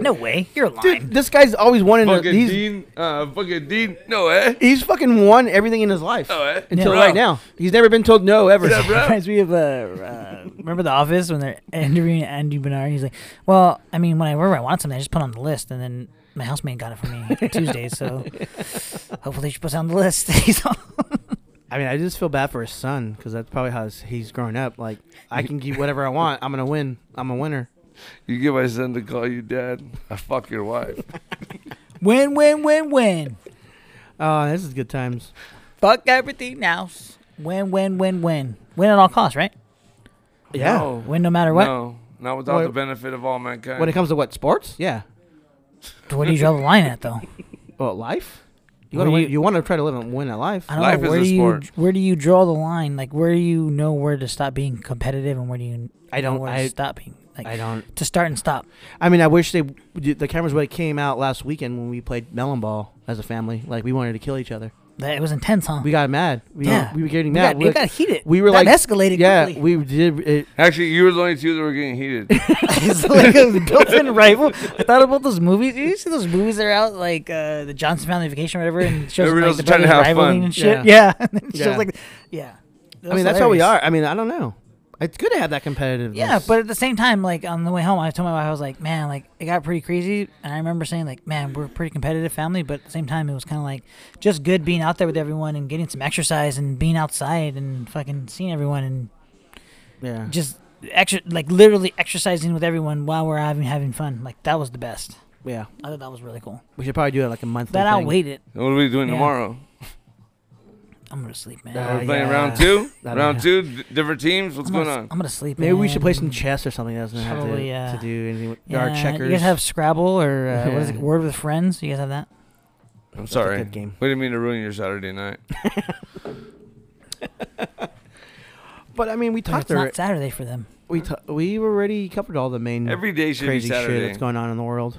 [SPEAKER 3] no way, you're lying.
[SPEAKER 1] Dude, this guy's always wanted.
[SPEAKER 2] Fucking
[SPEAKER 1] He's
[SPEAKER 2] Dean. Uh, fucking Dean. No way.
[SPEAKER 1] he's fucking won everything in his life
[SPEAKER 2] No way.
[SPEAKER 1] until
[SPEAKER 2] Bro.
[SPEAKER 1] right now. He's never been told no ever.
[SPEAKER 2] Oh. Yeah, bro.
[SPEAKER 3] reminds me of uh, uh, remember the office when they're interviewing Andy Bernard. He's like, "Well, I mean, when I whenever I want something, I just put it on the list, and then my housemate got it for me on Tuesday. So hopefully she puts it on the list." He's all-
[SPEAKER 1] I mean, I just feel bad for his son because that's probably how his- he's growing up. Like, I can get whatever I want. I'm gonna win. I'm a winner.
[SPEAKER 2] You get my son to call you dad. I fuck your wife.
[SPEAKER 3] win, win, win, win.
[SPEAKER 1] Oh, this is good times.
[SPEAKER 3] Fuck everything else. Win, win, win, win. Win at all costs, right?
[SPEAKER 1] Yeah.
[SPEAKER 2] No.
[SPEAKER 3] Win no matter what.
[SPEAKER 2] No. Not without
[SPEAKER 1] What-
[SPEAKER 2] the benefit of all mankind.
[SPEAKER 1] When it comes to what sports? Yeah.
[SPEAKER 3] Where do you draw the line at, though?
[SPEAKER 1] Well, life. You
[SPEAKER 3] What
[SPEAKER 1] want
[SPEAKER 3] do
[SPEAKER 1] to
[SPEAKER 3] you-
[SPEAKER 1] you, want to try to live and win at life.
[SPEAKER 3] I don't
[SPEAKER 2] Life is
[SPEAKER 3] know. Where
[SPEAKER 2] a
[SPEAKER 3] do you
[SPEAKER 2] sport.
[SPEAKER 3] where do you draw the line? Like, where do you know where to stop being competitive, and where do you
[SPEAKER 1] I don't-
[SPEAKER 3] know where
[SPEAKER 1] I-
[SPEAKER 3] to stop being like
[SPEAKER 1] I don't.
[SPEAKER 3] to start and stop?
[SPEAKER 1] I mean, I wish they the cameras would have came out last weekend when we played melon ball as a family. Like we wanted to kill each other.
[SPEAKER 3] That it was intense, huh?
[SPEAKER 1] We got mad. We,
[SPEAKER 3] Yeah.
[SPEAKER 1] we were getting
[SPEAKER 3] We
[SPEAKER 1] mad.
[SPEAKER 3] got,
[SPEAKER 1] We
[SPEAKER 3] we
[SPEAKER 1] were
[SPEAKER 3] got
[SPEAKER 1] like-
[SPEAKER 3] heated.
[SPEAKER 1] we were
[SPEAKER 3] That
[SPEAKER 1] like-
[SPEAKER 3] escalated.
[SPEAKER 1] yeah,
[SPEAKER 3] quickly.
[SPEAKER 1] we did. It,
[SPEAKER 2] Actually, you were the only two that were getting heated.
[SPEAKER 3] it's like a built-in rival. I thought about those movies. You see those movies that are out, like uh, the Johnson Family Vacation, or whatever, and it shows
[SPEAKER 2] Everybody
[SPEAKER 3] like,
[SPEAKER 2] else
[SPEAKER 3] the
[SPEAKER 2] is trying to
[SPEAKER 3] brothers
[SPEAKER 2] have
[SPEAKER 3] rivaling
[SPEAKER 2] fun.
[SPEAKER 3] and shit. Yeah,
[SPEAKER 1] Yeah.
[SPEAKER 3] And it shows,
[SPEAKER 1] Yeah.
[SPEAKER 3] like, yeah.
[SPEAKER 1] I
[SPEAKER 3] That was
[SPEAKER 1] mean, that's how we
[SPEAKER 3] hilarious.
[SPEAKER 1] are. I mean, I don't know. It's good to have that competitiveness.
[SPEAKER 3] Yeah, but at the same time, like on the way home, I told my wife I was like, "Man, like it got pretty crazy," and I remember saying like, "Man, we're a pretty competitive family," but at the same time, it was kind of like just good being out there with everyone and getting some exercise and being outside and fucking seeing everyone and
[SPEAKER 1] yeah,
[SPEAKER 3] just extra like literally exercising with everyone while we're having having fun. Like that was the best.
[SPEAKER 1] yeah.
[SPEAKER 3] I thought that was really cool.
[SPEAKER 1] We should probably do it like a monthly.
[SPEAKER 3] That
[SPEAKER 1] thing.
[SPEAKER 3] outweighed it.
[SPEAKER 2] what are we doing
[SPEAKER 3] Yeah.
[SPEAKER 2] tomorrow?
[SPEAKER 3] I'm gonna sleep, man.
[SPEAKER 1] Uh,
[SPEAKER 2] We're playing
[SPEAKER 1] yeah.
[SPEAKER 2] round two.
[SPEAKER 1] That'd
[SPEAKER 2] round
[SPEAKER 1] be-
[SPEAKER 2] two, d- different teams. What's
[SPEAKER 3] I'm
[SPEAKER 2] going
[SPEAKER 3] gonna,
[SPEAKER 2] on?
[SPEAKER 3] I'm gonna sleep.
[SPEAKER 1] Maybe we should play
[SPEAKER 3] in.
[SPEAKER 1] some chess or something that doesn't have to,
[SPEAKER 3] Probably, yeah.
[SPEAKER 1] to do anything with
[SPEAKER 3] Yeah,
[SPEAKER 1] or checkers.
[SPEAKER 3] You guys have Scrabble or uh, what is it?
[SPEAKER 1] Yeah.
[SPEAKER 3] Word with friends. You guys have that?
[SPEAKER 2] I'm
[SPEAKER 1] That's a
[SPEAKER 2] sorry.
[SPEAKER 1] good game.
[SPEAKER 2] We didn't mean to ruin your Saturday night.
[SPEAKER 1] But I mean, we
[SPEAKER 3] But
[SPEAKER 1] talked
[SPEAKER 3] it's not
[SPEAKER 1] already.
[SPEAKER 3] Saturday for them.
[SPEAKER 1] We ta- we already covered all the main
[SPEAKER 2] Every day should
[SPEAKER 1] Mm. crazy
[SPEAKER 2] be
[SPEAKER 1] shit
[SPEAKER 2] Saturday.
[SPEAKER 1] that's going on in the world.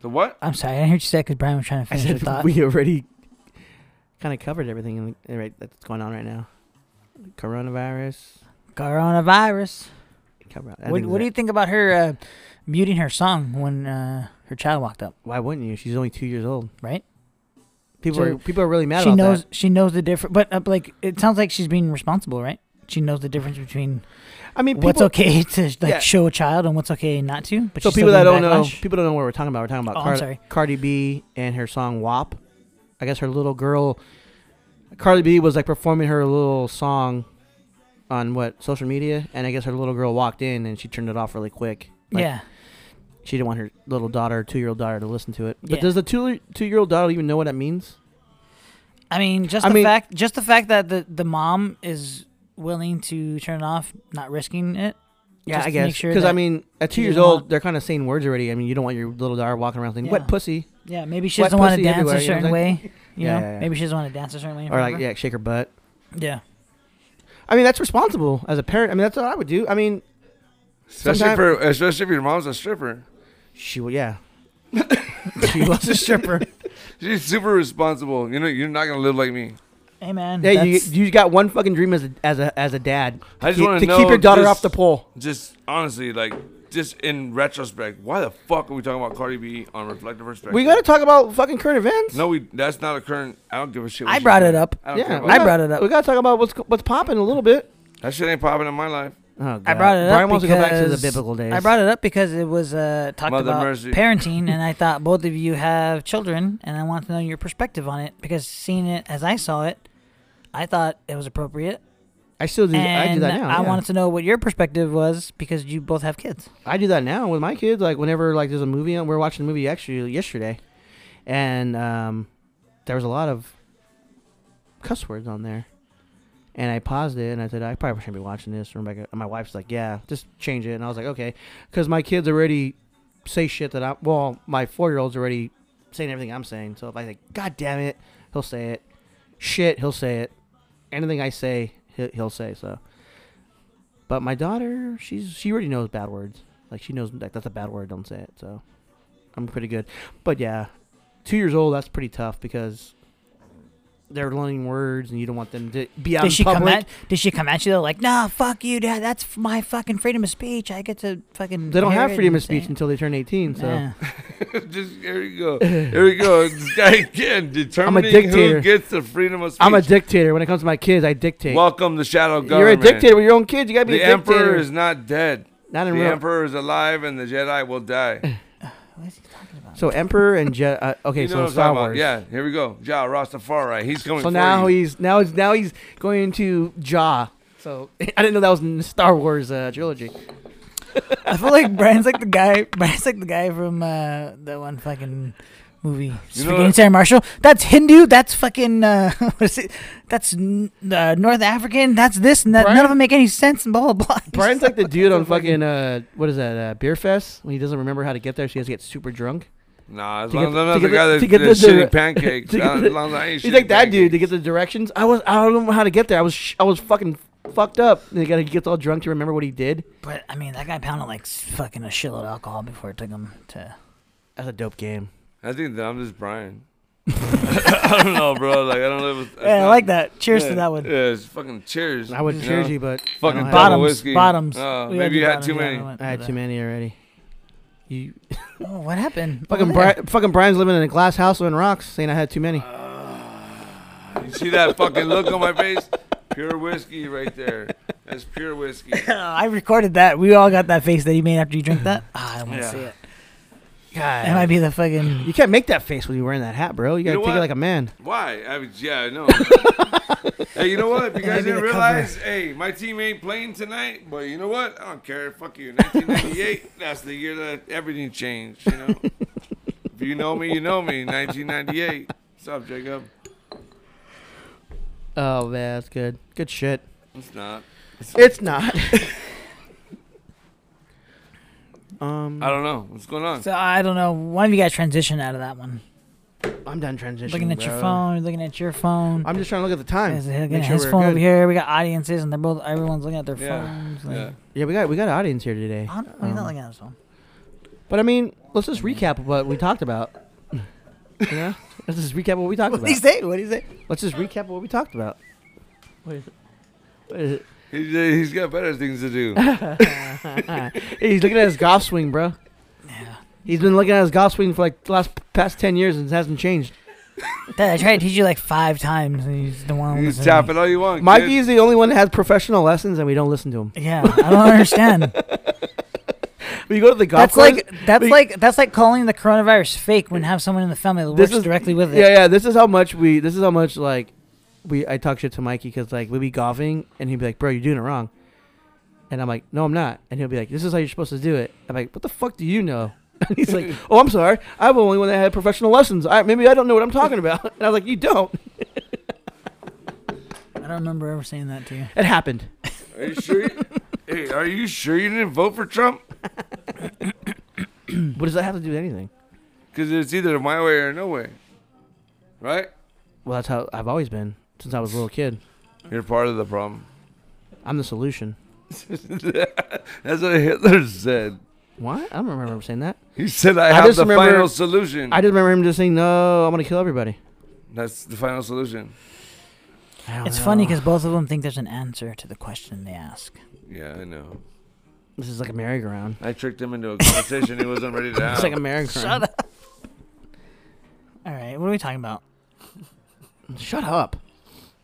[SPEAKER 2] the what?
[SPEAKER 3] I'm sorry, I didn't hear what you said because Brian was trying to
[SPEAKER 1] I
[SPEAKER 3] finish your
[SPEAKER 1] said
[SPEAKER 3] thought.
[SPEAKER 1] we already kind of covered everything in the, right, that's going on right now. Coronavirus.
[SPEAKER 3] Coronavirus.
[SPEAKER 1] Cover. I
[SPEAKER 3] What,
[SPEAKER 1] think
[SPEAKER 3] what do
[SPEAKER 1] that-
[SPEAKER 3] you think about her uh, muting her song when uh, her child walked up?
[SPEAKER 1] Why wouldn't you? She's only two years old.
[SPEAKER 3] Right?
[SPEAKER 1] People
[SPEAKER 3] So
[SPEAKER 1] are people are really mad
[SPEAKER 3] she
[SPEAKER 1] about
[SPEAKER 3] knows.
[SPEAKER 1] that.
[SPEAKER 3] She knows the difference. But uh, like, it sounds like she's being responsible, right? She knows the difference between
[SPEAKER 1] I mean, people,
[SPEAKER 3] what's okay to like
[SPEAKER 1] Yeah.
[SPEAKER 3] show a child and what's okay not to. But
[SPEAKER 1] So
[SPEAKER 3] she's still
[SPEAKER 1] people that don't
[SPEAKER 3] getting
[SPEAKER 1] know,
[SPEAKER 3] backlash.
[SPEAKER 1] people don't know what we're talking about. We're talking about
[SPEAKER 3] Oh, I'm
[SPEAKER 1] Card-
[SPEAKER 3] sorry.
[SPEAKER 1] Cardi B and her song "WAP." I guess her little girl, Cardi B, was like performing her little song on what social media, and I guess her little girl walked in and she turned it off really quick. Like,
[SPEAKER 3] yeah,
[SPEAKER 1] she didn't want her little daughter, two year old daughter, to listen to it. But
[SPEAKER 3] Yeah.
[SPEAKER 1] does the two two year old daughter even know what that means?
[SPEAKER 3] I mean, just
[SPEAKER 1] I
[SPEAKER 3] the
[SPEAKER 1] mean-
[SPEAKER 3] fact, just the fact that the the mom is willing to turn it off, not risking it. just
[SPEAKER 1] I
[SPEAKER 3] to make
[SPEAKER 1] guess
[SPEAKER 3] sure
[SPEAKER 1] because I
[SPEAKER 3] that
[SPEAKER 1] mean, at two
[SPEAKER 3] she
[SPEAKER 1] years
[SPEAKER 3] doesn't
[SPEAKER 1] old,
[SPEAKER 3] want-
[SPEAKER 1] they're kind of saying words already. I mean, you don't want your little daughter walking around saying
[SPEAKER 3] Yeah.
[SPEAKER 1] "wet pussy"
[SPEAKER 3] Yeah, maybe she
[SPEAKER 1] Wet
[SPEAKER 3] doesn't want to
[SPEAKER 1] pussy
[SPEAKER 3] dance a
[SPEAKER 1] everywhere, you know
[SPEAKER 3] certain
[SPEAKER 1] what I'm
[SPEAKER 3] way. You
[SPEAKER 1] Yeah,
[SPEAKER 3] know,
[SPEAKER 1] yeah, yeah.
[SPEAKER 3] maybe she doesn't want to dance a certain way. in
[SPEAKER 1] or
[SPEAKER 3] front
[SPEAKER 1] like
[SPEAKER 3] of her.
[SPEAKER 1] yeah, shake her butt.
[SPEAKER 3] yeah.
[SPEAKER 1] I mean, that's responsible as a parent. I mean, that's what I would do. I mean,
[SPEAKER 2] Especially
[SPEAKER 1] Sometime-
[SPEAKER 2] for especially if your mom's a stripper.
[SPEAKER 1] she will, yeah. she was a stripper.
[SPEAKER 2] She's super responsible. You know, you're not gonna live like me.
[SPEAKER 3] Hey man,
[SPEAKER 1] Yeah, you,
[SPEAKER 3] that's-
[SPEAKER 1] you got one fucking dream as a as a, as a dad.
[SPEAKER 2] I just
[SPEAKER 1] Keep-
[SPEAKER 2] wanna
[SPEAKER 1] to
[SPEAKER 2] know
[SPEAKER 1] keep your daughter
[SPEAKER 2] this-
[SPEAKER 1] off the pole.
[SPEAKER 2] Just honestly, like, just in retrospect, why the fuck are we talking about Cardi B on Reflective Perspective?
[SPEAKER 1] We gotta talk about fucking current events.
[SPEAKER 2] No, we. That's not a current. I don't give a shit. what
[SPEAKER 3] I
[SPEAKER 2] she
[SPEAKER 3] brought
[SPEAKER 2] said.
[SPEAKER 3] it up.
[SPEAKER 2] I don't care
[SPEAKER 1] yeah,
[SPEAKER 2] about
[SPEAKER 1] we
[SPEAKER 3] I
[SPEAKER 2] that.
[SPEAKER 1] gotta-
[SPEAKER 3] brought it up.
[SPEAKER 1] We gotta talk about what's what's popping a little bit.
[SPEAKER 2] That shit ain't popping in my life.
[SPEAKER 1] Oh,
[SPEAKER 3] I
[SPEAKER 1] God.
[SPEAKER 3] brought it up
[SPEAKER 1] Brian wants to go back to the
[SPEAKER 3] because-
[SPEAKER 1] biblical days.
[SPEAKER 3] I brought it up because it was uh, talked
[SPEAKER 2] Mother
[SPEAKER 3] about
[SPEAKER 2] mercy.
[SPEAKER 3] parenting, and I thought both of you have children, and I want to know your perspective on it because seeing it as I saw it, I thought it was appropriate,
[SPEAKER 1] I still do. I do
[SPEAKER 3] and
[SPEAKER 1] that now.
[SPEAKER 3] I
[SPEAKER 1] yeah.
[SPEAKER 3] wanted to know what your perspective was because you both have kids.
[SPEAKER 1] I do that now with my kids. Like whenever like there's a movie on, we we're watching a movie actually yesterday, and um, there was a lot of cuss words on there, and I paused it and I said I probably shouldn't be watching this. And Rebecca, and my wife's like, yeah, just change it. And I was like, okay, because my kids already say shit that I well, my four year old's already saying everything I'm saying. So if I say God damn it, he'll say it. Shit, he'll say it. Anything I say, he- he'll say so. But my daughter, she's she already knows bad words. Like she knows like that's a bad word. Don't say it. So I'm pretty good. But yeah, two years old. That's pretty tough because they're learning words, and you don't want them to be out
[SPEAKER 3] Did
[SPEAKER 1] in
[SPEAKER 3] she
[SPEAKER 1] public.
[SPEAKER 3] come at? Did she come at you though? Like, nah, fuck you, dad. That's f- my fucking freedom of speech. I get to fucking.
[SPEAKER 1] they don't
[SPEAKER 3] hear
[SPEAKER 1] have
[SPEAKER 3] it
[SPEAKER 1] freedom of
[SPEAKER 3] and say
[SPEAKER 1] speech
[SPEAKER 3] it."
[SPEAKER 1] until they turn 18. So
[SPEAKER 3] Yeah.
[SPEAKER 2] just here we go. Here we go. This guy again determining who
[SPEAKER 1] dictator.
[SPEAKER 2] gets the freedom of speech.
[SPEAKER 1] I'm a dictator when it comes to my kids. I dictate.
[SPEAKER 2] Welcome to shadow government.
[SPEAKER 1] You're a dictator with your own kids. You gotta be
[SPEAKER 2] The
[SPEAKER 1] a dictator.
[SPEAKER 2] emperor is not dead.
[SPEAKER 1] not
[SPEAKER 2] The
[SPEAKER 1] in real.
[SPEAKER 2] emperor is alive, and the Jedi will die.
[SPEAKER 3] What is he talking about?
[SPEAKER 1] So emperor and Je- uh, okay,
[SPEAKER 2] You know
[SPEAKER 1] so
[SPEAKER 2] what I'm
[SPEAKER 1] Star
[SPEAKER 2] talking about?
[SPEAKER 1] Wars.
[SPEAKER 2] Yeah, here we go. Ja Rastafari. He's coming.
[SPEAKER 1] So
[SPEAKER 2] for
[SPEAKER 1] now
[SPEAKER 2] you.
[SPEAKER 1] he's now he's now he's going into Jaw. So I didn't know that was in the Star Wars uh, trilogy.
[SPEAKER 3] I feel like Brian's like the guy. Brian's like the guy from uh, that one fucking movie.
[SPEAKER 2] You
[SPEAKER 3] You
[SPEAKER 2] know what-
[SPEAKER 3] Sarah Marshall. That's Hindu. That's fucking. Uh, what is it? That's n- uh, North African. That's this. And that. None
[SPEAKER 1] Brian-
[SPEAKER 3] of them make any sense. And blah blah blah.
[SPEAKER 1] Brian's like the dude on fucking uh, what is that uh, beer fest when he doesn't remember how to get there, so he has to get super drunk.
[SPEAKER 2] Nah, as
[SPEAKER 1] to
[SPEAKER 2] long
[SPEAKER 1] get
[SPEAKER 2] as I'm
[SPEAKER 1] the-
[SPEAKER 2] not
[SPEAKER 1] to
[SPEAKER 2] the
[SPEAKER 1] get
[SPEAKER 2] guy
[SPEAKER 1] the- to
[SPEAKER 2] that that
[SPEAKER 1] get the dire-
[SPEAKER 2] shitty pancakes.
[SPEAKER 1] to get
[SPEAKER 2] As
[SPEAKER 1] the-
[SPEAKER 2] long as I ain't
[SPEAKER 1] He's
[SPEAKER 2] shitty
[SPEAKER 1] like that dude to
[SPEAKER 2] pancakes.
[SPEAKER 1] get the directions. I was I don't know how to get there. I was sh- I was fucking fucked up. And the guy gets all drunk to remember what he did.
[SPEAKER 3] But I mean, that guy pounded like s- fucking a shitload of alcohol before it took him to.
[SPEAKER 1] That's a dope game.
[SPEAKER 2] I think that I'm just Brian. I don't know, bro. Like I don't know. If it's, it's
[SPEAKER 3] Yeah, I
[SPEAKER 2] not-
[SPEAKER 3] like that. Cheers
[SPEAKER 2] yeah,
[SPEAKER 3] to that one.
[SPEAKER 2] Yeah, it's fucking cheers.
[SPEAKER 1] I would
[SPEAKER 2] you
[SPEAKER 1] cheers
[SPEAKER 2] know?
[SPEAKER 1] you, but I
[SPEAKER 2] Fucking
[SPEAKER 1] don't have-
[SPEAKER 2] double
[SPEAKER 3] Bottoms,
[SPEAKER 2] whiskey.
[SPEAKER 3] bottoms.
[SPEAKER 2] Uh,
[SPEAKER 3] We gotta
[SPEAKER 2] maybe
[SPEAKER 3] do
[SPEAKER 2] you had
[SPEAKER 3] bottoms,
[SPEAKER 2] too
[SPEAKER 3] yeah,
[SPEAKER 2] many.
[SPEAKER 3] I went
[SPEAKER 1] I had
[SPEAKER 3] for
[SPEAKER 1] too many already. You
[SPEAKER 3] that. Oh, what happened?
[SPEAKER 1] fucking
[SPEAKER 3] Over there.
[SPEAKER 1] Bri- fucking Brian's living in a glass house on rocks, saying I had too many.
[SPEAKER 2] You see that fucking look on my face? Pure whiskey right there. That's pure whiskey.
[SPEAKER 3] I recorded that. We all got that face that he made after you drank that. Ah, I don't want to
[SPEAKER 2] Yeah.
[SPEAKER 3] see it. That might
[SPEAKER 1] God,
[SPEAKER 3] be the fucking.
[SPEAKER 1] you can't make that face when you're wearing that hat, bro. You gotta
[SPEAKER 2] know
[SPEAKER 1] take
[SPEAKER 2] what?
[SPEAKER 1] it like a man.
[SPEAKER 2] Why? I was, yeah, I know. hey, you know what? If you guys
[SPEAKER 3] Maybe
[SPEAKER 2] didn't
[SPEAKER 3] the
[SPEAKER 2] realize, hey, my team ain't playing tonight, but you know what? I don't care. Fuck you. 1998, that's the year that everything changed, you know? if you know me, you know me. 1998. What's up, Jacob?
[SPEAKER 1] Oh man, that's good. Good shit.
[SPEAKER 2] It's not.
[SPEAKER 1] It's not. um,
[SPEAKER 2] I don't know. What's going on?
[SPEAKER 3] So I don't know. One of you guys transitioned out of that one.
[SPEAKER 1] I'm done transitioning.
[SPEAKER 3] Looking at your
[SPEAKER 1] bro.
[SPEAKER 3] phone. you're Looking at your phone.
[SPEAKER 1] I'm just trying to look at the time.
[SPEAKER 3] There's a-
[SPEAKER 1] Make
[SPEAKER 3] His,
[SPEAKER 1] sure
[SPEAKER 3] phone
[SPEAKER 1] we're
[SPEAKER 3] over
[SPEAKER 1] good.
[SPEAKER 3] here. We got audiences, and they're both. Everyone's looking at their
[SPEAKER 2] Yeah.
[SPEAKER 3] phones. Like,
[SPEAKER 2] Yeah.
[SPEAKER 1] Yeah, we got we got an audience here today.
[SPEAKER 3] I don't, he's
[SPEAKER 1] Um,
[SPEAKER 3] not looking at his phone.
[SPEAKER 1] But I mean, let's just recap what we talked about. You know? let's just recap what we talked
[SPEAKER 3] What
[SPEAKER 1] about.
[SPEAKER 3] did he say? What did he say?
[SPEAKER 1] Let's just recap what we talked about. What is it? What is it?
[SPEAKER 2] He, he's got better things to do.
[SPEAKER 1] He's looking at his golf swing, bro. He's been looking at his golf swing for like the last past ten years and it hasn't changed.
[SPEAKER 3] Dad, I tried to teach you like five times, and he's the one.
[SPEAKER 2] You
[SPEAKER 3] listening.
[SPEAKER 2] tap it all you want.
[SPEAKER 1] Mikey
[SPEAKER 2] kid.
[SPEAKER 1] is the only one that has professional lessons and we don't listen to him.
[SPEAKER 3] Yeah, I don't understand.
[SPEAKER 1] We go to the golf.
[SPEAKER 3] that's
[SPEAKER 1] course-
[SPEAKER 3] like that's
[SPEAKER 1] we-
[SPEAKER 3] like that's like calling the coronavirus fake when have someone in the family that
[SPEAKER 1] This
[SPEAKER 3] works
[SPEAKER 1] is-
[SPEAKER 3] directly with it.
[SPEAKER 1] yeah, yeah. This is how much we. This is how much like we. I talk shit to Mikey because like we'd be golfing and he'd be like, "Bro, you're doing it wrong," and I'm like, "No, I'm not," and he'll be like, "This is how you're supposed to do it." I'm like, "What the fuck do you know?" And he's like, "Oh, I'm sorry. I'm the only one that had professional lessons. I, maybe I don't know what I'm talking about." And I was like, "You don't."
[SPEAKER 3] I don't remember ever saying that to you.
[SPEAKER 1] It happened.
[SPEAKER 2] Are you sure? You, hey, are you sure you didn't vote for Trump?
[SPEAKER 3] Hmm.
[SPEAKER 1] What does that have to do with anything?
[SPEAKER 2] Because it's either my way or no way. Right?
[SPEAKER 1] Well, that's how I've always been since I was a little kid.
[SPEAKER 2] You're part of the problem.
[SPEAKER 1] I'm the solution.
[SPEAKER 2] That's what Hitler said.
[SPEAKER 1] What? I don't remember him saying that.
[SPEAKER 2] He said, "I,
[SPEAKER 1] I
[SPEAKER 2] have
[SPEAKER 1] just
[SPEAKER 2] the
[SPEAKER 1] remember-
[SPEAKER 2] final solution."
[SPEAKER 1] I just remember him just saying, "No, I'm gonna kill everybody."
[SPEAKER 2] That's the final solution.
[SPEAKER 1] I don't
[SPEAKER 3] It's
[SPEAKER 1] know.
[SPEAKER 3] funny 'cause funny because both of them think there's an answer to the question they ask.
[SPEAKER 2] Yeah, I know.
[SPEAKER 1] this is like a merry-go-round.
[SPEAKER 2] I tricked him into a conversation he wasn't ready to have.
[SPEAKER 1] It's like a merry-go-round.
[SPEAKER 3] Shut up. All right, what are we talking about?
[SPEAKER 1] Shut up.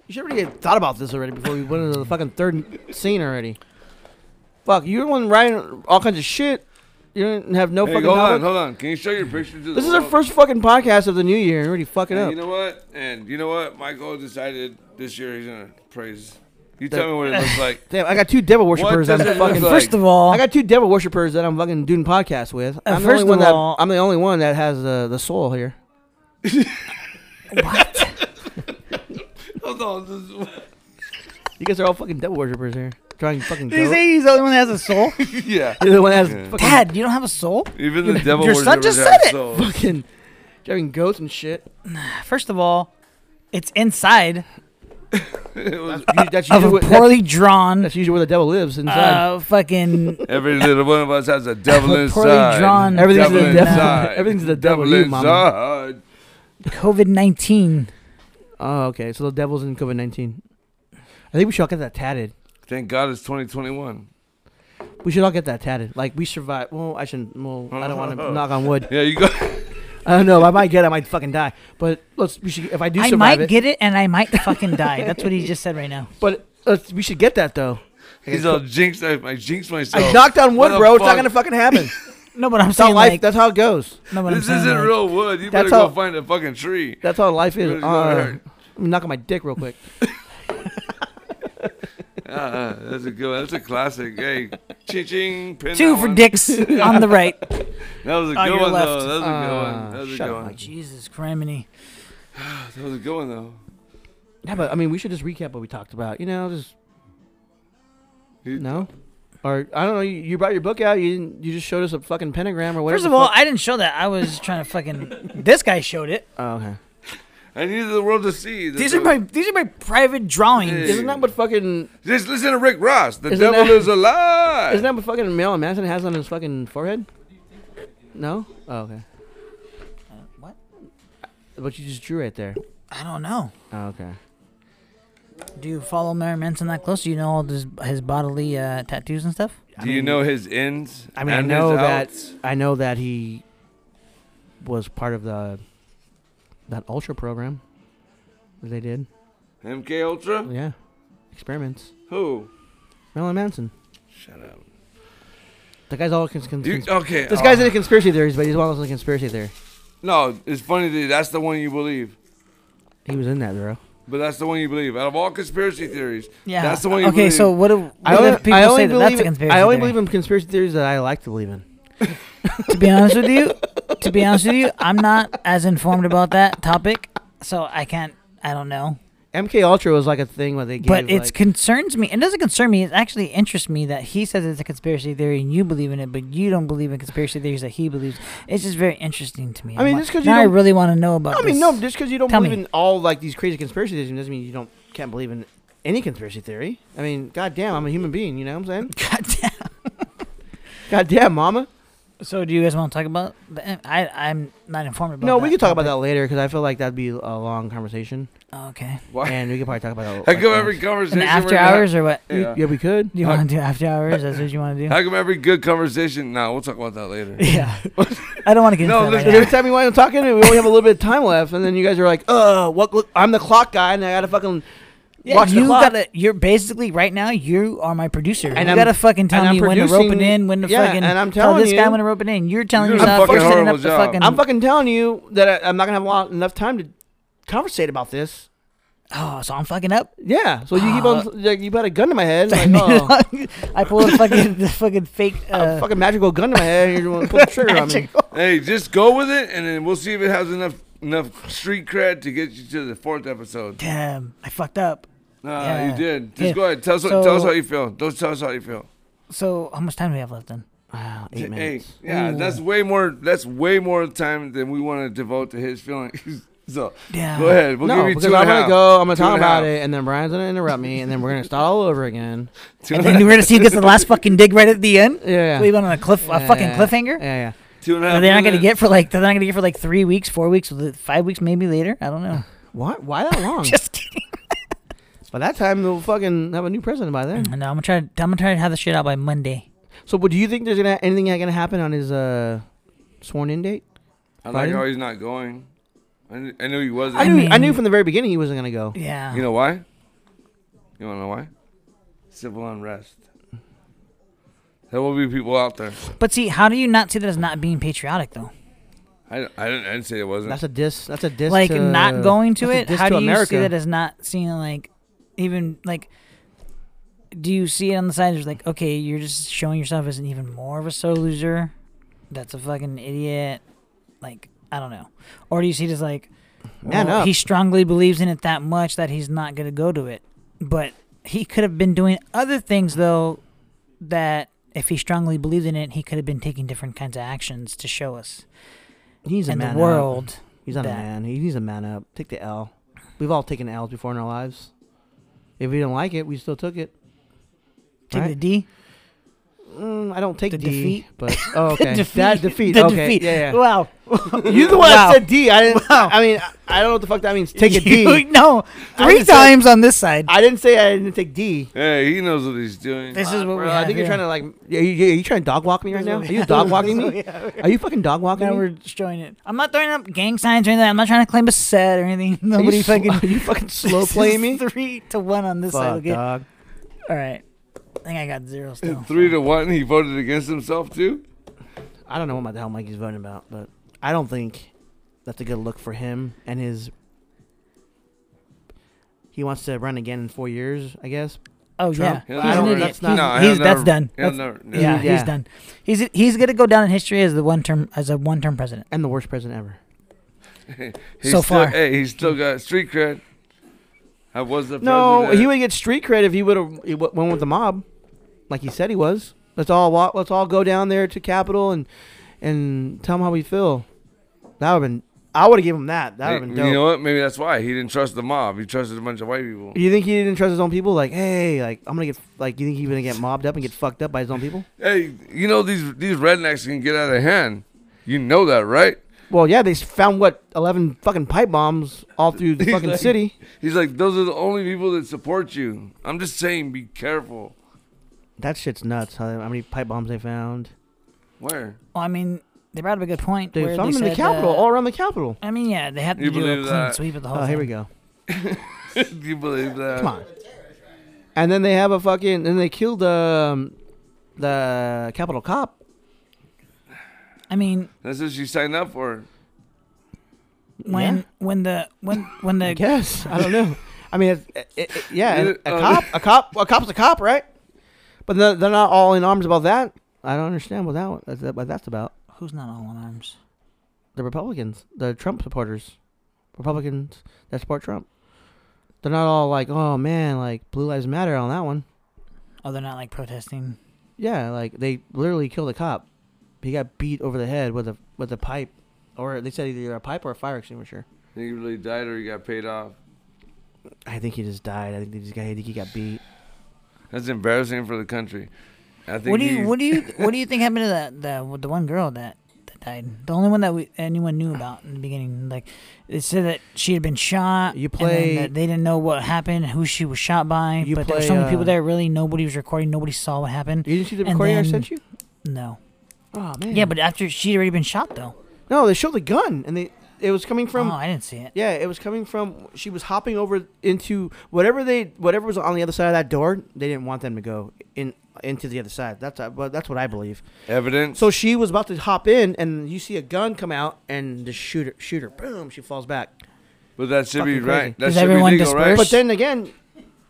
[SPEAKER 1] You should already have thought about this already before we went into the fucking third scene already. Fuck, you were the one writing all kinds of shit. You didn't have no
[SPEAKER 2] Hey,
[SPEAKER 1] fucking
[SPEAKER 2] hold on,
[SPEAKER 1] topic.
[SPEAKER 2] hold on. Can you show your picture to the
[SPEAKER 1] This is our
[SPEAKER 2] world?
[SPEAKER 1] first fucking podcast of the new year and you already fucking
[SPEAKER 2] And
[SPEAKER 1] up.
[SPEAKER 2] You know what? And you know what? Michael decided this year he's gonna praise. You
[SPEAKER 1] The-
[SPEAKER 2] tell me what it looks like.
[SPEAKER 1] Damn, I got two devil worshippers
[SPEAKER 2] does
[SPEAKER 1] I'm
[SPEAKER 2] it look
[SPEAKER 1] fucking
[SPEAKER 2] like?
[SPEAKER 3] First of all,
[SPEAKER 1] I got two devil worshippers that I'm fucking doing podcasts with. I'm the
[SPEAKER 3] uh, first
[SPEAKER 1] only one
[SPEAKER 3] of
[SPEAKER 1] that
[SPEAKER 3] all-
[SPEAKER 1] I'm the only one that has uh, the soul here.
[SPEAKER 3] what?
[SPEAKER 2] Hold on.
[SPEAKER 1] You guys are all fucking devil worshippers here. Trying fucking
[SPEAKER 3] Did he
[SPEAKER 1] goat.
[SPEAKER 3] say he's the only one that has a soul?
[SPEAKER 2] This is, yeah.
[SPEAKER 1] You're the one that has
[SPEAKER 2] Yeah.
[SPEAKER 1] fucking,
[SPEAKER 3] Dad, you don't have a soul?
[SPEAKER 2] Even the devil.
[SPEAKER 3] Your son
[SPEAKER 2] worshippers
[SPEAKER 3] just
[SPEAKER 2] have
[SPEAKER 3] said it.
[SPEAKER 2] souls.
[SPEAKER 1] fucking driving goats and shit.
[SPEAKER 3] First of all, it's inside
[SPEAKER 2] It was-
[SPEAKER 1] You- That's
[SPEAKER 3] Uh, of
[SPEAKER 1] usually
[SPEAKER 3] a
[SPEAKER 1] what- that's-
[SPEAKER 3] poorly drawn,
[SPEAKER 1] that's usually where the devil lives inside.
[SPEAKER 3] uh, fucking
[SPEAKER 2] Every little one of us has a devil
[SPEAKER 3] Poorly
[SPEAKER 2] inside.
[SPEAKER 3] drawn
[SPEAKER 1] Everything's
[SPEAKER 2] devil
[SPEAKER 1] the devil.
[SPEAKER 2] inside.
[SPEAKER 1] Everything's the devil, you mama.
[SPEAKER 2] inside.
[SPEAKER 3] COVID 19.
[SPEAKER 1] Oh, okay. So the devil's in COVID nineteen. I think we should all get that tatted.
[SPEAKER 2] Thank God it's 2021.
[SPEAKER 1] We should all get that tatted. Like we survived. Well, I shouldn't. Well, I don't want to knock on wood.
[SPEAKER 2] Yeah, you go.
[SPEAKER 1] I don't know. I might get. it. I might fucking die. But let's. We should. If I do
[SPEAKER 3] I
[SPEAKER 1] survive
[SPEAKER 3] might
[SPEAKER 1] it,
[SPEAKER 3] get it and I might fucking die. That's what he just said right now.
[SPEAKER 1] but let's, we should get that though.
[SPEAKER 2] He's all jinxed. I, I jinxed myself.
[SPEAKER 1] I knocked on wood,
[SPEAKER 2] What the
[SPEAKER 1] bro. It's not
[SPEAKER 2] fuck?
[SPEAKER 1] gonna fucking happen.
[SPEAKER 3] No, but I'm
[SPEAKER 1] That's how
[SPEAKER 3] saying
[SPEAKER 1] life.
[SPEAKER 3] like,
[SPEAKER 1] that's how it goes.
[SPEAKER 3] no, but I'm
[SPEAKER 2] This
[SPEAKER 3] saying,
[SPEAKER 2] isn't
[SPEAKER 3] like,
[SPEAKER 2] real wood. You
[SPEAKER 1] That's
[SPEAKER 2] better go
[SPEAKER 1] how-
[SPEAKER 2] find a fucking tree.
[SPEAKER 1] That's how life is.
[SPEAKER 2] It's
[SPEAKER 1] Uh,
[SPEAKER 2] gonna hurt.
[SPEAKER 1] let me knock on my dick real quick.
[SPEAKER 2] Uh, uh, that's a good. One. That's a classic. Hey, ching pin.
[SPEAKER 3] two
[SPEAKER 2] that
[SPEAKER 3] for
[SPEAKER 2] one.
[SPEAKER 3] dicks on the right.
[SPEAKER 2] That was a good
[SPEAKER 3] on your
[SPEAKER 2] one
[SPEAKER 3] left.
[SPEAKER 2] though. That was a good
[SPEAKER 1] Uh,
[SPEAKER 2] one. That was a
[SPEAKER 1] shut
[SPEAKER 2] good
[SPEAKER 1] up,
[SPEAKER 2] one.
[SPEAKER 1] Mike.
[SPEAKER 3] Jesus criminy.
[SPEAKER 2] That was a good one though.
[SPEAKER 1] Yeah, but I mean, we should just recap what we talked about. You know, just
[SPEAKER 2] You-
[SPEAKER 1] no. Or I don't know. You, you brought your book out. You didn't, you just showed us a fucking pentagram or whatever.
[SPEAKER 3] First
[SPEAKER 1] the
[SPEAKER 3] of all,
[SPEAKER 1] fuck-
[SPEAKER 3] I didn't show that. I was trying to fucking. This guy showed it.
[SPEAKER 1] oh, okay.
[SPEAKER 2] I needed the world to see. that
[SPEAKER 3] These
[SPEAKER 2] the-
[SPEAKER 3] are my these are my private drawings.
[SPEAKER 1] Isn't that what fucking
[SPEAKER 2] Just listen to Rick Ross. The
[SPEAKER 1] Isn't
[SPEAKER 2] devil
[SPEAKER 1] that-
[SPEAKER 2] is alive.
[SPEAKER 1] isn't that what fucking Marilyn Manson has on his fucking forehead? No. Oh, okay.
[SPEAKER 3] What?
[SPEAKER 1] What you just drew right there.
[SPEAKER 3] I don't know.
[SPEAKER 1] Oh, okay.
[SPEAKER 3] Do you follow Mary Manson that close? Do you know all his his bodily uh, tattoos and stuff?
[SPEAKER 2] Do you know his ins?
[SPEAKER 1] I mean, I
[SPEAKER 2] and
[SPEAKER 1] know
[SPEAKER 2] his
[SPEAKER 1] that
[SPEAKER 2] outs?
[SPEAKER 1] I know that he was part of the that ultra program that they did.
[SPEAKER 2] MK Ultra.
[SPEAKER 1] Yeah, experiments.
[SPEAKER 2] Who?
[SPEAKER 1] Marilyn Manson.
[SPEAKER 2] Shut up.
[SPEAKER 1] The guy's all cons- cons-
[SPEAKER 2] You, okay.
[SPEAKER 1] This
[SPEAKER 2] oh.
[SPEAKER 1] guy's into conspiracy theories, but he's one of those conspiracy theory.
[SPEAKER 2] No, it's funny that that's the one you believe.
[SPEAKER 1] He was in that, bro.
[SPEAKER 2] But that's the one you believe. Out of all conspiracy theories,
[SPEAKER 3] Yeah.
[SPEAKER 2] that's the one you
[SPEAKER 3] okay,
[SPEAKER 2] believe.
[SPEAKER 3] so what do what
[SPEAKER 1] I only,
[SPEAKER 3] if people
[SPEAKER 1] I only
[SPEAKER 3] say that
[SPEAKER 1] believe
[SPEAKER 3] that's a conspiracy?
[SPEAKER 1] I only
[SPEAKER 3] theory?
[SPEAKER 1] believe in conspiracy theories that I like to believe in.
[SPEAKER 3] to be honest with you, to be honest with you, I'm not as informed about that topic, so I can't. I don't know.
[SPEAKER 1] MK Ultra was like a thing where they gave.
[SPEAKER 3] But it
[SPEAKER 1] like-
[SPEAKER 3] concerns me. It doesn't concern me. It actually interests me that he says it's a conspiracy theory and you believe in it, but you don't believe in conspiracy theories that he believes. It's just very interesting to me.
[SPEAKER 1] I mean,
[SPEAKER 3] I'm
[SPEAKER 1] just
[SPEAKER 3] like,
[SPEAKER 1] 'cause you
[SPEAKER 3] now I
[SPEAKER 1] don't-
[SPEAKER 3] really want to know about.
[SPEAKER 1] I mean,
[SPEAKER 3] this.
[SPEAKER 1] no, just because you don't
[SPEAKER 3] Tell
[SPEAKER 1] believe
[SPEAKER 3] me.
[SPEAKER 1] in all like these crazy conspiracy theories doesn't mean you don't can't believe in any conspiracy theory. I mean, goddamn, I'm a human being. You know what I'm saying?
[SPEAKER 3] Goddamn.
[SPEAKER 1] Goddamn, mama.
[SPEAKER 3] So, do you guys want to talk about? The, I I'm not informed about.
[SPEAKER 1] no, we
[SPEAKER 3] that
[SPEAKER 1] could talk about
[SPEAKER 3] topic.
[SPEAKER 1] that later because I feel like that'd be a long conversation,
[SPEAKER 3] Okay.
[SPEAKER 2] Why?
[SPEAKER 1] and we could probably talk about it.
[SPEAKER 2] How
[SPEAKER 1] like,
[SPEAKER 2] come
[SPEAKER 1] uh,
[SPEAKER 2] every conversation
[SPEAKER 3] And
[SPEAKER 2] we're
[SPEAKER 3] after
[SPEAKER 2] gonna have-
[SPEAKER 3] hours or what?
[SPEAKER 2] Yeah.
[SPEAKER 1] Yeah, we could.
[SPEAKER 3] Do you
[SPEAKER 2] Uh,
[SPEAKER 3] want to do after hours? That's what you want to do?
[SPEAKER 2] How come every good conversation? No, we'll talk about that later.
[SPEAKER 3] Yeah. I don't want to get into
[SPEAKER 2] No,
[SPEAKER 3] that
[SPEAKER 1] And
[SPEAKER 2] listen-
[SPEAKER 3] right
[SPEAKER 1] every
[SPEAKER 3] now.
[SPEAKER 1] time we wind up talking, we only have a little bit of time left, and then you guys are like, "Uh, what? Look, I'm the clock guy, and I gotta fucking
[SPEAKER 3] Yeah,
[SPEAKER 1] watch
[SPEAKER 3] you
[SPEAKER 1] the clock."
[SPEAKER 3] gotta. You're basically right now. You are my producer.
[SPEAKER 1] And
[SPEAKER 3] you
[SPEAKER 1] I'm-
[SPEAKER 3] gotta fucking tell
[SPEAKER 1] and I'm
[SPEAKER 3] me when to rope it
[SPEAKER 1] producing-
[SPEAKER 3] in, when to
[SPEAKER 1] yeah,
[SPEAKER 3] fucking
[SPEAKER 1] and I'm
[SPEAKER 3] tell
[SPEAKER 1] telling
[SPEAKER 3] this guy
[SPEAKER 1] you-
[SPEAKER 3] when to rope it in. You're telling
[SPEAKER 2] You're doing a
[SPEAKER 3] yourself
[SPEAKER 2] fucking
[SPEAKER 3] you're setting up
[SPEAKER 2] horrible
[SPEAKER 3] the
[SPEAKER 2] job.
[SPEAKER 3] fucking.
[SPEAKER 1] I'm fucking telling you that I, I'm not gonna have a lot, enough time to conversate about this.
[SPEAKER 3] oh, so I'm fucking up.
[SPEAKER 1] Yeah, so you keep
[SPEAKER 3] Uh.
[SPEAKER 1] on like you put a gun to my head,
[SPEAKER 3] I
[SPEAKER 1] like, oh,
[SPEAKER 3] pulled a fucking the fucking fake.
[SPEAKER 1] a
[SPEAKER 3] Uh,
[SPEAKER 1] fucking magical gun to my head, and you're gonna pull the trigger on me.
[SPEAKER 2] Hey, just go with it, and then we'll see if it has enough enough street cred to get you to the fourth episode.
[SPEAKER 3] Damn, I fucked up.
[SPEAKER 2] No,
[SPEAKER 3] Yeah.
[SPEAKER 2] you did. Just
[SPEAKER 3] Yeah.
[SPEAKER 2] go ahead. Tell us,
[SPEAKER 3] So-
[SPEAKER 2] tell us how you feel. Don't tell us how you feel.
[SPEAKER 3] So how much time do we have left then?
[SPEAKER 1] Wow,
[SPEAKER 2] Hey,
[SPEAKER 1] eight minutes.
[SPEAKER 2] yeah,
[SPEAKER 3] Ooh.
[SPEAKER 2] that's way more. That's way more time than we want to devote to his feelings. so
[SPEAKER 3] Damn.
[SPEAKER 2] go ahead. We'll
[SPEAKER 1] no,
[SPEAKER 2] give you
[SPEAKER 1] because
[SPEAKER 2] two
[SPEAKER 1] I'm
[SPEAKER 2] and a
[SPEAKER 1] gonna
[SPEAKER 2] half.
[SPEAKER 1] go. I'm gonna
[SPEAKER 2] Two
[SPEAKER 1] talk
[SPEAKER 2] and a
[SPEAKER 1] about
[SPEAKER 2] half.
[SPEAKER 1] it, and then Brian's gonna interrupt me, and then we're gonna start all over again.
[SPEAKER 2] Two
[SPEAKER 3] And
[SPEAKER 2] and,
[SPEAKER 3] then
[SPEAKER 2] a-
[SPEAKER 3] we're gonna see who gets the last fucking dig right at the end.
[SPEAKER 1] Yeah,
[SPEAKER 3] We
[SPEAKER 1] yeah,
[SPEAKER 3] went on a cliff, a
[SPEAKER 1] Yeah,
[SPEAKER 3] fucking
[SPEAKER 1] yeah,
[SPEAKER 3] cliffhanger.
[SPEAKER 1] yeah.
[SPEAKER 2] two and a half
[SPEAKER 3] That they're not gonna
[SPEAKER 2] minutes.
[SPEAKER 3] get for like they're not gonna get for like three weeks, four weeks, five weeks, maybe later. I don't know.
[SPEAKER 1] What? Why that long?
[SPEAKER 3] Just kidding.
[SPEAKER 1] by that time, they'll fucking have a new president by then.
[SPEAKER 3] No, I'm gonna try. To, I'm gonna try to have the shit out by Monday.
[SPEAKER 1] So, what do you think there's gonna anything gonna happen on his uh, sworn in date?
[SPEAKER 2] I like
[SPEAKER 1] Biden?
[SPEAKER 2] how he's not going. I knew, I knew he wasn't.
[SPEAKER 1] I, knew I
[SPEAKER 3] mean-
[SPEAKER 1] knew from the very beginning he wasn't gonna go.
[SPEAKER 3] Yeah.
[SPEAKER 2] you know why? You want to know why? Civil unrest. There will be people out there.
[SPEAKER 3] but see, how do you not see that as not being patriotic though?
[SPEAKER 2] I, I, didn't, I didn't say it wasn't.
[SPEAKER 1] That's a diss. That's a diss.
[SPEAKER 3] like
[SPEAKER 1] to-
[SPEAKER 3] not going to
[SPEAKER 1] that's a
[SPEAKER 3] it.
[SPEAKER 1] diss
[SPEAKER 3] How
[SPEAKER 1] to
[SPEAKER 3] do you
[SPEAKER 1] America.
[SPEAKER 3] see that as not seeing like even like? Do you see it on the side? There's like, okay, you're just showing yourself as an even more of a so loser. That's a fucking idiot. Like I don't know. Or do you see it as like,
[SPEAKER 1] Man
[SPEAKER 3] well,
[SPEAKER 1] up.
[SPEAKER 3] he strongly believes in it that much that he's not gonna go to it. But he could have been doing other things though that if he strongly believed in it, he could have been taking different kinds of actions to show us
[SPEAKER 1] He's a
[SPEAKER 3] in
[SPEAKER 1] man
[SPEAKER 3] the
[SPEAKER 1] up.
[SPEAKER 3] world.
[SPEAKER 1] He's not
[SPEAKER 3] that-
[SPEAKER 1] a man. He needs a man up. Take the L. We've all taken L's before in our lives. If we didn't like it, we still took it.
[SPEAKER 3] Take
[SPEAKER 1] Right?
[SPEAKER 3] the D.
[SPEAKER 1] Mm, I don't take
[SPEAKER 3] The
[SPEAKER 1] D,
[SPEAKER 3] defeat.
[SPEAKER 1] but oh, okay,
[SPEAKER 3] defeat.
[SPEAKER 1] that defeat.
[SPEAKER 3] The
[SPEAKER 1] okay,
[SPEAKER 3] defeat.
[SPEAKER 1] yeah, yeah.
[SPEAKER 3] Wow.
[SPEAKER 1] You the one
[SPEAKER 3] Wow.
[SPEAKER 1] that said D. I didn't. I mean, I, I don't know what the fuck that means. Take a D.
[SPEAKER 3] You- No,
[SPEAKER 1] I
[SPEAKER 3] three
[SPEAKER 1] just said-
[SPEAKER 3] times on this side.
[SPEAKER 1] I didn't say I didn't take D.
[SPEAKER 2] hey, he knows what he's doing.
[SPEAKER 3] this is what
[SPEAKER 1] Bro,
[SPEAKER 3] we
[SPEAKER 1] I
[SPEAKER 3] have.
[SPEAKER 1] think you're
[SPEAKER 3] yeah.
[SPEAKER 1] trying to like. Yeah, you, you, you trying to dog walk me right
[SPEAKER 3] That's
[SPEAKER 1] now?
[SPEAKER 3] what we
[SPEAKER 1] Are you
[SPEAKER 3] have.
[SPEAKER 1] dog walking
[SPEAKER 3] That's
[SPEAKER 1] me?
[SPEAKER 3] what we have.
[SPEAKER 1] Are you fucking dog walking
[SPEAKER 3] Now
[SPEAKER 1] me?
[SPEAKER 3] we're showing it. I'm not throwing up gang signs or anything. I'm not trying to claim a set or anything.
[SPEAKER 1] Are
[SPEAKER 3] Nobody
[SPEAKER 1] you, sl-
[SPEAKER 3] fucking
[SPEAKER 1] are you fucking slow
[SPEAKER 3] This is
[SPEAKER 1] playing me?
[SPEAKER 3] Three to one on this side.
[SPEAKER 1] Fuck,
[SPEAKER 3] Okay.
[SPEAKER 1] dog.
[SPEAKER 3] All right. I think I got zero still.
[SPEAKER 2] Three to one. He voted against himself too.
[SPEAKER 1] I don't know what the hell Mikey's voting about, but I don't think that's a good look for him and his. He wants to run again in four years, I guess.
[SPEAKER 3] Oh
[SPEAKER 1] Trump?
[SPEAKER 3] yeah.
[SPEAKER 2] He'll
[SPEAKER 3] He's an
[SPEAKER 2] never-
[SPEAKER 3] idiot.
[SPEAKER 2] no, he'll
[SPEAKER 3] He's- he's- that's
[SPEAKER 2] never-
[SPEAKER 3] done.
[SPEAKER 2] he'll
[SPEAKER 3] That's-
[SPEAKER 2] never-
[SPEAKER 3] yeah,
[SPEAKER 1] Yeah.
[SPEAKER 3] he's done. He's he's gonna go down in history as the one term as a one term president.
[SPEAKER 1] And the worst president ever.
[SPEAKER 2] He's still,
[SPEAKER 3] So far.
[SPEAKER 2] hey, he's still got street cred. I was the
[SPEAKER 1] No,
[SPEAKER 2] president.
[SPEAKER 1] he would get street cred if he would have went with the mob, like he said he was. Let's all walk. Let's all go down there to Capitol and and tell him how we feel. That would have been. I would have given him that. That would have
[SPEAKER 2] Hey,
[SPEAKER 1] been dope.
[SPEAKER 2] you know what? Maybe that's why he didn't trust the mob. He trusted a bunch of white people.
[SPEAKER 1] You think he didn't trust his own people? Like, hey, like I'm gonna get like. You think he's gonna get mobbed up and get fucked up by his own people?
[SPEAKER 2] Hey, you know these these rednecks can get out of hand. You know that, right?
[SPEAKER 1] Well, yeah, they s- found what eleven fucking pipe bombs all through the
[SPEAKER 2] He's
[SPEAKER 1] fucking
[SPEAKER 2] like-
[SPEAKER 1] city.
[SPEAKER 2] He's like, those are the only people that support you. I'm just saying, be careful.
[SPEAKER 1] That shit's nuts. How, how many pipe bombs they found?
[SPEAKER 2] Where?
[SPEAKER 3] Well, I mean, they brought up a good point.
[SPEAKER 1] They
[SPEAKER 3] where
[SPEAKER 1] found them in the
[SPEAKER 3] said, uh,
[SPEAKER 1] capital, all around the capital.
[SPEAKER 3] I mean, yeah, they had to
[SPEAKER 2] You
[SPEAKER 3] do a
[SPEAKER 2] believe
[SPEAKER 3] clean
[SPEAKER 2] that?
[SPEAKER 3] sweep of the whole
[SPEAKER 1] Oh, here we
[SPEAKER 3] thing.
[SPEAKER 1] go.
[SPEAKER 2] Do you believe that?
[SPEAKER 1] Come on. And then they have a fucking. Then they killed um, the capital cop.
[SPEAKER 3] I mean,
[SPEAKER 2] That's what she signed up for.
[SPEAKER 3] when when the when when
[SPEAKER 1] I
[SPEAKER 3] the
[SPEAKER 1] guess I don't know. I mean, it, it, it, yeah, and a
[SPEAKER 2] Uh,
[SPEAKER 1] cop, a cop, a cop's a cop, right? But they're, they're not all in arms about that. I don't understand what that what- what that's about.
[SPEAKER 3] who's not all in arms?
[SPEAKER 1] The Republicans, the Trump supporters, Republicans that support Trump. They're not all like, oh man, like Blue Lives Matter on that one.
[SPEAKER 3] Oh, they're not like protesting.
[SPEAKER 1] Yeah, like they literally killed a cop. He got beat over the head with a with a pipe, or they said either a pipe or a fire extinguisher.
[SPEAKER 2] He really died or he got paid off.
[SPEAKER 1] I think he just died. I think this guy. I think he got beat.
[SPEAKER 2] That's embarrassing for the country. I think
[SPEAKER 3] What do
[SPEAKER 2] he-
[SPEAKER 3] you what do you what do you think happened to that the the one girl that that died? The only one that we anyone knew about in the beginning. Like it said that she had been shot.
[SPEAKER 1] You
[SPEAKER 3] and then
[SPEAKER 1] play-
[SPEAKER 3] that they didn't know what happened, who she was shot by.
[SPEAKER 1] You
[SPEAKER 3] but there were
[SPEAKER 1] play,
[SPEAKER 3] so many
[SPEAKER 1] uh,
[SPEAKER 3] people there. Really, nobody was recording. Nobody saw what happened.
[SPEAKER 1] You didn't see the
[SPEAKER 3] And
[SPEAKER 1] recording I
[SPEAKER 3] then-
[SPEAKER 1] sent you?
[SPEAKER 3] No.
[SPEAKER 1] Oh man.
[SPEAKER 3] Yeah, but after she'd already been shot though.
[SPEAKER 1] no, they showed the gun, and they it was coming from.
[SPEAKER 3] oh, I didn't see it.
[SPEAKER 1] Yeah, it was coming from. She was hopping over into whatever they whatever was on the other side of that door. They didn't want them to go in into the other side. That's uh, well, that's what I believe.
[SPEAKER 2] Evidence.
[SPEAKER 1] So she was about to hop in, and you see a gun come out, and the shooter shooter, boom, she falls back.
[SPEAKER 2] but that should be
[SPEAKER 1] fucking
[SPEAKER 2] right.
[SPEAKER 1] crazy.
[SPEAKER 2] That
[SPEAKER 3] Is
[SPEAKER 2] should be
[SPEAKER 3] everyone
[SPEAKER 2] legal, right?
[SPEAKER 1] But then again,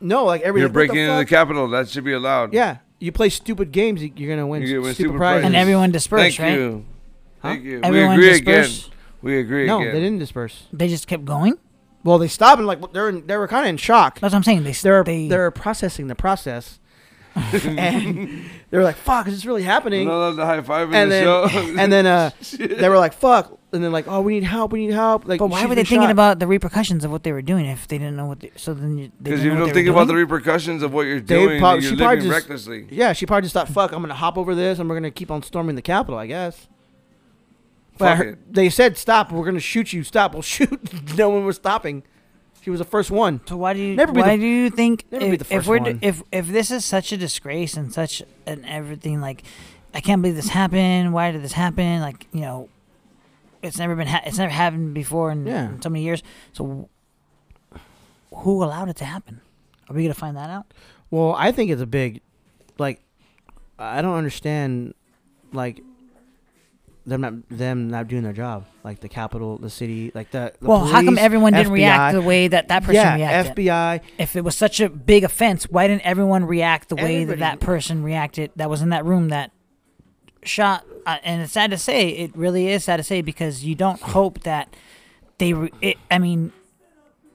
[SPEAKER 1] no, like every
[SPEAKER 2] You're
[SPEAKER 1] what
[SPEAKER 2] breaking into the
[SPEAKER 1] fuck?
[SPEAKER 2] Capitol. That should be allowed.
[SPEAKER 1] Yeah, you play stupid games, you- you're gonna win,
[SPEAKER 2] You get
[SPEAKER 1] stupid,
[SPEAKER 2] win stupid
[SPEAKER 1] prizes.
[SPEAKER 2] prizes.
[SPEAKER 3] And everyone dispersed,
[SPEAKER 2] Thank
[SPEAKER 3] right?
[SPEAKER 2] you. Thank you.
[SPEAKER 3] Everyone
[SPEAKER 2] we agree
[SPEAKER 3] disperse?
[SPEAKER 2] again. We agree
[SPEAKER 1] no,
[SPEAKER 2] again.
[SPEAKER 1] they didn't disperse.
[SPEAKER 3] They just kept going.
[SPEAKER 1] Well, they stopped and like they're in, they were kind of in shock.
[SPEAKER 3] That's what I'm saying. They
[SPEAKER 1] They're
[SPEAKER 3] they
[SPEAKER 1] they're processing the process, and they were like, "Fuck, is this really happening?"
[SPEAKER 2] No, that's a high five in
[SPEAKER 1] and
[SPEAKER 2] the
[SPEAKER 1] then
[SPEAKER 2] show.
[SPEAKER 1] and then uh, they were like, "Fuck," and then like, "Oh, we need help, we need help." Like,
[SPEAKER 3] But why
[SPEAKER 1] she's
[SPEAKER 3] were they
[SPEAKER 1] been
[SPEAKER 3] thinking
[SPEAKER 1] shot.
[SPEAKER 3] about the repercussions of what they were doing if they didn't know what? They, so then you
[SPEAKER 2] Because if you don't think about the repercussions of what you're
[SPEAKER 1] They
[SPEAKER 2] doing,
[SPEAKER 1] prob-
[SPEAKER 2] you're
[SPEAKER 1] she probably
[SPEAKER 2] living
[SPEAKER 1] just-
[SPEAKER 2] recklessly.
[SPEAKER 1] Yeah, she probably just thought, "Fuck, I'm gonna hop over this, and we're gonna keep on storming the Capitol." I guess. But I
[SPEAKER 2] Fuck
[SPEAKER 1] heard- they said, "Stop! We're gonna shoot you! Stop! We'll shoot!" no one was stopping. She was the first one.
[SPEAKER 3] So why do you
[SPEAKER 1] Never be
[SPEAKER 3] why
[SPEAKER 1] the-
[SPEAKER 3] do you think
[SPEAKER 1] never
[SPEAKER 3] if,
[SPEAKER 1] be the
[SPEAKER 3] if
[SPEAKER 1] first
[SPEAKER 3] we're
[SPEAKER 1] one.
[SPEAKER 3] if if this is such a disgrace and such an everything like I can't believe this happened. Why did this happen? Like you know, it's never been ha- it's never happened before in,
[SPEAKER 1] Yeah.
[SPEAKER 3] in so many years. So who allowed it to happen? Are we gonna find that out?
[SPEAKER 1] Well, I think it's a big, like, I don't understand, like, them not them not doing their job, like the Capitol, the city, like the. the
[SPEAKER 3] well, how come
[SPEAKER 1] police,
[SPEAKER 3] everyone didn't
[SPEAKER 1] FBI.
[SPEAKER 3] react the way that that person
[SPEAKER 1] yeah,
[SPEAKER 3] reacted?
[SPEAKER 1] FBI.
[SPEAKER 3] if it was such a big offense, why didn't everyone react the way that
[SPEAKER 1] Everybody-
[SPEAKER 3] that person reacted that was in that room that shot? Uh, and it's sad to say, it really is sad to say because you don't hope that they. Re- it, I mean,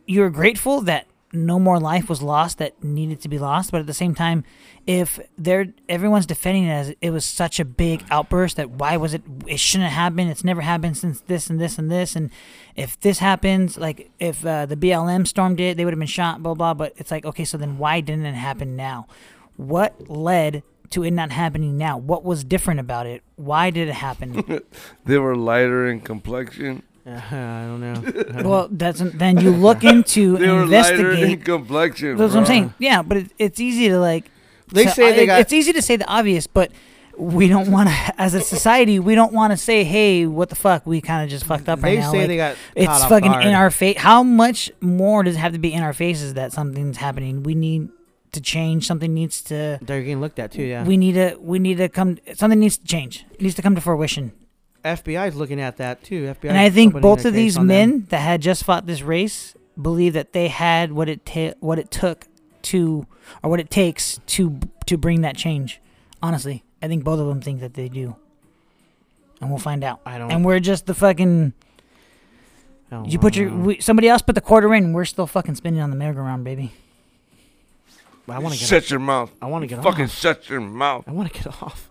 [SPEAKER 3] you're grateful that no more life was lost that needed to be lost, but at the same time, if they're everyone's defending it as it was such a big outburst that why was it? It shouldn't have happened. It's never happened since this and this and this. And if this happens, like if uh, the BLM stormed it, they would have been shot. Blah blah. But it's like okay, so then why didn't it happen now? What led to it not happening now? What was different about it? Why did it happen?
[SPEAKER 2] They were lighter in complexion.
[SPEAKER 1] I don't know.
[SPEAKER 3] well, that's then you look into
[SPEAKER 2] They
[SPEAKER 3] and
[SPEAKER 2] were lighter
[SPEAKER 3] investigate.
[SPEAKER 2] in complexion.
[SPEAKER 3] That's what I'm
[SPEAKER 2] bro.
[SPEAKER 3] saying. Yeah, but it, it's easy to like.
[SPEAKER 1] They
[SPEAKER 3] to-
[SPEAKER 1] say they
[SPEAKER 3] it-
[SPEAKER 1] got-
[SPEAKER 3] It's easy to say the obvious, but we don't want to. As a society, we don't want to say, "Hey, what the fuck? We kind of just fucked up right
[SPEAKER 1] they
[SPEAKER 3] now."
[SPEAKER 1] say
[SPEAKER 3] Like,
[SPEAKER 1] they got. caught
[SPEAKER 3] it's
[SPEAKER 1] off
[SPEAKER 3] fucking
[SPEAKER 1] guard.
[SPEAKER 3] in our face. How much more does it have to be in our faces that something's happening? We need to change. Something needs to.
[SPEAKER 1] They're getting looked at too. Yeah.
[SPEAKER 3] We need to. We need to come. Something needs to change. It needs to come to fruition.
[SPEAKER 1] FBI is looking at that too. FBI.
[SPEAKER 3] And I think both of these men that had just fought this race believe that they had what it ta- what it took to or what it takes to to bring that change. Honestly, I think both of them think that they do. And we'll find out.
[SPEAKER 1] I don't.
[SPEAKER 3] And we're just the fucking
[SPEAKER 1] I don't
[SPEAKER 3] you put your
[SPEAKER 1] know. Uh,
[SPEAKER 3] we, somebody else put the quarter in, we're still fucking spinning on the merry-go-round, baby.
[SPEAKER 1] I want to get.
[SPEAKER 2] Shut your mouth.
[SPEAKER 1] I want to get
[SPEAKER 2] Fucking
[SPEAKER 1] off.
[SPEAKER 2] shut your mouth.
[SPEAKER 1] I want to get off.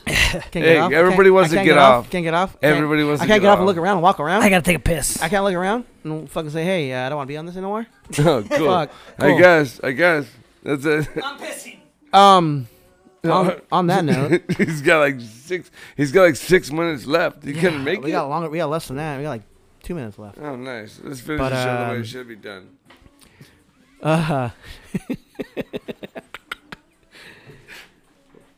[SPEAKER 1] Can't
[SPEAKER 2] Hey,
[SPEAKER 1] off?
[SPEAKER 2] everybody
[SPEAKER 1] Can't-
[SPEAKER 2] wants
[SPEAKER 1] I
[SPEAKER 2] to
[SPEAKER 1] can't
[SPEAKER 2] get off.
[SPEAKER 1] Can't get off. Can't-
[SPEAKER 2] Everybody wants
[SPEAKER 1] I
[SPEAKER 2] to
[SPEAKER 1] can't
[SPEAKER 2] get
[SPEAKER 1] get off and
[SPEAKER 2] off.
[SPEAKER 1] look around and walk around.
[SPEAKER 3] I got to take a piss.
[SPEAKER 1] I can't look around and fucking say, hey, uh, I don't want to be on this anymore.
[SPEAKER 2] Oh, cool.
[SPEAKER 1] Fuck.
[SPEAKER 2] I
[SPEAKER 1] Cool.
[SPEAKER 2] guess. I guess. That's it.
[SPEAKER 3] I'm pissing.
[SPEAKER 1] Um, on, on that note,
[SPEAKER 2] he's got like six. He's got like six minutes left. He couldn't make
[SPEAKER 1] we
[SPEAKER 2] it.
[SPEAKER 1] got longer. We got less than that. We got like two minutes left.
[SPEAKER 2] oh, nice. Let's finish
[SPEAKER 1] But,
[SPEAKER 2] the show the way
[SPEAKER 1] um,
[SPEAKER 2] it should be done.
[SPEAKER 3] Uh-huh.
[SPEAKER 1] Uh,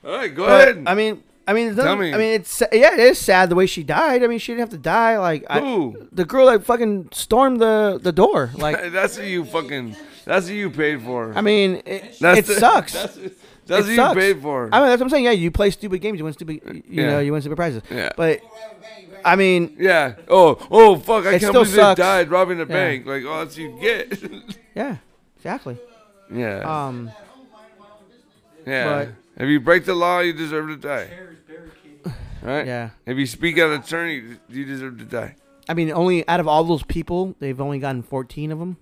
[SPEAKER 2] All right, go
[SPEAKER 1] but,
[SPEAKER 2] ahead.
[SPEAKER 1] I mean, I mean, it
[SPEAKER 2] Tell
[SPEAKER 1] doesn't-
[SPEAKER 2] me.
[SPEAKER 1] I mean, it's yeah, it is sad the way she died. I mean, she didn't have to die. Like, I,
[SPEAKER 2] Who?
[SPEAKER 1] the girl that fucking stormed the the door. Like,
[SPEAKER 2] that's who you fucking. That's who you paid for.
[SPEAKER 1] I mean, it,
[SPEAKER 2] That's
[SPEAKER 1] it
[SPEAKER 2] the-
[SPEAKER 1] sucks.
[SPEAKER 2] That's, that's
[SPEAKER 1] It
[SPEAKER 2] who you
[SPEAKER 1] sucks.
[SPEAKER 2] paid for.
[SPEAKER 1] I mean, that's what I'm saying. Yeah, you play stupid games, you win stupid. You
[SPEAKER 2] Yeah.
[SPEAKER 1] know, you win stupid prizes.
[SPEAKER 2] Yeah.
[SPEAKER 1] But I mean,
[SPEAKER 2] yeah. Oh. Oh. Fuck. I
[SPEAKER 1] It
[SPEAKER 2] can't
[SPEAKER 1] still
[SPEAKER 2] believe
[SPEAKER 1] sucks.
[SPEAKER 2] they died robbing a bank. Like, oh, that's you get.
[SPEAKER 1] yeah, exactly.
[SPEAKER 2] yeah.
[SPEAKER 1] Um,
[SPEAKER 2] yeah.
[SPEAKER 1] but-
[SPEAKER 2] If you break the law, you deserve to die. Right.
[SPEAKER 1] yeah.
[SPEAKER 2] If you speak out of turn, you, you deserve to die.
[SPEAKER 1] I mean, only out of all those people, they've only gotten 14 of them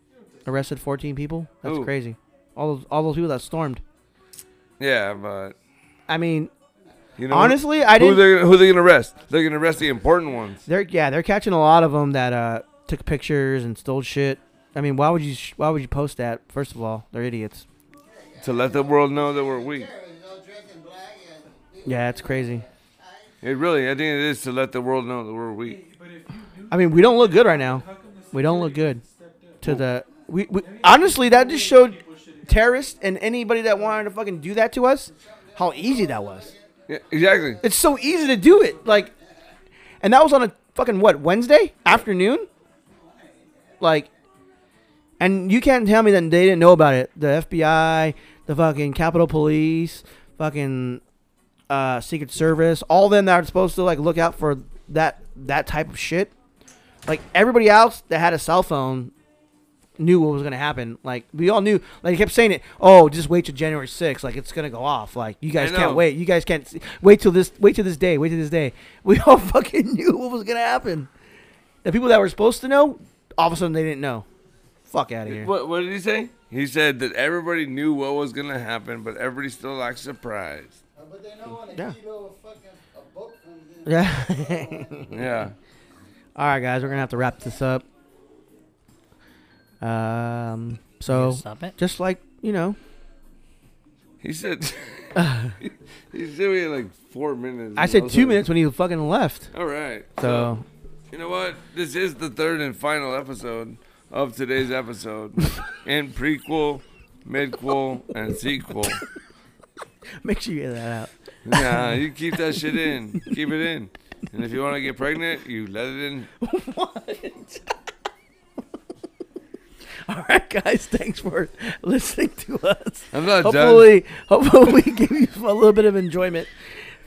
[SPEAKER 1] arrested. 14 people. That's
[SPEAKER 2] Who?
[SPEAKER 1] crazy. All those all those people that stormed.
[SPEAKER 2] Yeah, but
[SPEAKER 1] I mean,
[SPEAKER 2] you know,
[SPEAKER 1] honestly, I didn't.
[SPEAKER 2] who they who they gonna arrest? They're gonna arrest the important ones.
[SPEAKER 1] They're yeah, they're catching a lot of them that uh took pictures and stole shit. I mean, why would you sh- why would you post that? First of all, they're idiots.
[SPEAKER 2] to let the world know that we're weak.
[SPEAKER 1] Yeah, it's crazy.
[SPEAKER 2] It really, I think it is to let the world know that we're weak.
[SPEAKER 1] I mean, we don't look good right now. We don't look good to the we, we honestly that just showed terrorists and anybody that wanted to fucking do that to us how easy that was.
[SPEAKER 2] Yeah, exactly.
[SPEAKER 1] It's so easy to do it. Like and that was on a fucking what, Wednesday afternoon? Like and you can't tell me that they didn't know about it. The FBI, the fucking Capitol Police, fucking uh, Secret Service, all them that are supposed to like look out for that that type of shit. Like everybody else that had a cell phone knew what was gonna happen. Like we all knew. Like he kept saying it. Oh, just wait till January 6th. Like it's gonna go off. Like you guys
[SPEAKER 2] I know.
[SPEAKER 1] can't wait. You guys can't s- wait till this. Wait till this day. Wait till this day. We all fucking knew what was gonna happen. The people that were supposed to know, all of a sudden they didn't know. Fuck out of here.
[SPEAKER 2] What What did he say? He said that everybody knew what was gonna happen, but everybody still like surprised.
[SPEAKER 6] But they know when a
[SPEAKER 1] Yeah.
[SPEAKER 6] kilo of fucking a boat comes in.
[SPEAKER 1] Yeah.
[SPEAKER 2] Yeah.
[SPEAKER 1] All right, guys, we're gonna have to wrap this up. Um, so
[SPEAKER 3] Stop it.
[SPEAKER 1] just like you know,
[SPEAKER 2] He said. he said we had like four minutes.
[SPEAKER 1] I said two minutes when he fucking left.
[SPEAKER 2] All right.
[SPEAKER 1] So
[SPEAKER 2] You know what? This is the third and final episode of today's episode, and prequel, midquel, and sequel.
[SPEAKER 1] make sure you get that out.
[SPEAKER 2] Nah, you keep that shit in. Keep it in. And if you want to get pregnant, you let it in.
[SPEAKER 1] All right, guys, thanks for listening to us.
[SPEAKER 2] I'm not done.
[SPEAKER 1] Hopefully, hopefully we give you a little bit of enjoyment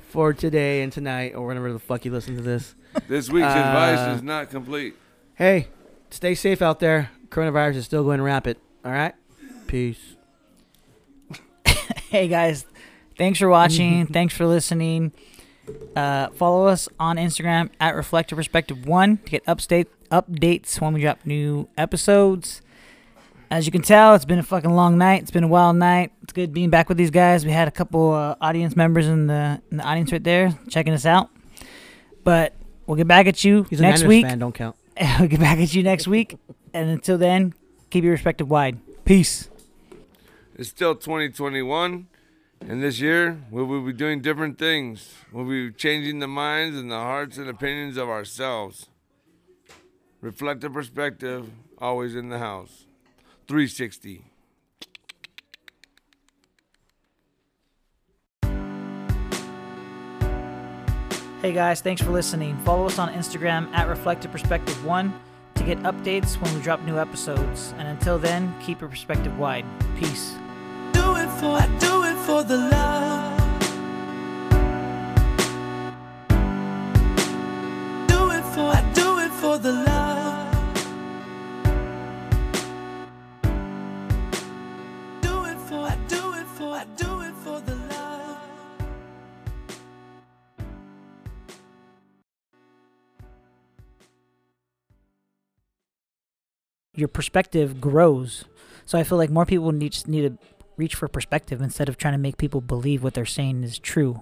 [SPEAKER 1] for today and tonight or whenever the fuck you listen to this.
[SPEAKER 2] This week's advice
[SPEAKER 1] Uh,
[SPEAKER 2] is not complete.
[SPEAKER 1] Hey, stay safe out there. Coronavirus is still going rapid. All right, peace.
[SPEAKER 3] Hey guys, thanks for watching. thanks for listening. Uh, follow us on Instagram at Reflective Perspective One to get update updates when we drop new episodes. As you can tell, it's been a fucking long night. It's been a wild night. It's good being back with these guys. We had a couple uh, audience members in the in the audience right there checking us out. But we'll get back at you
[SPEAKER 1] He's a
[SPEAKER 3] next
[SPEAKER 1] Niners
[SPEAKER 3] week.
[SPEAKER 1] fan. Don't count.
[SPEAKER 3] we'll get back at you next week. And until then, keep your perspective wide. Peace.
[SPEAKER 2] It's still 2021, and this year we will be doing different things. We'll be changing the minds and the hearts and opinions of ourselves. Reflective perspective, always in the house. 360.
[SPEAKER 3] Hey guys, thanks for listening. Follow us on Instagram at Reflective Perspective One to get updates when we drop new episodes. And until then, keep your perspective wide. Peace.
[SPEAKER 7] do it for, I do it for the love. Do it for, I do it for the love. Do it for, I do it for, I do it for the love.
[SPEAKER 3] Your perspective grows. So I feel like more people need, just need to reach for perspective instead of trying to make people believe what they're saying is true.